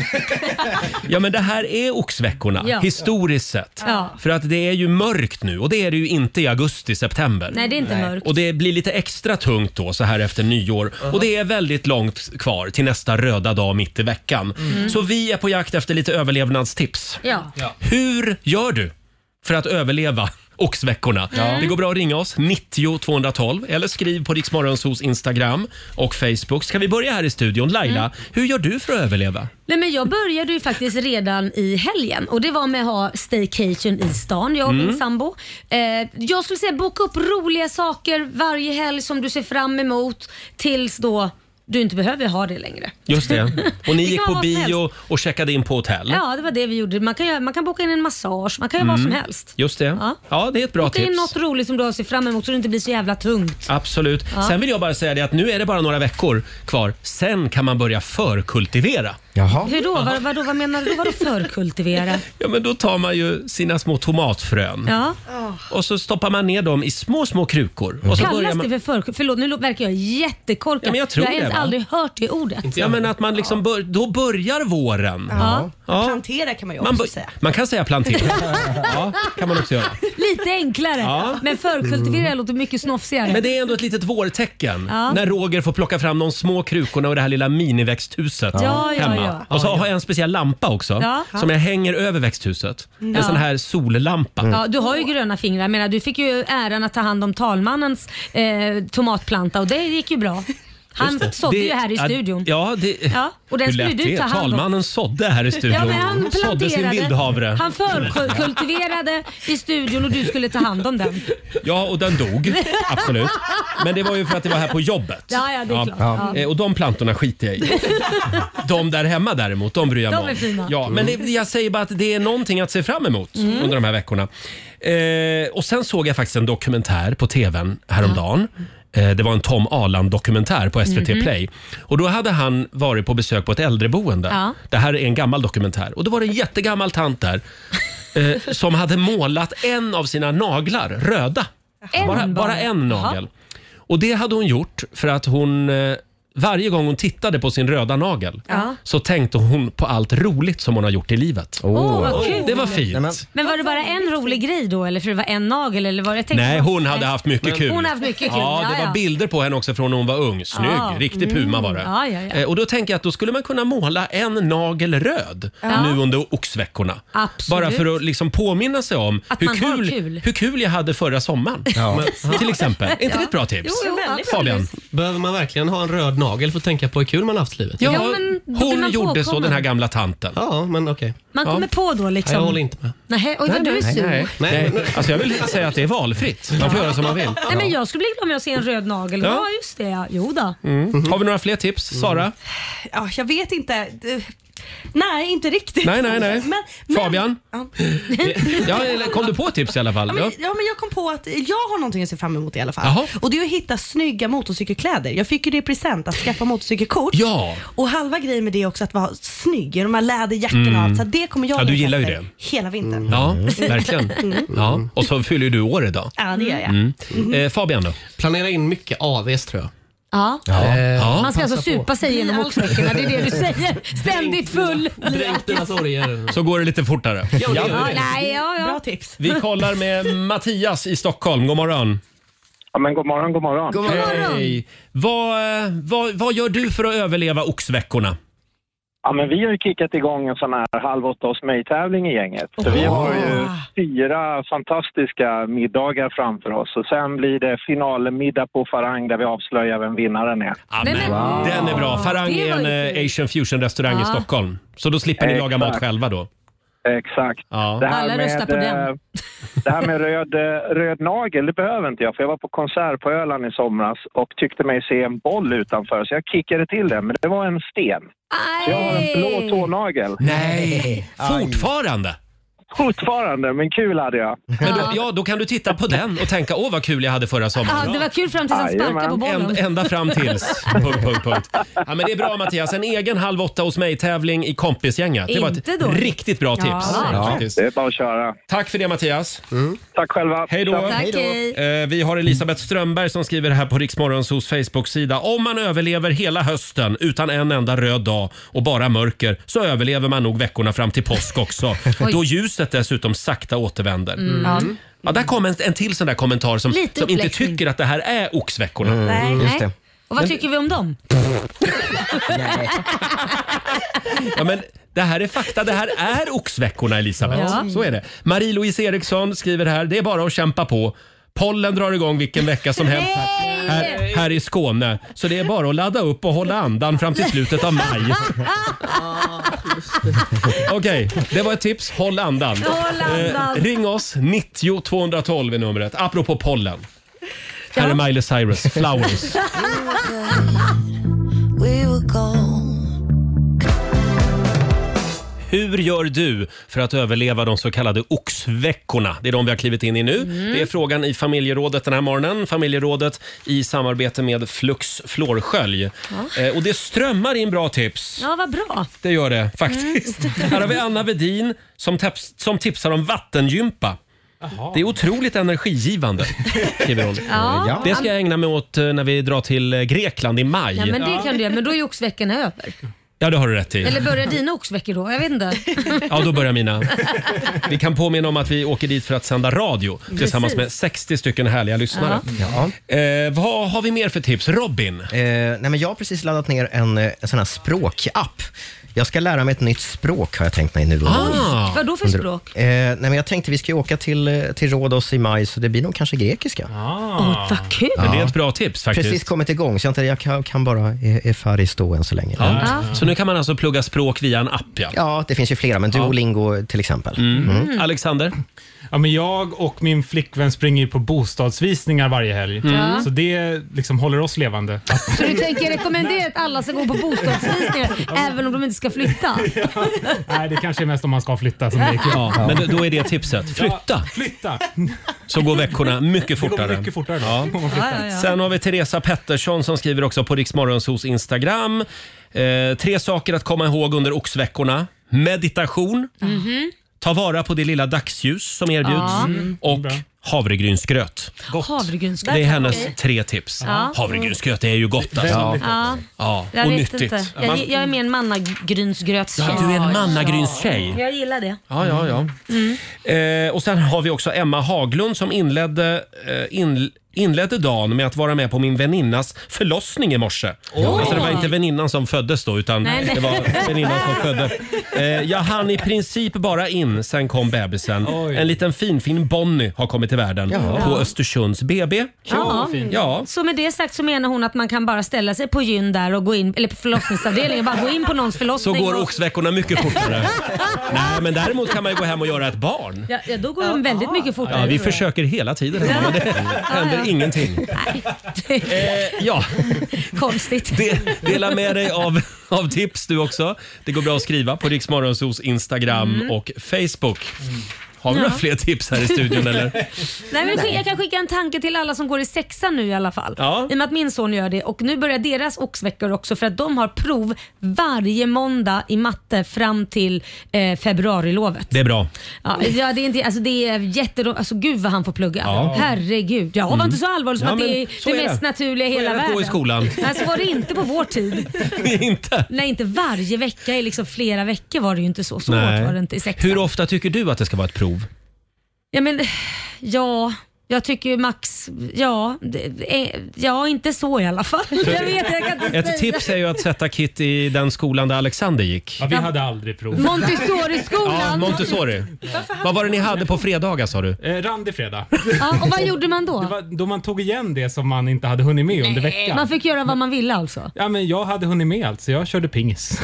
[SPEAKER 1] ja, men det här är oxveckorna
[SPEAKER 2] Ja.
[SPEAKER 1] historiskt sett.
[SPEAKER 2] Ja.
[SPEAKER 1] För att det är ju mörkt nu och det är det ju inte i augusti-september.
[SPEAKER 2] Nej, det är inte Nej. mörkt.
[SPEAKER 1] Och det blir lite extra tungt då så här efter nyår. Och det är väldigt långt kvar till nästa röda dag mitt i veckan.
[SPEAKER 2] Mm.
[SPEAKER 1] Så vi är på jakt efter lite överlevnadstips.
[SPEAKER 2] Ja.
[SPEAKER 1] Hur gör du för att överleva oxveckorna?
[SPEAKER 2] Ja.
[SPEAKER 1] Det går bra att ringa oss, 90 212 eller skriv på Riksmorgonsos Instagram och Facebook. Ska vi börja här i studion? Laila,
[SPEAKER 2] Mm.
[SPEAKER 1] hur gör du för att överleva?
[SPEAKER 2] Nej, men jag började ju faktiskt redan i helgen och det var med att ha staycation i stan, jag och min
[SPEAKER 15] Mm.
[SPEAKER 2] sambo. Eh, jag skulle säga boka upp roliga saker varje helg som du ser fram emot tills då du inte behöver ha det längre.
[SPEAKER 1] Just det. Och ni
[SPEAKER 2] Det kan
[SPEAKER 1] gick
[SPEAKER 2] vara
[SPEAKER 1] på
[SPEAKER 2] vad som
[SPEAKER 1] bio och checkade in på hotell.
[SPEAKER 2] Ja, det var det vi gjorde. Man kan, göra- man kan boka in en massage, man kan göra vad som
[SPEAKER 1] Mm.
[SPEAKER 2] helst.
[SPEAKER 1] Just det. Ja, det är ett bra
[SPEAKER 2] Boka in
[SPEAKER 1] tips.
[SPEAKER 2] något roligt som du har att se fram emot så det inte blir så jävla tungt.
[SPEAKER 1] Absolut.
[SPEAKER 2] Ja.
[SPEAKER 1] Sen vill jag bara säga det att nu är det bara några veckor kvar. Sen kan man börja förkultivera.
[SPEAKER 3] Jaha.
[SPEAKER 2] Hur då? Vad, vad, vad menar du? Vadå förkultivera?
[SPEAKER 1] Ja, men då tar man ju sina små tomatfrön
[SPEAKER 2] Ja.
[SPEAKER 1] och så stoppar man ner dem i små, små krukor. Och så
[SPEAKER 2] Kallas
[SPEAKER 1] börjar man...
[SPEAKER 2] det för förkultivera? Förlåt, nu lå- verkar jag jättekorkad.
[SPEAKER 1] Ja, men jag tror
[SPEAKER 2] har
[SPEAKER 1] det,
[SPEAKER 2] ens
[SPEAKER 1] va?
[SPEAKER 2] aldrig hört det ordet.
[SPEAKER 1] Ja, men att man liksom bör... Då börjar våren.
[SPEAKER 2] Ja.
[SPEAKER 1] Ja.
[SPEAKER 10] Plantera kan man ju också
[SPEAKER 1] Man, bör-
[SPEAKER 10] säga.
[SPEAKER 1] man kan säga plantera. Ja, kan man också göra.
[SPEAKER 2] Lite enklare.
[SPEAKER 1] Ja.
[SPEAKER 2] Men förkultivera låter mycket snofsigare.
[SPEAKER 1] Men det är ändå ett litet vårtecken
[SPEAKER 2] Ja.
[SPEAKER 1] när Roger får plocka fram de små krukorna och det här lilla miniväxthuset
[SPEAKER 2] Ja, ja,
[SPEAKER 1] hemma.
[SPEAKER 2] ja.
[SPEAKER 1] Och så har jag en speciell lampa också
[SPEAKER 2] Ja.
[SPEAKER 1] som jag hänger över växthuset.
[SPEAKER 2] Ja.
[SPEAKER 1] En sån här sollampa.
[SPEAKER 2] Ja, du har ju gröna fingrar. Jag Menar, du fick ju äran att ta hand om talmannens eh, tomatplanta och det gick ju bra. Han
[SPEAKER 1] Just det.
[SPEAKER 2] sådde
[SPEAKER 1] Det-
[SPEAKER 2] ju här i
[SPEAKER 1] ja,
[SPEAKER 2] studion.
[SPEAKER 1] Ja, det,
[SPEAKER 2] Ja, och den
[SPEAKER 1] hur
[SPEAKER 2] skulle
[SPEAKER 1] lät
[SPEAKER 2] du
[SPEAKER 1] det?
[SPEAKER 2] ta hand om.
[SPEAKER 1] Talmannen sådde här i studion.
[SPEAKER 2] Ja, men han
[SPEAKER 1] sådde sin
[SPEAKER 2] planterade,
[SPEAKER 1] vildhavre.
[SPEAKER 2] han förkultiverade i studion och du skulle ta hand om den.
[SPEAKER 1] Ja, och den dog. Absolut. Men det var ju för att det var här på jobbet.
[SPEAKER 2] Ja, ja, det är klart. Ja.
[SPEAKER 1] Eh, Och de plantorna skiter jag i. De där hemma däremot, de bryr jag mig
[SPEAKER 2] De
[SPEAKER 1] om.
[SPEAKER 2] är fina.
[SPEAKER 1] Ja,
[SPEAKER 11] Mm.
[SPEAKER 1] men det, jag säger bara att det är någonting att se fram emot
[SPEAKER 2] Mm.
[SPEAKER 1] under de här veckorna. Eh, och sen såg jag faktiskt en dokumentär på tvn häromdagen. Eh, Det var en Tom Arland-dokumentär på SVT
[SPEAKER 11] Mhm.
[SPEAKER 1] Play. Och Då hade han varit på besök på ett äldreboende.
[SPEAKER 11] Ja.
[SPEAKER 1] Det här är en gammal dokumentär. Och Då var det en jättegammal tant där eh, som hade målat en av sina naglar röda.
[SPEAKER 2] En
[SPEAKER 1] bara, bara
[SPEAKER 2] bara.
[SPEAKER 1] en nagel. Och Det hade hon gjort för att hon eh, varje gång hon tittade på sin röda nagel
[SPEAKER 2] Ja.
[SPEAKER 1] så tänkte hon på allt roligt som hon har gjort i livet.
[SPEAKER 2] Åh, vad kul.
[SPEAKER 1] Det var fint.
[SPEAKER 2] Men var det bara en rolig grej då eller för det var en nagel eller var det? jag tänkte-
[SPEAKER 1] Nej, hon hade haft mycket kul.
[SPEAKER 2] Hon har haft mycket kul.
[SPEAKER 1] Ja, det
[SPEAKER 2] ja.
[SPEAKER 1] var bilder på henne också från när hon var ung. Snygg,
[SPEAKER 2] Ja.
[SPEAKER 1] riktig
[SPEAKER 2] Mm.
[SPEAKER 1] puma var det.
[SPEAKER 2] Ja, ja, ja.
[SPEAKER 1] Eh, Och då tänker jag att då skulle man kunna måla en nagel röd
[SPEAKER 2] Ja.
[SPEAKER 1] nu under oxveckorna.
[SPEAKER 2] Absolut.
[SPEAKER 1] Bara för att liksom påminna sig om
[SPEAKER 2] Att
[SPEAKER 1] hur
[SPEAKER 2] man har
[SPEAKER 1] kul,
[SPEAKER 2] kul.
[SPEAKER 1] hur kul jag hade förra sommaren.
[SPEAKER 9] Ja.
[SPEAKER 1] Men, till exempel. Är inte det ett bra tips? Fabian?
[SPEAKER 9] Behöver man verkligen ha en röd nagel för att tänka på hur kul man haft i livet?
[SPEAKER 1] Ja, Ja, men då blir hon man gjorde så, påkommen. den här gamla tanten.
[SPEAKER 9] Ja, men okej.
[SPEAKER 2] Man kommer på då liksom.
[SPEAKER 9] Jag håller inte med.
[SPEAKER 2] Nej, oj vad du är sur.
[SPEAKER 1] nej.
[SPEAKER 2] Nej,
[SPEAKER 1] nej. Alltså jag vill säga att det är valfritt. Man får göra som man vill.
[SPEAKER 2] men jag skulle bli glad om jag ser en röd nagel.
[SPEAKER 1] Ja.
[SPEAKER 2] Ja, just det ja. Jo då.
[SPEAKER 1] Mm. Har vi några fler tips? Sara?
[SPEAKER 10] Ja, jag vet inte. Det- Nej, inte riktigt.
[SPEAKER 1] Nej, nej, nej.
[SPEAKER 10] Men, men,
[SPEAKER 1] Fabian?
[SPEAKER 10] Ja.
[SPEAKER 1] Ja, eller kom du på ett tips i alla fall?
[SPEAKER 10] Ja,
[SPEAKER 1] Ja.
[SPEAKER 10] men, ja, men jag kom på att jag har någonting att se fram emot i alla fall.
[SPEAKER 1] Jaha.
[SPEAKER 10] Och det är att hitta snygga motorcykelkläder. Jag fick ju det i present, att skaffa motorcykelkort.
[SPEAKER 1] Ja.
[SPEAKER 10] Och halva grejen med det är också att vara snygg i de här läderjackorna
[SPEAKER 1] Mm.
[SPEAKER 10] och allt. Så att det kommer jag
[SPEAKER 1] Ja, du
[SPEAKER 10] leta
[SPEAKER 1] gillar ju
[SPEAKER 10] efter
[SPEAKER 1] det. Mm.
[SPEAKER 10] Hela vintern.
[SPEAKER 1] Ja, verkligen.
[SPEAKER 10] Mm.
[SPEAKER 1] Ja. Och så fyller ju du år idag.
[SPEAKER 10] Ja, det gör jag.
[SPEAKER 1] Mm. Eh, Fabian då?
[SPEAKER 9] Planera in mycket AVs tror jag.
[SPEAKER 2] Ja.
[SPEAKER 1] Ja. Ja.
[SPEAKER 2] Man ska
[SPEAKER 9] Passa
[SPEAKER 2] alltså supa
[SPEAKER 9] på.
[SPEAKER 2] sig genom oxveckorna, det är det du säger. Ständigt full.
[SPEAKER 9] Dränk dina sorger.
[SPEAKER 1] Så går det lite fortare. Ja.
[SPEAKER 2] Ja, nej, ja, ja.
[SPEAKER 10] Bra tips.
[SPEAKER 1] Vi kollar med Mattias i Stockholm. God morgon.
[SPEAKER 14] Ja, men god morgon, god morgon.
[SPEAKER 10] God morgon.
[SPEAKER 1] Hej. Vad, eh, vad, vad gör du för att överleva oxveckorna?
[SPEAKER 14] Ja, men vi har ju kickat igång en sån här halv åtta hos mig-tävling i gänget. Så vi har ju fyra fantastiska middagar framför oss och sen blir det finalmiddag på Farang där vi avslöjar vem vinnaren är.
[SPEAKER 1] Amen. Den är bra. Farang är en eh, asian fusion-restaurang i
[SPEAKER 14] Ja.
[SPEAKER 1] Stockholm. Så då slipper ni laga mat
[SPEAKER 14] Exakt.
[SPEAKER 1] själva då?
[SPEAKER 14] Exakt.
[SPEAKER 1] Ja.
[SPEAKER 14] Det här med, eh, Det här med röd, eh, röd nagel, det behöver inte jag för jag var på konsert på Öland i somras och tyckte mig se en boll utanför så jag kickade till den men det var en sten. Så jag har en blå tånagel.
[SPEAKER 1] Nej! Fortfarande?
[SPEAKER 14] Fortfarande, men kul hade jag.
[SPEAKER 1] Men då, ja, då kan du titta på den och tänka åh vad kul jag hade förra sommaren.
[SPEAKER 2] Ja, det var kul fram tills han sparkade på bollen.
[SPEAKER 1] Änd- ända fram tills... punkt, punkt, punkt. Ja, men det är bra Mattias. En egen Halv åtta hos mig-tävling i kompisgänget. Det var
[SPEAKER 2] Inte
[SPEAKER 1] ett
[SPEAKER 2] dåligt.
[SPEAKER 1] riktigt bra
[SPEAKER 2] Ja.
[SPEAKER 1] tips.
[SPEAKER 2] Ja.
[SPEAKER 1] faktiskt.
[SPEAKER 14] Det är bara att köra.
[SPEAKER 1] Tack för det Mattias.
[SPEAKER 14] Tack själva.
[SPEAKER 1] Hej då.
[SPEAKER 2] Tack, Hej då. hej.
[SPEAKER 1] Eh, Vi har Elisabeth Strömberg som skriver här på Riksmorgonsos Facebook-sida. Om man överlever hela hösten utan en enda röd dag och bara mörker så överlever man nog veckorna fram till påsk också.
[SPEAKER 2] Oj.
[SPEAKER 1] då ljuset dessutom sakta återvänder.
[SPEAKER 2] Mm. Ja.
[SPEAKER 1] Ja, där kom en, en till sån där kommentar som,
[SPEAKER 2] Lite
[SPEAKER 1] som inte
[SPEAKER 2] uppläxning. Mm.
[SPEAKER 1] tycker att det här är oxveckorna.
[SPEAKER 2] Nej. Nej. Och vad tycker vi om dem?
[SPEAKER 1] Ja, men det här är fakta. Det här är oxveckorna, Elisabeth.
[SPEAKER 2] Ja.
[SPEAKER 1] Så är det. Marie-Louise Eriksson skriver här, det är bara att kämpa på. Pollen drar igång vilken vecka som helst här, här, här i Skåne. Så det är bara att ladda upp och hålla andan fram till slutet av maj. Okej, det var ett tips. Håll andan.
[SPEAKER 2] Håll andan.
[SPEAKER 1] Eh, ring oss, 90 212 är numret. Apropå pollen. Här är Miley Cyrus, Flowers.
[SPEAKER 6] We were gone.
[SPEAKER 1] Hur gör du för att överleva de så kallade oxveckorna? Det är de vi har klivit in i nu.
[SPEAKER 2] Mm.
[SPEAKER 1] Det är frågan i familjerådet den här morgonen. Familjerådet i samarbete med Flux Flårskölj.
[SPEAKER 2] Ja.
[SPEAKER 1] Eh, och det strömmar in bra tips.
[SPEAKER 2] Ja, vad bra.
[SPEAKER 1] Det gör det
[SPEAKER 2] Mm.
[SPEAKER 1] faktiskt. Här har vi Anna Vedin som, taps- som tipsar om vattengympa. Det är otroligt energigivande, skriver hon.
[SPEAKER 2] Ja. Ja.
[SPEAKER 1] Det ska jag ägna mig åt eh, när vi drar till eh, Grekland i maj.
[SPEAKER 2] Ja, men det kan du göra. Men då är ju oxveckorna över.
[SPEAKER 1] Ja, det har du rätt i.
[SPEAKER 2] Eller börjar dina oxveckor då? Jag vet inte.
[SPEAKER 1] Ja, då börjar mina. Vi kan påminna om att vi åker dit för att sända radio tillsammans
[SPEAKER 2] Precis.
[SPEAKER 1] med 60 stycken härliga lyssnare. Eh,
[SPEAKER 3] Ja.
[SPEAKER 1] vad har vi mer för tips? Robin?
[SPEAKER 3] Eh, nej men jag har precis laddat ner en, eh, en sån här språkapp. Jag ska lära mig ett nytt språk har jag tänkt mig nu. under-
[SPEAKER 2] Ah. Vad då för
[SPEAKER 3] under-
[SPEAKER 2] språk?
[SPEAKER 3] Eh, nej men jag tänkte vi ska ju åka till, eh, till Rhodos i maj så det blir nog kanske grekiska.
[SPEAKER 2] Åh, vad kul.
[SPEAKER 1] Men det är ett bra tips faktiskt.
[SPEAKER 3] Precis kommit igång så jag, inte, jag kan, kan bara eh, Efaristo än så länge.
[SPEAKER 1] Ja.
[SPEAKER 2] Ja.
[SPEAKER 1] Så nu kan man alltså plugga språk via en app? Ja,
[SPEAKER 3] ja det finns ju flera men Duolingo eh, till exempel.
[SPEAKER 1] Mm. Alexander?
[SPEAKER 5] Ja, men jag och min flickvän springer ju på bostadsvisningar varje helg.
[SPEAKER 2] Ja.
[SPEAKER 5] Så det liksom håller oss levande.
[SPEAKER 2] Så du tänker rekommendera att alla ska gå på bostadsvisningar även om de inte ska flytta?
[SPEAKER 5] Nej, det kanske är mest om man ska flytta som det är kul.
[SPEAKER 1] Ja, men då är det tipset. Flytta!
[SPEAKER 5] flytta!
[SPEAKER 1] Så går veckorna mycket
[SPEAKER 5] Det
[SPEAKER 1] fortare.
[SPEAKER 5] går mycket fortare då. om man flyttar.
[SPEAKER 1] Sen har vi Teresa Pettersson som skriver också på Riksmorgonsos Instagram. Eh, tre saker att komma ihåg under oxveckorna. Meditation.
[SPEAKER 2] Mhm.
[SPEAKER 1] Ta vara på det lilla dagsljus som erbjuds
[SPEAKER 2] Ja.
[SPEAKER 1] och havregrynsgröt.
[SPEAKER 2] Havregrynsgröt.
[SPEAKER 1] Det är
[SPEAKER 2] Okej.
[SPEAKER 1] hennes tre tips.
[SPEAKER 2] Ja.
[SPEAKER 1] Havregrynsgröt är ju gott alltså.
[SPEAKER 2] Ja.
[SPEAKER 1] Ja.
[SPEAKER 2] Jag
[SPEAKER 1] Och
[SPEAKER 2] vet
[SPEAKER 1] nyttigt.
[SPEAKER 2] inte. Jag, jag är mer en mannagrynsgrötstjej.
[SPEAKER 1] Ja, du är en mannagrynstjej.
[SPEAKER 2] Jag gillar det.
[SPEAKER 1] Ja, ja, ja.
[SPEAKER 2] Mm.
[SPEAKER 1] Eh, och sen har vi också Emma Haglund som inledde, eh, in, inledde dagen med att vara med på min väninnas förlossning i morse.
[SPEAKER 11] Åh.
[SPEAKER 1] Alltså det var inte väninnan som föddes då utan
[SPEAKER 11] Nej, nej.
[SPEAKER 1] det var väninnan som födde. Eh, jag hann i princip bara in, sen kom bebisen. En liten finfin Bonnie har kommit till världen
[SPEAKER 2] Ja.
[SPEAKER 1] på Östersunds BB.
[SPEAKER 2] Ja.
[SPEAKER 1] Ja.
[SPEAKER 2] Så med det sagt så menar hon att man kan bara ställa sig på gyn där och gå in, eller på förlossningsavdelningen, bara gå in på någons
[SPEAKER 1] Så
[SPEAKER 2] förlossning.
[SPEAKER 1] går
[SPEAKER 2] och-
[SPEAKER 1] oxveckorna mycket fortare. Nej, men däremot kan man ju gå hem och göra ett barn.
[SPEAKER 2] ja, ja, då går de väldigt mycket fortare.
[SPEAKER 1] Ah. Ja, vi
[SPEAKER 2] tror jag.
[SPEAKER 1] försöker hela tiden, men det händer ingenting. Eh, ja.
[SPEAKER 2] Konstigt.
[SPEAKER 1] De, dela med dig av, av tips du också. Det går bra att skriva på Riksmorgonsos Instagram och Facebook. Har vi
[SPEAKER 2] Mm. Ja.
[SPEAKER 1] några fler tips här i studion eller?
[SPEAKER 2] Nej, men skick- jag kan skicka en tanke till alla som går i sexan nu i alla fall.
[SPEAKER 1] Ja.
[SPEAKER 2] I och med att min son gör det och nu börjar deras oxveckor också för att de har prov varje måndag i matte fram till eh, februarilovet.
[SPEAKER 1] Det är bra.
[SPEAKER 2] Ja, ja, det är inte, alltså det är jätte, alltså gud vad han får plugga.
[SPEAKER 1] Ja.
[SPEAKER 2] Herregud. Ja, var
[SPEAKER 1] Mm.
[SPEAKER 2] inte så allvarlig som
[SPEAKER 1] Ja,
[SPEAKER 2] att det
[SPEAKER 1] men
[SPEAKER 2] är
[SPEAKER 1] så
[SPEAKER 2] det
[SPEAKER 1] är det.
[SPEAKER 2] mest naturliga i
[SPEAKER 1] Så
[SPEAKER 2] hela
[SPEAKER 1] är det att gå
[SPEAKER 2] världen.
[SPEAKER 1] i skolan.
[SPEAKER 2] Nej, så Alltså, var det inte på vår tid.
[SPEAKER 1] inte?
[SPEAKER 2] Nej, inte varje vecka. I liksom flera veckor var det ju inte så. Så
[SPEAKER 1] Nej.
[SPEAKER 2] hårt var det inte i sexan.
[SPEAKER 1] Hur ofta tycker du att det ska vara ett prov?
[SPEAKER 2] Ja, men ja. Jag tycker ju max, ja, det- det är- ja inte så i alla fall. Jag vet, jag kan inte
[SPEAKER 1] Ett
[SPEAKER 2] säga.
[SPEAKER 1] tips är ju att sätta Kit i den skolan där Alexander gick. Ja,
[SPEAKER 2] vi hade
[SPEAKER 1] aldrig provat.
[SPEAKER 2] Montessori-skolan.
[SPEAKER 1] Ja, Montessori. Vad var det ni hade på fredagar sa du?
[SPEAKER 5] Eh, randig fredag.
[SPEAKER 2] Ja, och vad gjorde man då?
[SPEAKER 5] Det var då man tog igen det som man inte hade hunnit med under veckan.
[SPEAKER 2] Man fick göra vad man ville alltså.
[SPEAKER 5] Ja, men jag hade hunnit med allt, så jag körde pingis.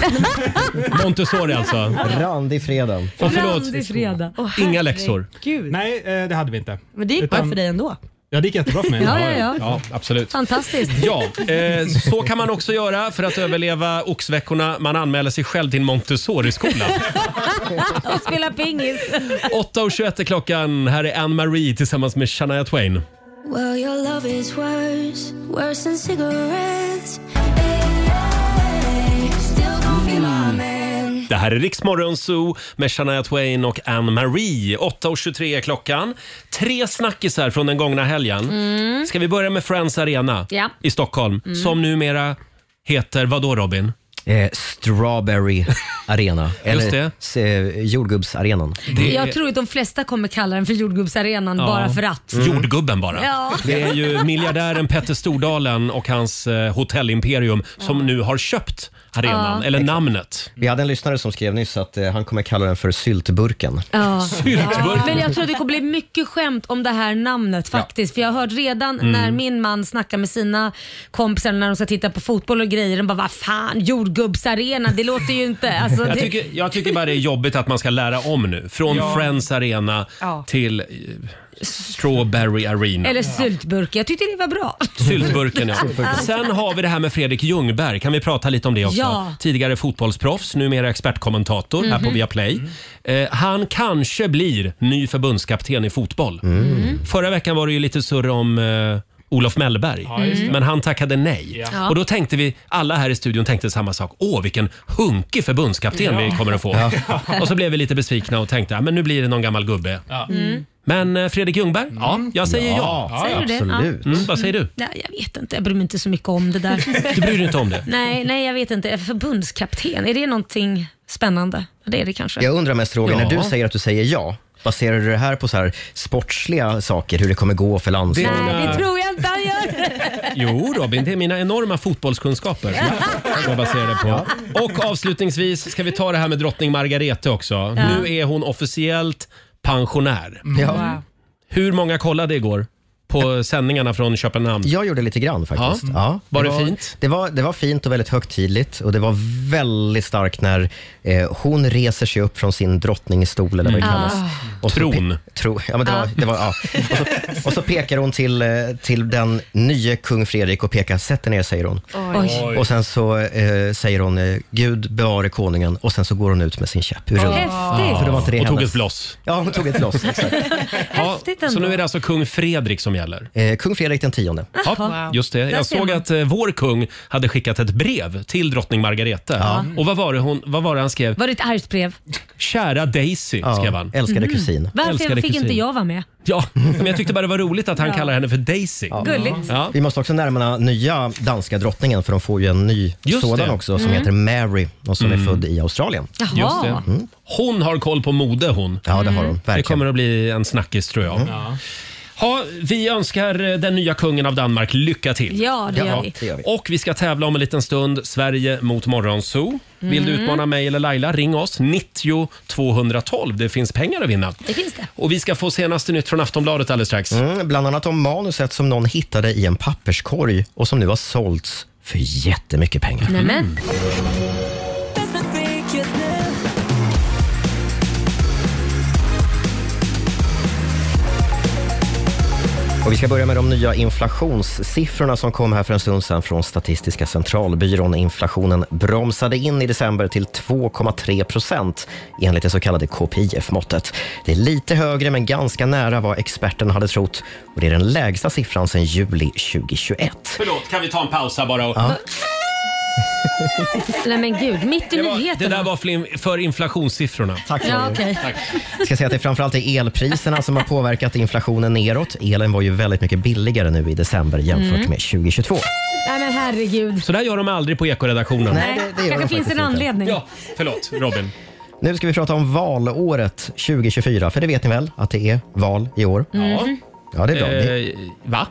[SPEAKER 1] Montessori alltså.
[SPEAKER 3] Randig fredag.
[SPEAKER 5] Och förlåt.
[SPEAKER 2] Randig fredag. Åh,
[SPEAKER 5] Inga
[SPEAKER 2] herregud.
[SPEAKER 5] läxor.
[SPEAKER 10] Gud.
[SPEAKER 5] Nej, eh, det hade vi inte.
[SPEAKER 10] Men det gick bra för dig ändå.
[SPEAKER 5] Ja, det gick jättebra för mig.
[SPEAKER 2] Ja, ja, ja.
[SPEAKER 1] absolut.
[SPEAKER 2] Fantastiskt.
[SPEAKER 1] Ja, eh, så kan man också göra för att överleva oxveckorna. Man anmäler sig själv till Montessori-skolan.
[SPEAKER 2] och spela pingis.
[SPEAKER 1] 8.21 är klockan. Här är Anne-Marie tillsammans med Shania Twain.
[SPEAKER 6] Well, your love is worse, worse than cigarettes. Hey, still gon' be my man.
[SPEAKER 1] Det här är Riksmorgon Zoo med Shania Twain och Anne-Marie. 8.23 är klockan. Tre snackisar från den gångna helgen.
[SPEAKER 2] Mm.
[SPEAKER 1] Ska vi börja med Friends Arena
[SPEAKER 2] Ja.
[SPEAKER 1] i Stockholm
[SPEAKER 2] Mm.
[SPEAKER 1] som numera heter vad då Robin?
[SPEAKER 3] Eh, Strawberry Arena.
[SPEAKER 1] Just
[SPEAKER 3] Eller s- eh, jordgubbsarenan.
[SPEAKER 2] Jag tror att de flesta kommer kalla den för jordgubbsarenan bara för att.
[SPEAKER 1] Mm. Jordgubben bara.
[SPEAKER 2] Ja.
[SPEAKER 1] Det är ju miljardären Petter Stordalen och hans eh, hotellimperium som nu har köpt arenan,
[SPEAKER 2] Ja.
[SPEAKER 1] eller namnet.
[SPEAKER 3] Vi hade en lyssnare som skrev nyss att eh, han kommer kalla den för syltburken.
[SPEAKER 2] Ja.
[SPEAKER 1] Syltburk.
[SPEAKER 2] Men jag tror att det kommer bli mycket skämt om det här namnet faktiskt. För jag har hört redan
[SPEAKER 3] Mm.
[SPEAKER 2] när min man snackar med sina kompisar när de ska titta på fotboll och grejer. De bara, vad fan, jordgubbsarena, det låter ju inte... Alltså,
[SPEAKER 1] jag,
[SPEAKER 2] det...
[SPEAKER 1] tycker, jag tycker bara det är jobbigt att man ska lära om nu. Från
[SPEAKER 2] Ja.
[SPEAKER 1] Friends Arena
[SPEAKER 2] Ja.
[SPEAKER 1] till eh, Strawberry Arena.
[SPEAKER 2] Eller syltburk. Jag tyckte det var bra.
[SPEAKER 1] Syltburken ja. Sen har vi det här med Fredrik Ljungberg. Kan vi prata lite om det också?
[SPEAKER 2] Ja.
[SPEAKER 1] Tidigare fotbollsproffs, numera expertkommentator här på
[SPEAKER 2] Mhm.
[SPEAKER 1] Viaplay. Eh, han kanske blir ny förbundskapten i fotboll.
[SPEAKER 5] Mm.
[SPEAKER 1] Förra veckan var det ju lite surr om eh, Olof Mellberg,
[SPEAKER 5] Ja, just det.
[SPEAKER 1] men han tackade nej.
[SPEAKER 5] Ja.
[SPEAKER 1] Och då tänkte vi, alla här i studion tänkte samma sak. Åh, vilken hunkig förbundskapten
[SPEAKER 5] Ja.
[SPEAKER 1] vi kommer att få. Och så blev vi lite besvikna och tänkte, ja, men nu blir det någon gammal gubbe.
[SPEAKER 2] Mm.
[SPEAKER 1] Men eh, Fredrik Ljungberg, ja, jag säger ja.
[SPEAKER 2] Ja, Säger du det? absolut.
[SPEAKER 1] Mm, vad säger du?
[SPEAKER 2] Nej, jag vet inte. Jag bryr mig inte så mycket om det där.
[SPEAKER 1] Du bryr dig inte om det?
[SPEAKER 2] Nej, nej, jag vet inte. Förbundskapten, är det någonting spännande? Det är det kanske.
[SPEAKER 3] Jag undrar mest Roger, när
[SPEAKER 2] Ja.
[SPEAKER 3] du säger att du säger ja, baserar du det här på så här sportsliga saker, hur det kommer gå för landslaget?
[SPEAKER 2] Nej, det tror jag inte han gör.
[SPEAKER 1] Jo Robin, det är mina enorma fotbollskunskaper som jag baserar det på. Och avslutningsvis ska vi ta det här med drottning Margarete också. Nu är hon officiellt pensionär.
[SPEAKER 3] Ja. Wow.
[SPEAKER 1] Hur många kollade igår på sändningarna från Köpenhamn?
[SPEAKER 3] Jag gjorde lite grann faktiskt.
[SPEAKER 1] Ja.
[SPEAKER 3] Ja.
[SPEAKER 1] Var det fint?
[SPEAKER 3] Det var, det var fint och väldigt högtidligt och det var väldigt starkt när eh, hon reser sig upp från sin drottningsstol eller vad det
[SPEAKER 1] Mm.
[SPEAKER 3] kallas.
[SPEAKER 1] Ah.
[SPEAKER 3] Och så pe-
[SPEAKER 1] Tron.
[SPEAKER 3] Tro, ja, men det
[SPEAKER 1] Ah.
[SPEAKER 3] var, det var, ja. och, så, och så pekar hon till, eh, till den nye kung Fredrik och pekar, sätt dig ner säger hon.
[SPEAKER 2] Oj. Oj.
[SPEAKER 3] Och sen så eh, säger hon, eh, Gud bevare konungen och sen så går hon ut med sin käpp ur rummet.
[SPEAKER 2] Häftigt.
[SPEAKER 3] För det var inte det
[SPEAKER 1] Och tog
[SPEAKER 3] hennes-
[SPEAKER 1] ett bloss.
[SPEAKER 3] Ja, hon tog ett bloss. Exakt.
[SPEAKER 1] Ja, så nu är det alltså kung Fredrik som gäller.
[SPEAKER 3] Eh, kung Fredrik den tionde.
[SPEAKER 1] Ja, just det.
[SPEAKER 3] Där
[SPEAKER 1] Jag
[SPEAKER 3] ser
[SPEAKER 1] såg
[SPEAKER 3] man.
[SPEAKER 1] att eh, vår kung hade skickat ett brev till drottning Margarete. Och vad var, det hon, vad var det han skrev?
[SPEAKER 2] Var det ett argt brev?
[SPEAKER 1] Kära Daisy, skrev han.
[SPEAKER 2] älskade Mhm. kusin. Varför
[SPEAKER 1] Älskade
[SPEAKER 2] fick inte
[SPEAKER 1] kusin.
[SPEAKER 2] jag vara med?
[SPEAKER 1] Ja, men jag tyckte bara det var roligt att han
[SPEAKER 2] Ja.
[SPEAKER 1] kallar henne för Daisy.
[SPEAKER 2] Gulligt.
[SPEAKER 1] Ja.
[SPEAKER 3] Vi måste också närma den nya danska drottningen för de får ju en ny
[SPEAKER 1] Just
[SPEAKER 3] sådan
[SPEAKER 1] det.
[SPEAKER 3] också som
[SPEAKER 1] Mm.
[SPEAKER 3] heter Mary och som
[SPEAKER 1] Mm.
[SPEAKER 3] är född i Australien.
[SPEAKER 2] Jaha.
[SPEAKER 1] Just det.
[SPEAKER 3] Mm.
[SPEAKER 1] Hon har koll på mode hon.
[SPEAKER 3] Ja, det har hon. Verkligen.
[SPEAKER 1] Det kommer att bli en snackis tror jag. Ja. Ha, vi önskar eh, den nya kungen av Danmark lycka till.
[SPEAKER 2] Ja, det gör vi.
[SPEAKER 1] Och vi ska tävla om en liten stund. Sverige mot Morgonzoo. Vill du
[SPEAKER 2] Mm.
[SPEAKER 1] utmana mig eller Laila, ring oss. 90 212. Det finns pengar att vinna.
[SPEAKER 2] Det finns det.
[SPEAKER 1] Och vi ska få senaste nytt från Aftonbladet alldeles strax.
[SPEAKER 3] Mm, bland annat om manuset som någon hittade i en papperskorg och som nu har sålts för jättemycket pengar.
[SPEAKER 2] Nämen.
[SPEAKER 6] Bäst musik just nu.
[SPEAKER 3] Och vi ska börja med de nya inflationssiffrorna som kom här för en stund sedan från Statistiska centralbyrån. Inflationen bromsade in i december till 2,3 procent enligt det så kallade KPIF-måttet. Det är lite högre men ganska nära vad experten hade trott och det är den lägsta siffran sedan juli 2021.
[SPEAKER 1] Förlåt, kan vi ta en paus här bara? Och...
[SPEAKER 3] Ja.
[SPEAKER 2] Nej men gud, mitt i
[SPEAKER 1] Det, var, det
[SPEAKER 2] nyheterna.
[SPEAKER 1] där var för, in, för inflationssiffrorna.
[SPEAKER 3] Tack,
[SPEAKER 2] ja,
[SPEAKER 3] Roger.
[SPEAKER 2] okej.
[SPEAKER 3] Jag ska säga att det framförallt är elpriserna som har påverkat inflationen neråt. Elen var ju väldigt mycket billigare nu i december jämfört
[SPEAKER 2] Mm.
[SPEAKER 3] med 2022.
[SPEAKER 2] Nej men herregud.
[SPEAKER 1] Så där gör de aldrig på Ekoredaktionen.
[SPEAKER 3] Nej, det- det gör de
[SPEAKER 2] Kanske
[SPEAKER 3] faktiskt
[SPEAKER 2] finns en
[SPEAKER 3] inte.
[SPEAKER 2] anledning.
[SPEAKER 1] Ja, förlåt Robin.
[SPEAKER 3] Nu ska vi prata om valåret 2024, för det vet ni väl att det är val i år?
[SPEAKER 2] Mhm.
[SPEAKER 3] Ja, det är bra.
[SPEAKER 1] Mm. Eh, va?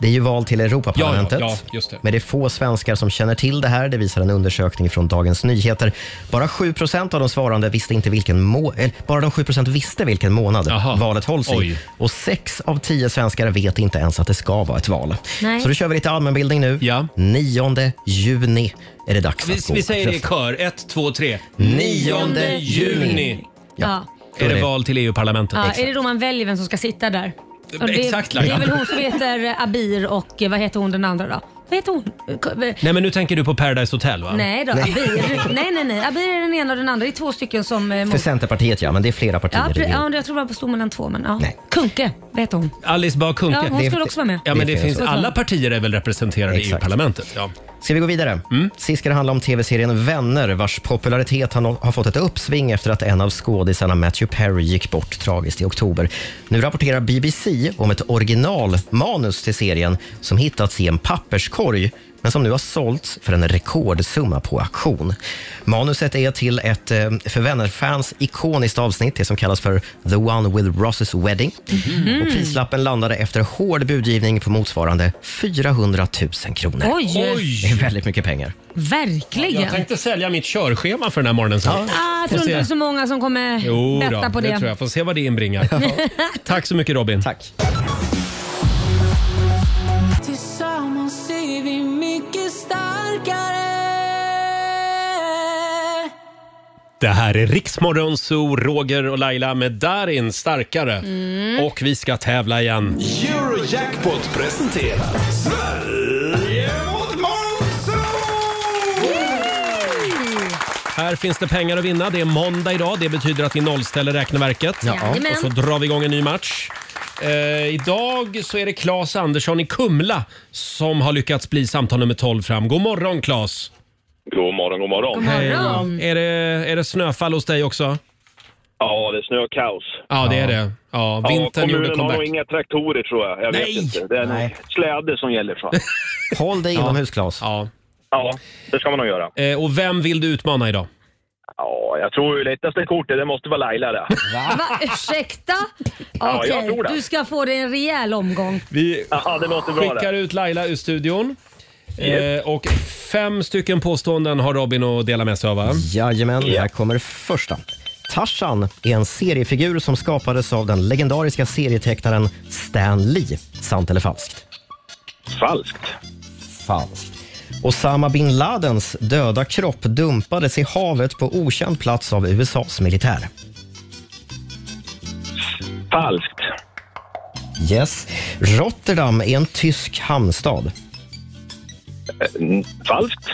[SPEAKER 3] Det är ju val till Europaparlamentet.
[SPEAKER 1] Ja, ja, ja, just det.
[SPEAKER 3] Men det är få svenskar som känner till det här. Det visar en undersökning från Dagens Nyheter. Bara 7 av de svarande visste inte vilken må- eller, bara de 7 visste vilken månad valet hålls i.
[SPEAKER 1] Oj.
[SPEAKER 3] Och 6 av 10 svenskar vet inte ens att det ska vara ett val.
[SPEAKER 1] Nej.
[SPEAKER 3] Så då kör vi lite allmänbildning nu. 9 juni är det dags
[SPEAKER 1] Vi,
[SPEAKER 3] att gå
[SPEAKER 1] vi
[SPEAKER 3] och
[SPEAKER 1] säger det i
[SPEAKER 3] rösta.
[SPEAKER 1] kör. Ett, två, tre.
[SPEAKER 3] Nionde
[SPEAKER 1] juni
[SPEAKER 2] Ja.
[SPEAKER 1] är det val till EU-parlamentet.
[SPEAKER 2] Ja, är det då man väljer vem som ska sitta där? Och det,
[SPEAKER 1] Exakt,
[SPEAKER 2] Det
[SPEAKER 1] Laila.
[SPEAKER 2] är väl hon som heter eh, Abir och eh, vad heter hon den andra då? Vad heter hon? Eh,
[SPEAKER 1] Nej, men nu tänker du på Paradise Hotel va?
[SPEAKER 2] Nej då, Abir. nej, nej, nej. Abir är den ena och den andra. Det är två stycken som... eh,
[SPEAKER 3] För
[SPEAKER 2] mot-
[SPEAKER 3] Centerpartiet ja, men det är flera partier.
[SPEAKER 2] Ja,
[SPEAKER 3] i
[SPEAKER 2] pre-
[SPEAKER 3] EU.
[SPEAKER 2] ja, jag tror det var på stod mellan två men ja. Kunke, vet hon.
[SPEAKER 1] Alice Bah Kuhnke.
[SPEAKER 2] Ja, hon skulle också vara med.
[SPEAKER 1] Ja, men
[SPEAKER 3] Det
[SPEAKER 1] det,
[SPEAKER 3] är fel
[SPEAKER 1] finns,
[SPEAKER 3] så.
[SPEAKER 1] alla partier är väl representerade i
[SPEAKER 3] Exakt.
[SPEAKER 1] EU-parlamentet? Ja.
[SPEAKER 3] Ska vi gå vidare? Sist ska det handla om tv-serien Vänner vars popularitet har, nå- har fått ett uppsving efter att en av skådisarna Matthew Perry gick bort tragiskt i oktober. Nu rapporterar BBC om ett originalmanus till serien som hittats i en papperskorg men som nu har sålts för en rekordsumma på auktion. Manuset är till ett eh, för Vänner-fans ikoniskt avsnitt, det som kallas för The One With Ross's Wedding. Och prislappen landade efter hård budgivning på motsvarande 400 000 kronor.
[SPEAKER 2] Oj. Oj.
[SPEAKER 3] Det är väldigt mycket pengar.
[SPEAKER 2] Verkligen.
[SPEAKER 1] Jag tänkte sälja mitt körschema för den här morgonen. sen.
[SPEAKER 2] Ah, jag
[SPEAKER 1] Får
[SPEAKER 2] tror inte
[SPEAKER 1] se.
[SPEAKER 2] det är så många som kommer
[SPEAKER 1] Jo
[SPEAKER 2] betta
[SPEAKER 1] då,
[SPEAKER 2] på
[SPEAKER 1] det
[SPEAKER 2] det.
[SPEAKER 1] tror jag. Får se vad det inbringar. Tack så mycket Robin.
[SPEAKER 3] Tack.
[SPEAKER 6] Tillsammans är vi mycket
[SPEAKER 2] Eh,
[SPEAKER 6] starkare
[SPEAKER 1] Det här är Riksmorgon Zoo, Roger och Laila med Darin starkare.
[SPEAKER 6] Mm.
[SPEAKER 1] Och vi ska tävla igen.
[SPEAKER 11] Eurojackpot presenterar Sverige mot Monzo!
[SPEAKER 1] Här finns det pengar att vinna. Det är måndag idag. Det betyder att vi nollställer räkneverket.
[SPEAKER 11] Jajamän.
[SPEAKER 1] Och så drar vi igång en ny match. Eh, idag så är det Claes Andersson i Kumla som har lyckats bli samtal nummer 12 fram. God morgon Claes!
[SPEAKER 15] God morgon, god morgon.
[SPEAKER 1] Hej. Är, det, är det snöfall hos dig också?
[SPEAKER 15] Ja, det är snökaos.
[SPEAKER 1] Ja, det är det. Ja, vintern gjorde
[SPEAKER 15] kommunen har nog
[SPEAKER 1] comeback.
[SPEAKER 15] inga traktorer tror jag. Jag vet
[SPEAKER 1] Nej!
[SPEAKER 15] inte. Det är nog släde som gäller tror jag.
[SPEAKER 3] Håll dig inomhus Claes.
[SPEAKER 1] Ja.
[SPEAKER 15] Ja, det ska man nog göra.
[SPEAKER 1] Eh, och vem vill du utmana idag?
[SPEAKER 15] Ja, jag tror ju lättaste kortet, det måste vara Laila det.
[SPEAKER 2] Va, ursäkta?
[SPEAKER 15] Ja, jag
[SPEAKER 2] Okej,
[SPEAKER 15] tror det.
[SPEAKER 2] du ska få dig en rejäl omgång.
[SPEAKER 1] Vi
[SPEAKER 15] det låter bra
[SPEAKER 1] skickar
[SPEAKER 15] det.
[SPEAKER 1] ut Laila ur studion. Eh, och fem stycken påståenden har Robin att dela med sig av va?
[SPEAKER 3] Jajamän, här kommer första. Tarzan är en seriefigur som skapades av den legendariska serietecknaren Stan Lee. Sant eller falskt?
[SPEAKER 15] Falskt.
[SPEAKER 3] Falskt. Osama bin Ladens döda kropp dumpades i havet på okänd plats av USAs militär.
[SPEAKER 15] Falskt.
[SPEAKER 3] Yes. Rotterdam är en tysk hamnstad.
[SPEAKER 15] Eh, n- Falskt.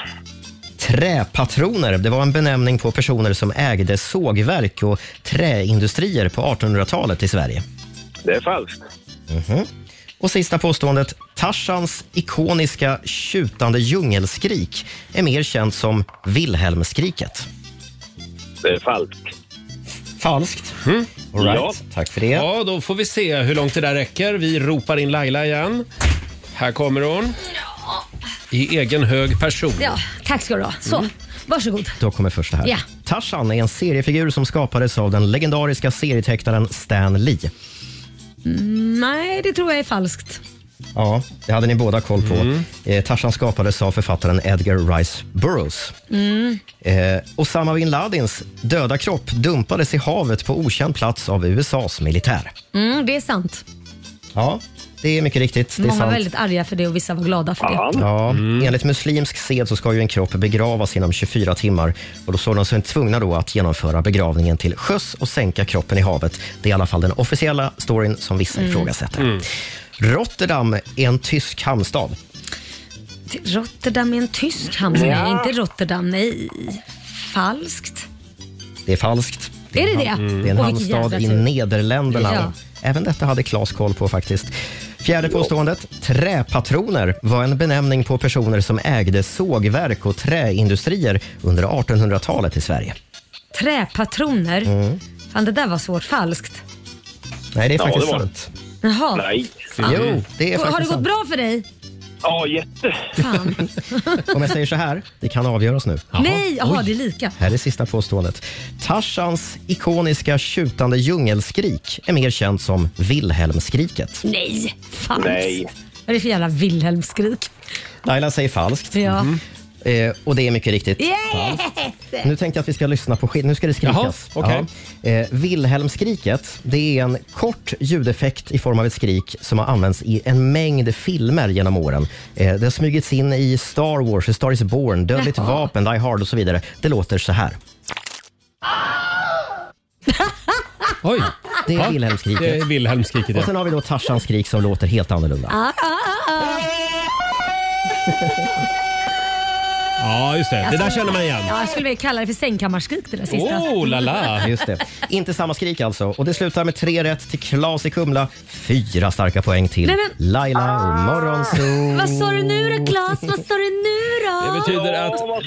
[SPEAKER 3] Träpatroner det var en benämning på personer som ägde sågverk och träindustrier på 1800-talet i Sverige.
[SPEAKER 15] Det är falskt.
[SPEAKER 3] Mhm. Och sista påståendet. Tarzans ikoniska tjutande djungelskrik är mer känt som Wilhelmskriket.
[SPEAKER 15] Det är falskt.
[SPEAKER 3] Falskt. Mm. All right.
[SPEAKER 1] Ja.
[SPEAKER 3] Tack för det.
[SPEAKER 1] Ja, då får vi se hur långt det där räcker. Vi ropar in Laila igen. Här kommer hon. I egen hög person.
[SPEAKER 2] Ja, tack ska du ha. Så,
[SPEAKER 3] Mm.
[SPEAKER 2] varsågod.
[SPEAKER 3] Då kommer första här.
[SPEAKER 2] Ja.
[SPEAKER 3] Tarzan är en seriefigur som skapades av den legendariska serietecknaren Stan Lee.
[SPEAKER 2] Mm, Nej, det tror jag är falskt.
[SPEAKER 3] Ja, det hade ni båda koll på. Eh, Tarzan skapades av författaren Edgar Rice Burroughs.
[SPEAKER 2] Mm.
[SPEAKER 3] Eh, Osama bin Ladins döda kropp dumpades i havet på okänd plats av USAs militär.
[SPEAKER 2] Mm, det är sant.
[SPEAKER 3] Ja, det är mycket riktigt. Det är
[SPEAKER 2] Många var
[SPEAKER 3] sant.
[SPEAKER 2] väldigt arga för det och vissa var glada för det.
[SPEAKER 3] Ja, Enligt muslimsk sed så ska ju en kropp begravas inom 24 timmar. Och Då såg de sig tvungna då att genomföra begravningen till sjöss och sänka kroppen i havet. Det är i alla fall den officiella storyn som vissa
[SPEAKER 2] Mm.
[SPEAKER 3] ifrågasätter. Rotterdam är en tysk hamnstad.
[SPEAKER 2] Till Rotterdam är en tysk hamn.
[SPEAKER 3] Ja.
[SPEAKER 2] Nej, inte Rotterdam. Nej. Falskt.
[SPEAKER 3] Det är falskt.
[SPEAKER 2] Är det
[SPEAKER 3] en
[SPEAKER 2] det?
[SPEAKER 3] ham-
[SPEAKER 2] Mm.
[SPEAKER 3] Det är en
[SPEAKER 2] Och vilken
[SPEAKER 3] hamnstad i
[SPEAKER 2] jävla tur.
[SPEAKER 3] Nederländerna.
[SPEAKER 2] Ja.
[SPEAKER 3] Även detta hade Claes koll på faktiskt. Fjärde påståendet. Träpatroner var en benämning på personer som ägde sågverk och träindustrier under 1800-talet i Sverige.
[SPEAKER 2] Träpatroner.
[SPEAKER 3] Mm.
[SPEAKER 2] Fan, det där var svårt. Falskt.
[SPEAKER 3] Nej, det är
[SPEAKER 2] Ja,
[SPEAKER 3] faktiskt
[SPEAKER 2] det var det.
[SPEAKER 3] sant.
[SPEAKER 2] Jaha.
[SPEAKER 3] Nej.
[SPEAKER 2] Fan.
[SPEAKER 3] Jo, det är
[SPEAKER 2] Har
[SPEAKER 3] faktiskt
[SPEAKER 2] det gått
[SPEAKER 3] sant.
[SPEAKER 2] bra för dig?
[SPEAKER 15] Ja, jätte.
[SPEAKER 2] Fan.
[SPEAKER 3] Om jag säger så här, det kan avgöras nu.
[SPEAKER 2] Nej, jaha det är lika.
[SPEAKER 3] Här är sista påståendet. Tarzans ikoniska tjutande djungelskrik är mer känt som Wilhelmskriket.
[SPEAKER 2] Nej, falskt.
[SPEAKER 3] Nej.
[SPEAKER 2] Vad är det för jävla Wilhelmskrik?
[SPEAKER 3] Laila säger falskt.
[SPEAKER 2] Ja.
[SPEAKER 1] Mhm.
[SPEAKER 3] Eh, och det är mycket riktigt
[SPEAKER 2] Yes!
[SPEAKER 3] falskt. Nu tänkte jag att vi ska lyssna på skit. Nu ska det skrikas.
[SPEAKER 2] Jaha, okej.
[SPEAKER 3] Ja. Eh, Wilhelmskriket, det är en kort ljudeffekt i form av ett skrik som har använts i en mängd filmer genom åren. Eh, det har smugits in i Star Wars, A Star is Born, Dödligt
[SPEAKER 2] Jaha.
[SPEAKER 3] vapen, Die Hard och så vidare. Det låter så här. Oj. Det
[SPEAKER 1] Ja,
[SPEAKER 3] är Wilhelmskriket.
[SPEAKER 1] det är
[SPEAKER 3] Wilhelmskriket
[SPEAKER 1] ja.
[SPEAKER 3] Och sen har vi då Tarzans skrik som låter helt annorlunda.
[SPEAKER 2] Ah, ah, ah.
[SPEAKER 1] Ja, just det. Det där känner man igen.
[SPEAKER 2] Ja, jag skulle vilja kalla det för sängkammarskrik det där sista.
[SPEAKER 1] Oh.
[SPEAKER 3] Just det. Inte samma skrik alltså. Och det slutar med tre rätt till Klas i Kumla. Fyra starka poäng till
[SPEAKER 2] Nej, men-
[SPEAKER 3] Laila och Morgonzoo.
[SPEAKER 2] Vad sa du nu då Claes? Vad sa du nu då?
[SPEAKER 1] Det betyder att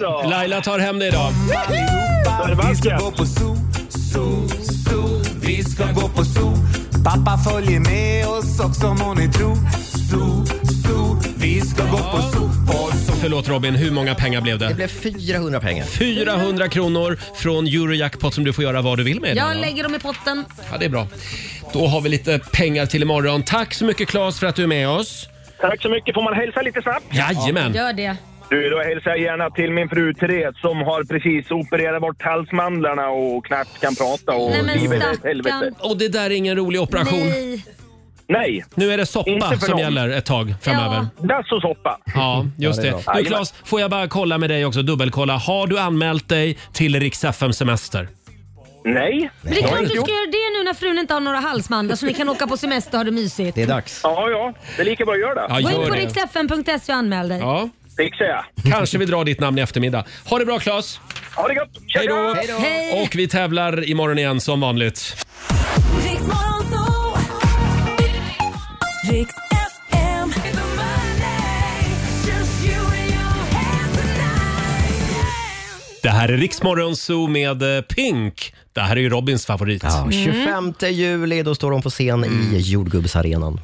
[SPEAKER 1] La- Laila tar hem det idag.
[SPEAKER 11] Vi ska gå på zoo, zoo, zoo. Vi ska gå på zoo. Pappa följer med oss också må ni tro. Zoo, zoo. Vi ska gå på zoo.
[SPEAKER 1] Förlåt Robin, hur många pengar blev det? Det
[SPEAKER 3] blev 400 pengar.
[SPEAKER 1] 400 kronor från Eurojackpot som du får göra vad du vill med.
[SPEAKER 2] Jag lägger dem i potten.
[SPEAKER 1] Ja, det är bra. Då har vi lite pengar till imorgon. Tack så mycket Claes för att du är med oss.
[SPEAKER 15] Tack så mycket. Får man hälsa lite snabbt?
[SPEAKER 1] Jajamän.
[SPEAKER 2] Gör det.
[SPEAKER 15] Du, då hälsar jag gärna till min fru Therese som har precis opererat bort halsmandlarna och knappt kan prata och
[SPEAKER 1] Nej, men
[SPEAKER 15] livet är ett
[SPEAKER 1] stackarn.
[SPEAKER 15] helvete.
[SPEAKER 1] Och det där är ingen rolig operation.
[SPEAKER 2] Nej.
[SPEAKER 15] Nej.
[SPEAKER 1] Nu är det soppa
[SPEAKER 15] Inte för
[SPEAKER 1] som
[SPEAKER 15] någon.
[SPEAKER 1] gäller ett tag framöver.
[SPEAKER 15] Dass och soppa.
[SPEAKER 1] Ja, just
[SPEAKER 15] Ja, det är
[SPEAKER 1] det.
[SPEAKER 15] bra.
[SPEAKER 1] Du Claes, får jag bara kolla med dig också, dubbelkolla. Har du anmält dig till Rix FM Semester?
[SPEAKER 15] Nej.
[SPEAKER 2] Men det är klart du ska göra det nu när frun inte har några halsmandlar så ni kan åka på semester och ha det mysigt.
[SPEAKER 3] dags.
[SPEAKER 15] Ja, ja. Det är lika bra att göra det.
[SPEAKER 1] Ja,
[SPEAKER 2] Gå in
[SPEAKER 1] gör
[SPEAKER 2] på
[SPEAKER 1] det.
[SPEAKER 2] riksfn.se och anmäl dig.
[SPEAKER 1] Ja.
[SPEAKER 15] Fixar jag.
[SPEAKER 1] Kanske vi drar ditt namn i eftermiddag. Ha det bra Claes!
[SPEAKER 15] Ha det gott!
[SPEAKER 1] Hej då!
[SPEAKER 2] Hej då. Hej.
[SPEAKER 1] Och vi tävlar imorgon igen som vanligt.
[SPEAKER 6] Riks FM.
[SPEAKER 1] Det här är Riksmorgon Zoo med eh, Pink. Det här är ju Robins favorit.
[SPEAKER 3] Ja, 25 juli, då står de på scen i jordgubbsarenan.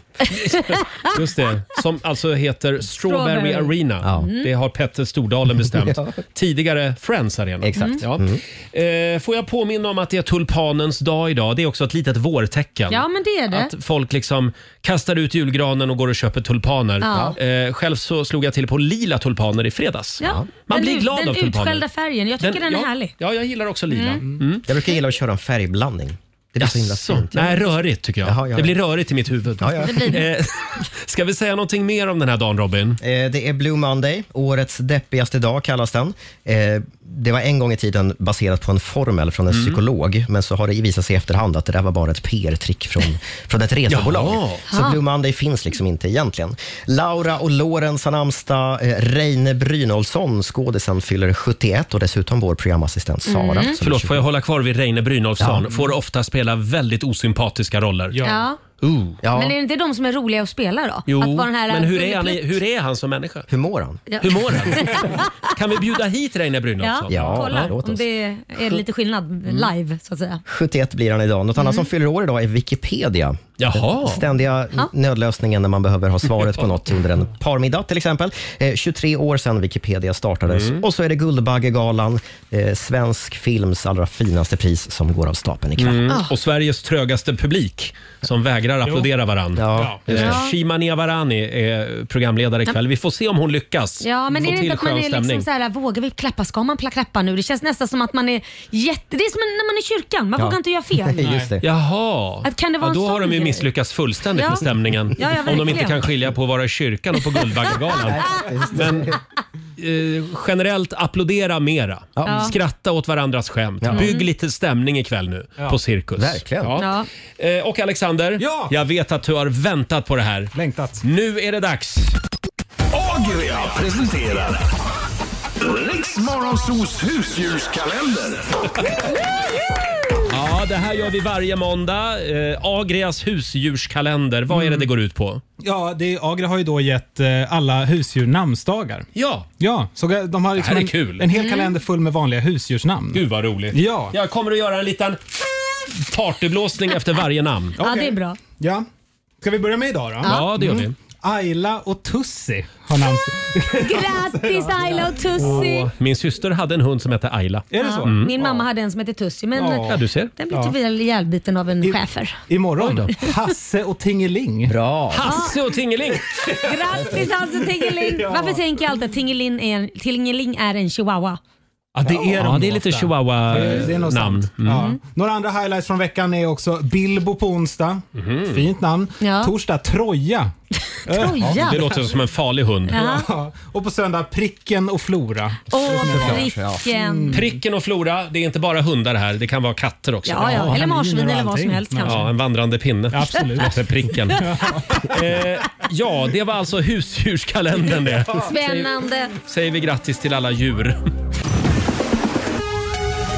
[SPEAKER 1] Just det, som alltså heter Strawberry
[SPEAKER 3] Strawberry.
[SPEAKER 1] Arena.
[SPEAKER 2] Mm.
[SPEAKER 3] Ja.
[SPEAKER 1] Det har Petter Stordalen bestämt.
[SPEAKER 3] Ja.
[SPEAKER 1] Tidigare Friends Arena. Mm.
[SPEAKER 3] Exakt. Mm.
[SPEAKER 1] Ja. Eh, får jag påminna om att det är tulpanens dag idag. Det är också ett litet vårtecken.
[SPEAKER 2] Ja, men det är det.
[SPEAKER 1] Att folk liksom kastar ut julgranen och går och köper tulpaner.
[SPEAKER 2] Ja.
[SPEAKER 1] Eh, själv så slog jag till på lila tulpaner i fredags.
[SPEAKER 2] Ja.
[SPEAKER 1] Man
[SPEAKER 2] den
[SPEAKER 1] blir
[SPEAKER 2] ut-
[SPEAKER 1] glad
[SPEAKER 2] den
[SPEAKER 1] av tulpaner.
[SPEAKER 2] utskällda färgen. Jag tycker den, är
[SPEAKER 1] ja,
[SPEAKER 2] härlig.
[SPEAKER 1] Ja, jag gillar också lila. Mm.
[SPEAKER 3] Jag brukar gilla att köra en färgblandning. Det blir så himla
[SPEAKER 1] Jaså?
[SPEAKER 3] fint.
[SPEAKER 1] Nej, rörigt tycker jag.
[SPEAKER 3] Jaha, ja,
[SPEAKER 1] Det
[SPEAKER 3] ja.
[SPEAKER 1] blir rörigt i mitt huvud.
[SPEAKER 3] Ja, ja. Det blir
[SPEAKER 1] Eh, Ska vi säga någonting mer om den här dagen, Robin?
[SPEAKER 3] Eh, Det är Blue Monday, årets deppigaste dag kallas den. Eh, Det var en gång i tiden baserat på en formel från en
[SPEAKER 1] Mm.
[SPEAKER 3] psykolog, men så har det visat sig i efterhand att det där var bara ett PR-trick från, från ett resebolag.
[SPEAKER 1] Jaha.
[SPEAKER 3] Så Blue Monday finns liksom inte egentligen. Laura och Lorenz har namnsdag. Eh, Reine Brynolfsson, skådisen, fyller 71 och dessutom vår programassistent Sara.
[SPEAKER 2] Mm.
[SPEAKER 3] som är
[SPEAKER 1] Förlåt,
[SPEAKER 3] 20.
[SPEAKER 1] får jag hålla kvar vid Reine Brynolfsson?
[SPEAKER 3] Ja.
[SPEAKER 1] Får ofta spela väldigt osympatiska roller.
[SPEAKER 2] Ja.
[SPEAKER 1] Ooh.
[SPEAKER 2] Men är det inte de som är roliga att spela då?
[SPEAKER 1] Jo,
[SPEAKER 2] att vara den här
[SPEAKER 1] men hur är, han,
[SPEAKER 2] Fylleplutt-
[SPEAKER 1] i- hur är han som människa?
[SPEAKER 3] Hur mår han?
[SPEAKER 2] Ja.
[SPEAKER 1] Hur mår han? kan vi bjuda hit Reine
[SPEAKER 2] Ja,
[SPEAKER 1] Brynolfsson?
[SPEAKER 2] kolla
[SPEAKER 3] låt
[SPEAKER 2] om
[SPEAKER 3] oss.
[SPEAKER 2] det är lite skillnad
[SPEAKER 1] Mm.
[SPEAKER 2] live så att säga.
[SPEAKER 3] 71 blir han idag. Något annat
[SPEAKER 2] Mm.
[SPEAKER 3] som fyller år idag är Wikipedia.
[SPEAKER 1] Jaha.
[SPEAKER 3] Den ständiga
[SPEAKER 2] Ja.
[SPEAKER 3] nödlösningen när man behöver ha svaret på något under en parmiddag till exempel. Eh, 23 år sedan Wikipedia startades. Och så är det Guldbaggegalan, eh, svensk films allra finaste pris som går av stapeln ikväll.
[SPEAKER 1] Mm. Och Sveriges trögaste publik som vägrar applådera varann.
[SPEAKER 3] Ja, just det.
[SPEAKER 1] Eh, Shima Niavarani är programledare ikväll. Vi får se om hon lyckas.
[SPEAKER 2] Ja, men
[SPEAKER 1] Få
[SPEAKER 2] är det
[SPEAKER 1] till
[SPEAKER 2] inte att man
[SPEAKER 1] skön
[SPEAKER 2] är liksom
[SPEAKER 1] stämning.
[SPEAKER 2] så här, vågar vi klappa? Ska man pla- klappa nu? Det känns nästan som att man är jätte... Det är som när man är i kyrkan, man
[SPEAKER 1] Ja.
[SPEAKER 2] vågar inte göra fel.
[SPEAKER 1] Jaha,
[SPEAKER 2] Att kan det vara
[SPEAKER 1] ja,
[SPEAKER 2] en
[SPEAKER 1] då
[SPEAKER 2] sån
[SPEAKER 1] har de ju
[SPEAKER 2] grej?
[SPEAKER 1] misslyckats fullständigt
[SPEAKER 2] Ja.
[SPEAKER 1] med stämningen.
[SPEAKER 2] Ja, ja,
[SPEAKER 1] om de inte
[SPEAKER 2] verkligen.
[SPEAKER 1] kan skilja på att vara i kyrkan och på Guldbaggegalan. Men eh, generellt, applådera mera.
[SPEAKER 2] Ja.
[SPEAKER 1] Skratta åt varandras skämt.
[SPEAKER 2] Ja.
[SPEAKER 1] Bygg
[SPEAKER 2] Mm.
[SPEAKER 1] lite stämning ikväll nu
[SPEAKER 2] Ja.
[SPEAKER 1] på Cirkus.
[SPEAKER 2] Verkligen.
[SPEAKER 1] Ja. Eh, och Alexander,
[SPEAKER 5] Ja.
[SPEAKER 1] jag vet att du har väntat på det här.
[SPEAKER 5] Längtat.
[SPEAKER 1] Nu är det dags.
[SPEAKER 4] Agria presenterar Riks Morgonzoos husdjurskalender.
[SPEAKER 1] Ja, det här gör vi varje måndag. Eh, Agrias husdjurskalender. Vad
[SPEAKER 2] Mm.
[SPEAKER 1] är det det går ut på?
[SPEAKER 5] Ja, det, Agra har ju då gett eh, alla husdjur namnsdagar.
[SPEAKER 1] Ja.
[SPEAKER 5] Ja, så de har liksom
[SPEAKER 1] här är
[SPEAKER 5] en,
[SPEAKER 1] kul.
[SPEAKER 5] en hel
[SPEAKER 1] Mm.
[SPEAKER 5] kalender full med vanliga husdjursnamn.
[SPEAKER 1] Gud vad roligt.
[SPEAKER 5] Ja.
[SPEAKER 1] Jag kommer att göra en liten partyblåsning efter varje namn.
[SPEAKER 2] Ja, det är bra.
[SPEAKER 5] Ja. Ska vi börja med idag då?
[SPEAKER 2] Mm.
[SPEAKER 1] Ja, det gör vi.
[SPEAKER 5] Ayla och Tussi har namnsdag.
[SPEAKER 2] Grattis Ayla och Tussi!
[SPEAKER 1] Åh, min syster hade en hund som hette Ayla.
[SPEAKER 5] Är
[SPEAKER 2] Ja,
[SPEAKER 1] Mm.
[SPEAKER 2] Min mamma hade en som hette Tussi men
[SPEAKER 1] Ja. Ja, du ser.
[SPEAKER 2] den blev
[SPEAKER 1] Ja.
[SPEAKER 2] tyvärr ihjälbiten av en schäfer.
[SPEAKER 5] Imorgon, Hasse och Tingeling.
[SPEAKER 3] Bra.
[SPEAKER 1] Hasse och Tingeling!
[SPEAKER 2] Grattis Hasse Tingeling!
[SPEAKER 1] Ja.
[SPEAKER 2] Varför tänker jag alltid att Tingeling är en, Tingeling är en chihuahua?
[SPEAKER 5] Ja, det är,
[SPEAKER 1] Ja,
[SPEAKER 5] de
[SPEAKER 1] det är lite
[SPEAKER 5] ofta.
[SPEAKER 1] chihuahua-
[SPEAKER 5] Det är nog sant.
[SPEAKER 1] Eh, namn. Mm.
[SPEAKER 5] Ja. Några andra highlights från veckan är också Bilbo på onsdag.
[SPEAKER 1] Mhm.
[SPEAKER 5] Fint namn.
[SPEAKER 2] Ja.
[SPEAKER 5] Torsdag Troja.
[SPEAKER 2] Troja?
[SPEAKER 5] Ja.
[SPEAKER 1] Det låter som en farlig hund.
[SPEAKER 2] Ja.
[SPEAKER 5] Ja. Och på söndag Pricken och Flora.
[SPEAKER 2] Åh,
[SPEAKER 1] Såklart, ja.
[SPEAKER 2] pricken!
[SPEAKER 1] Pricken och Flora, det är inte bara hundar här, det kan vara katter också.
[SPEAKER 2] Ja, ja, eller marsvin eller vad som helst kanske.
[SPEAKER 1] Ja, en vandrande pinne.
[SPEAKER 2] Absolut.
[SPEAKER 1] Heter pricken. eh, ja, det var alltså husdjurskalendern det. Säger,
[SPEAKER 2] Spännande!
[SPEAKER 1] säger vi grattis till alla djur.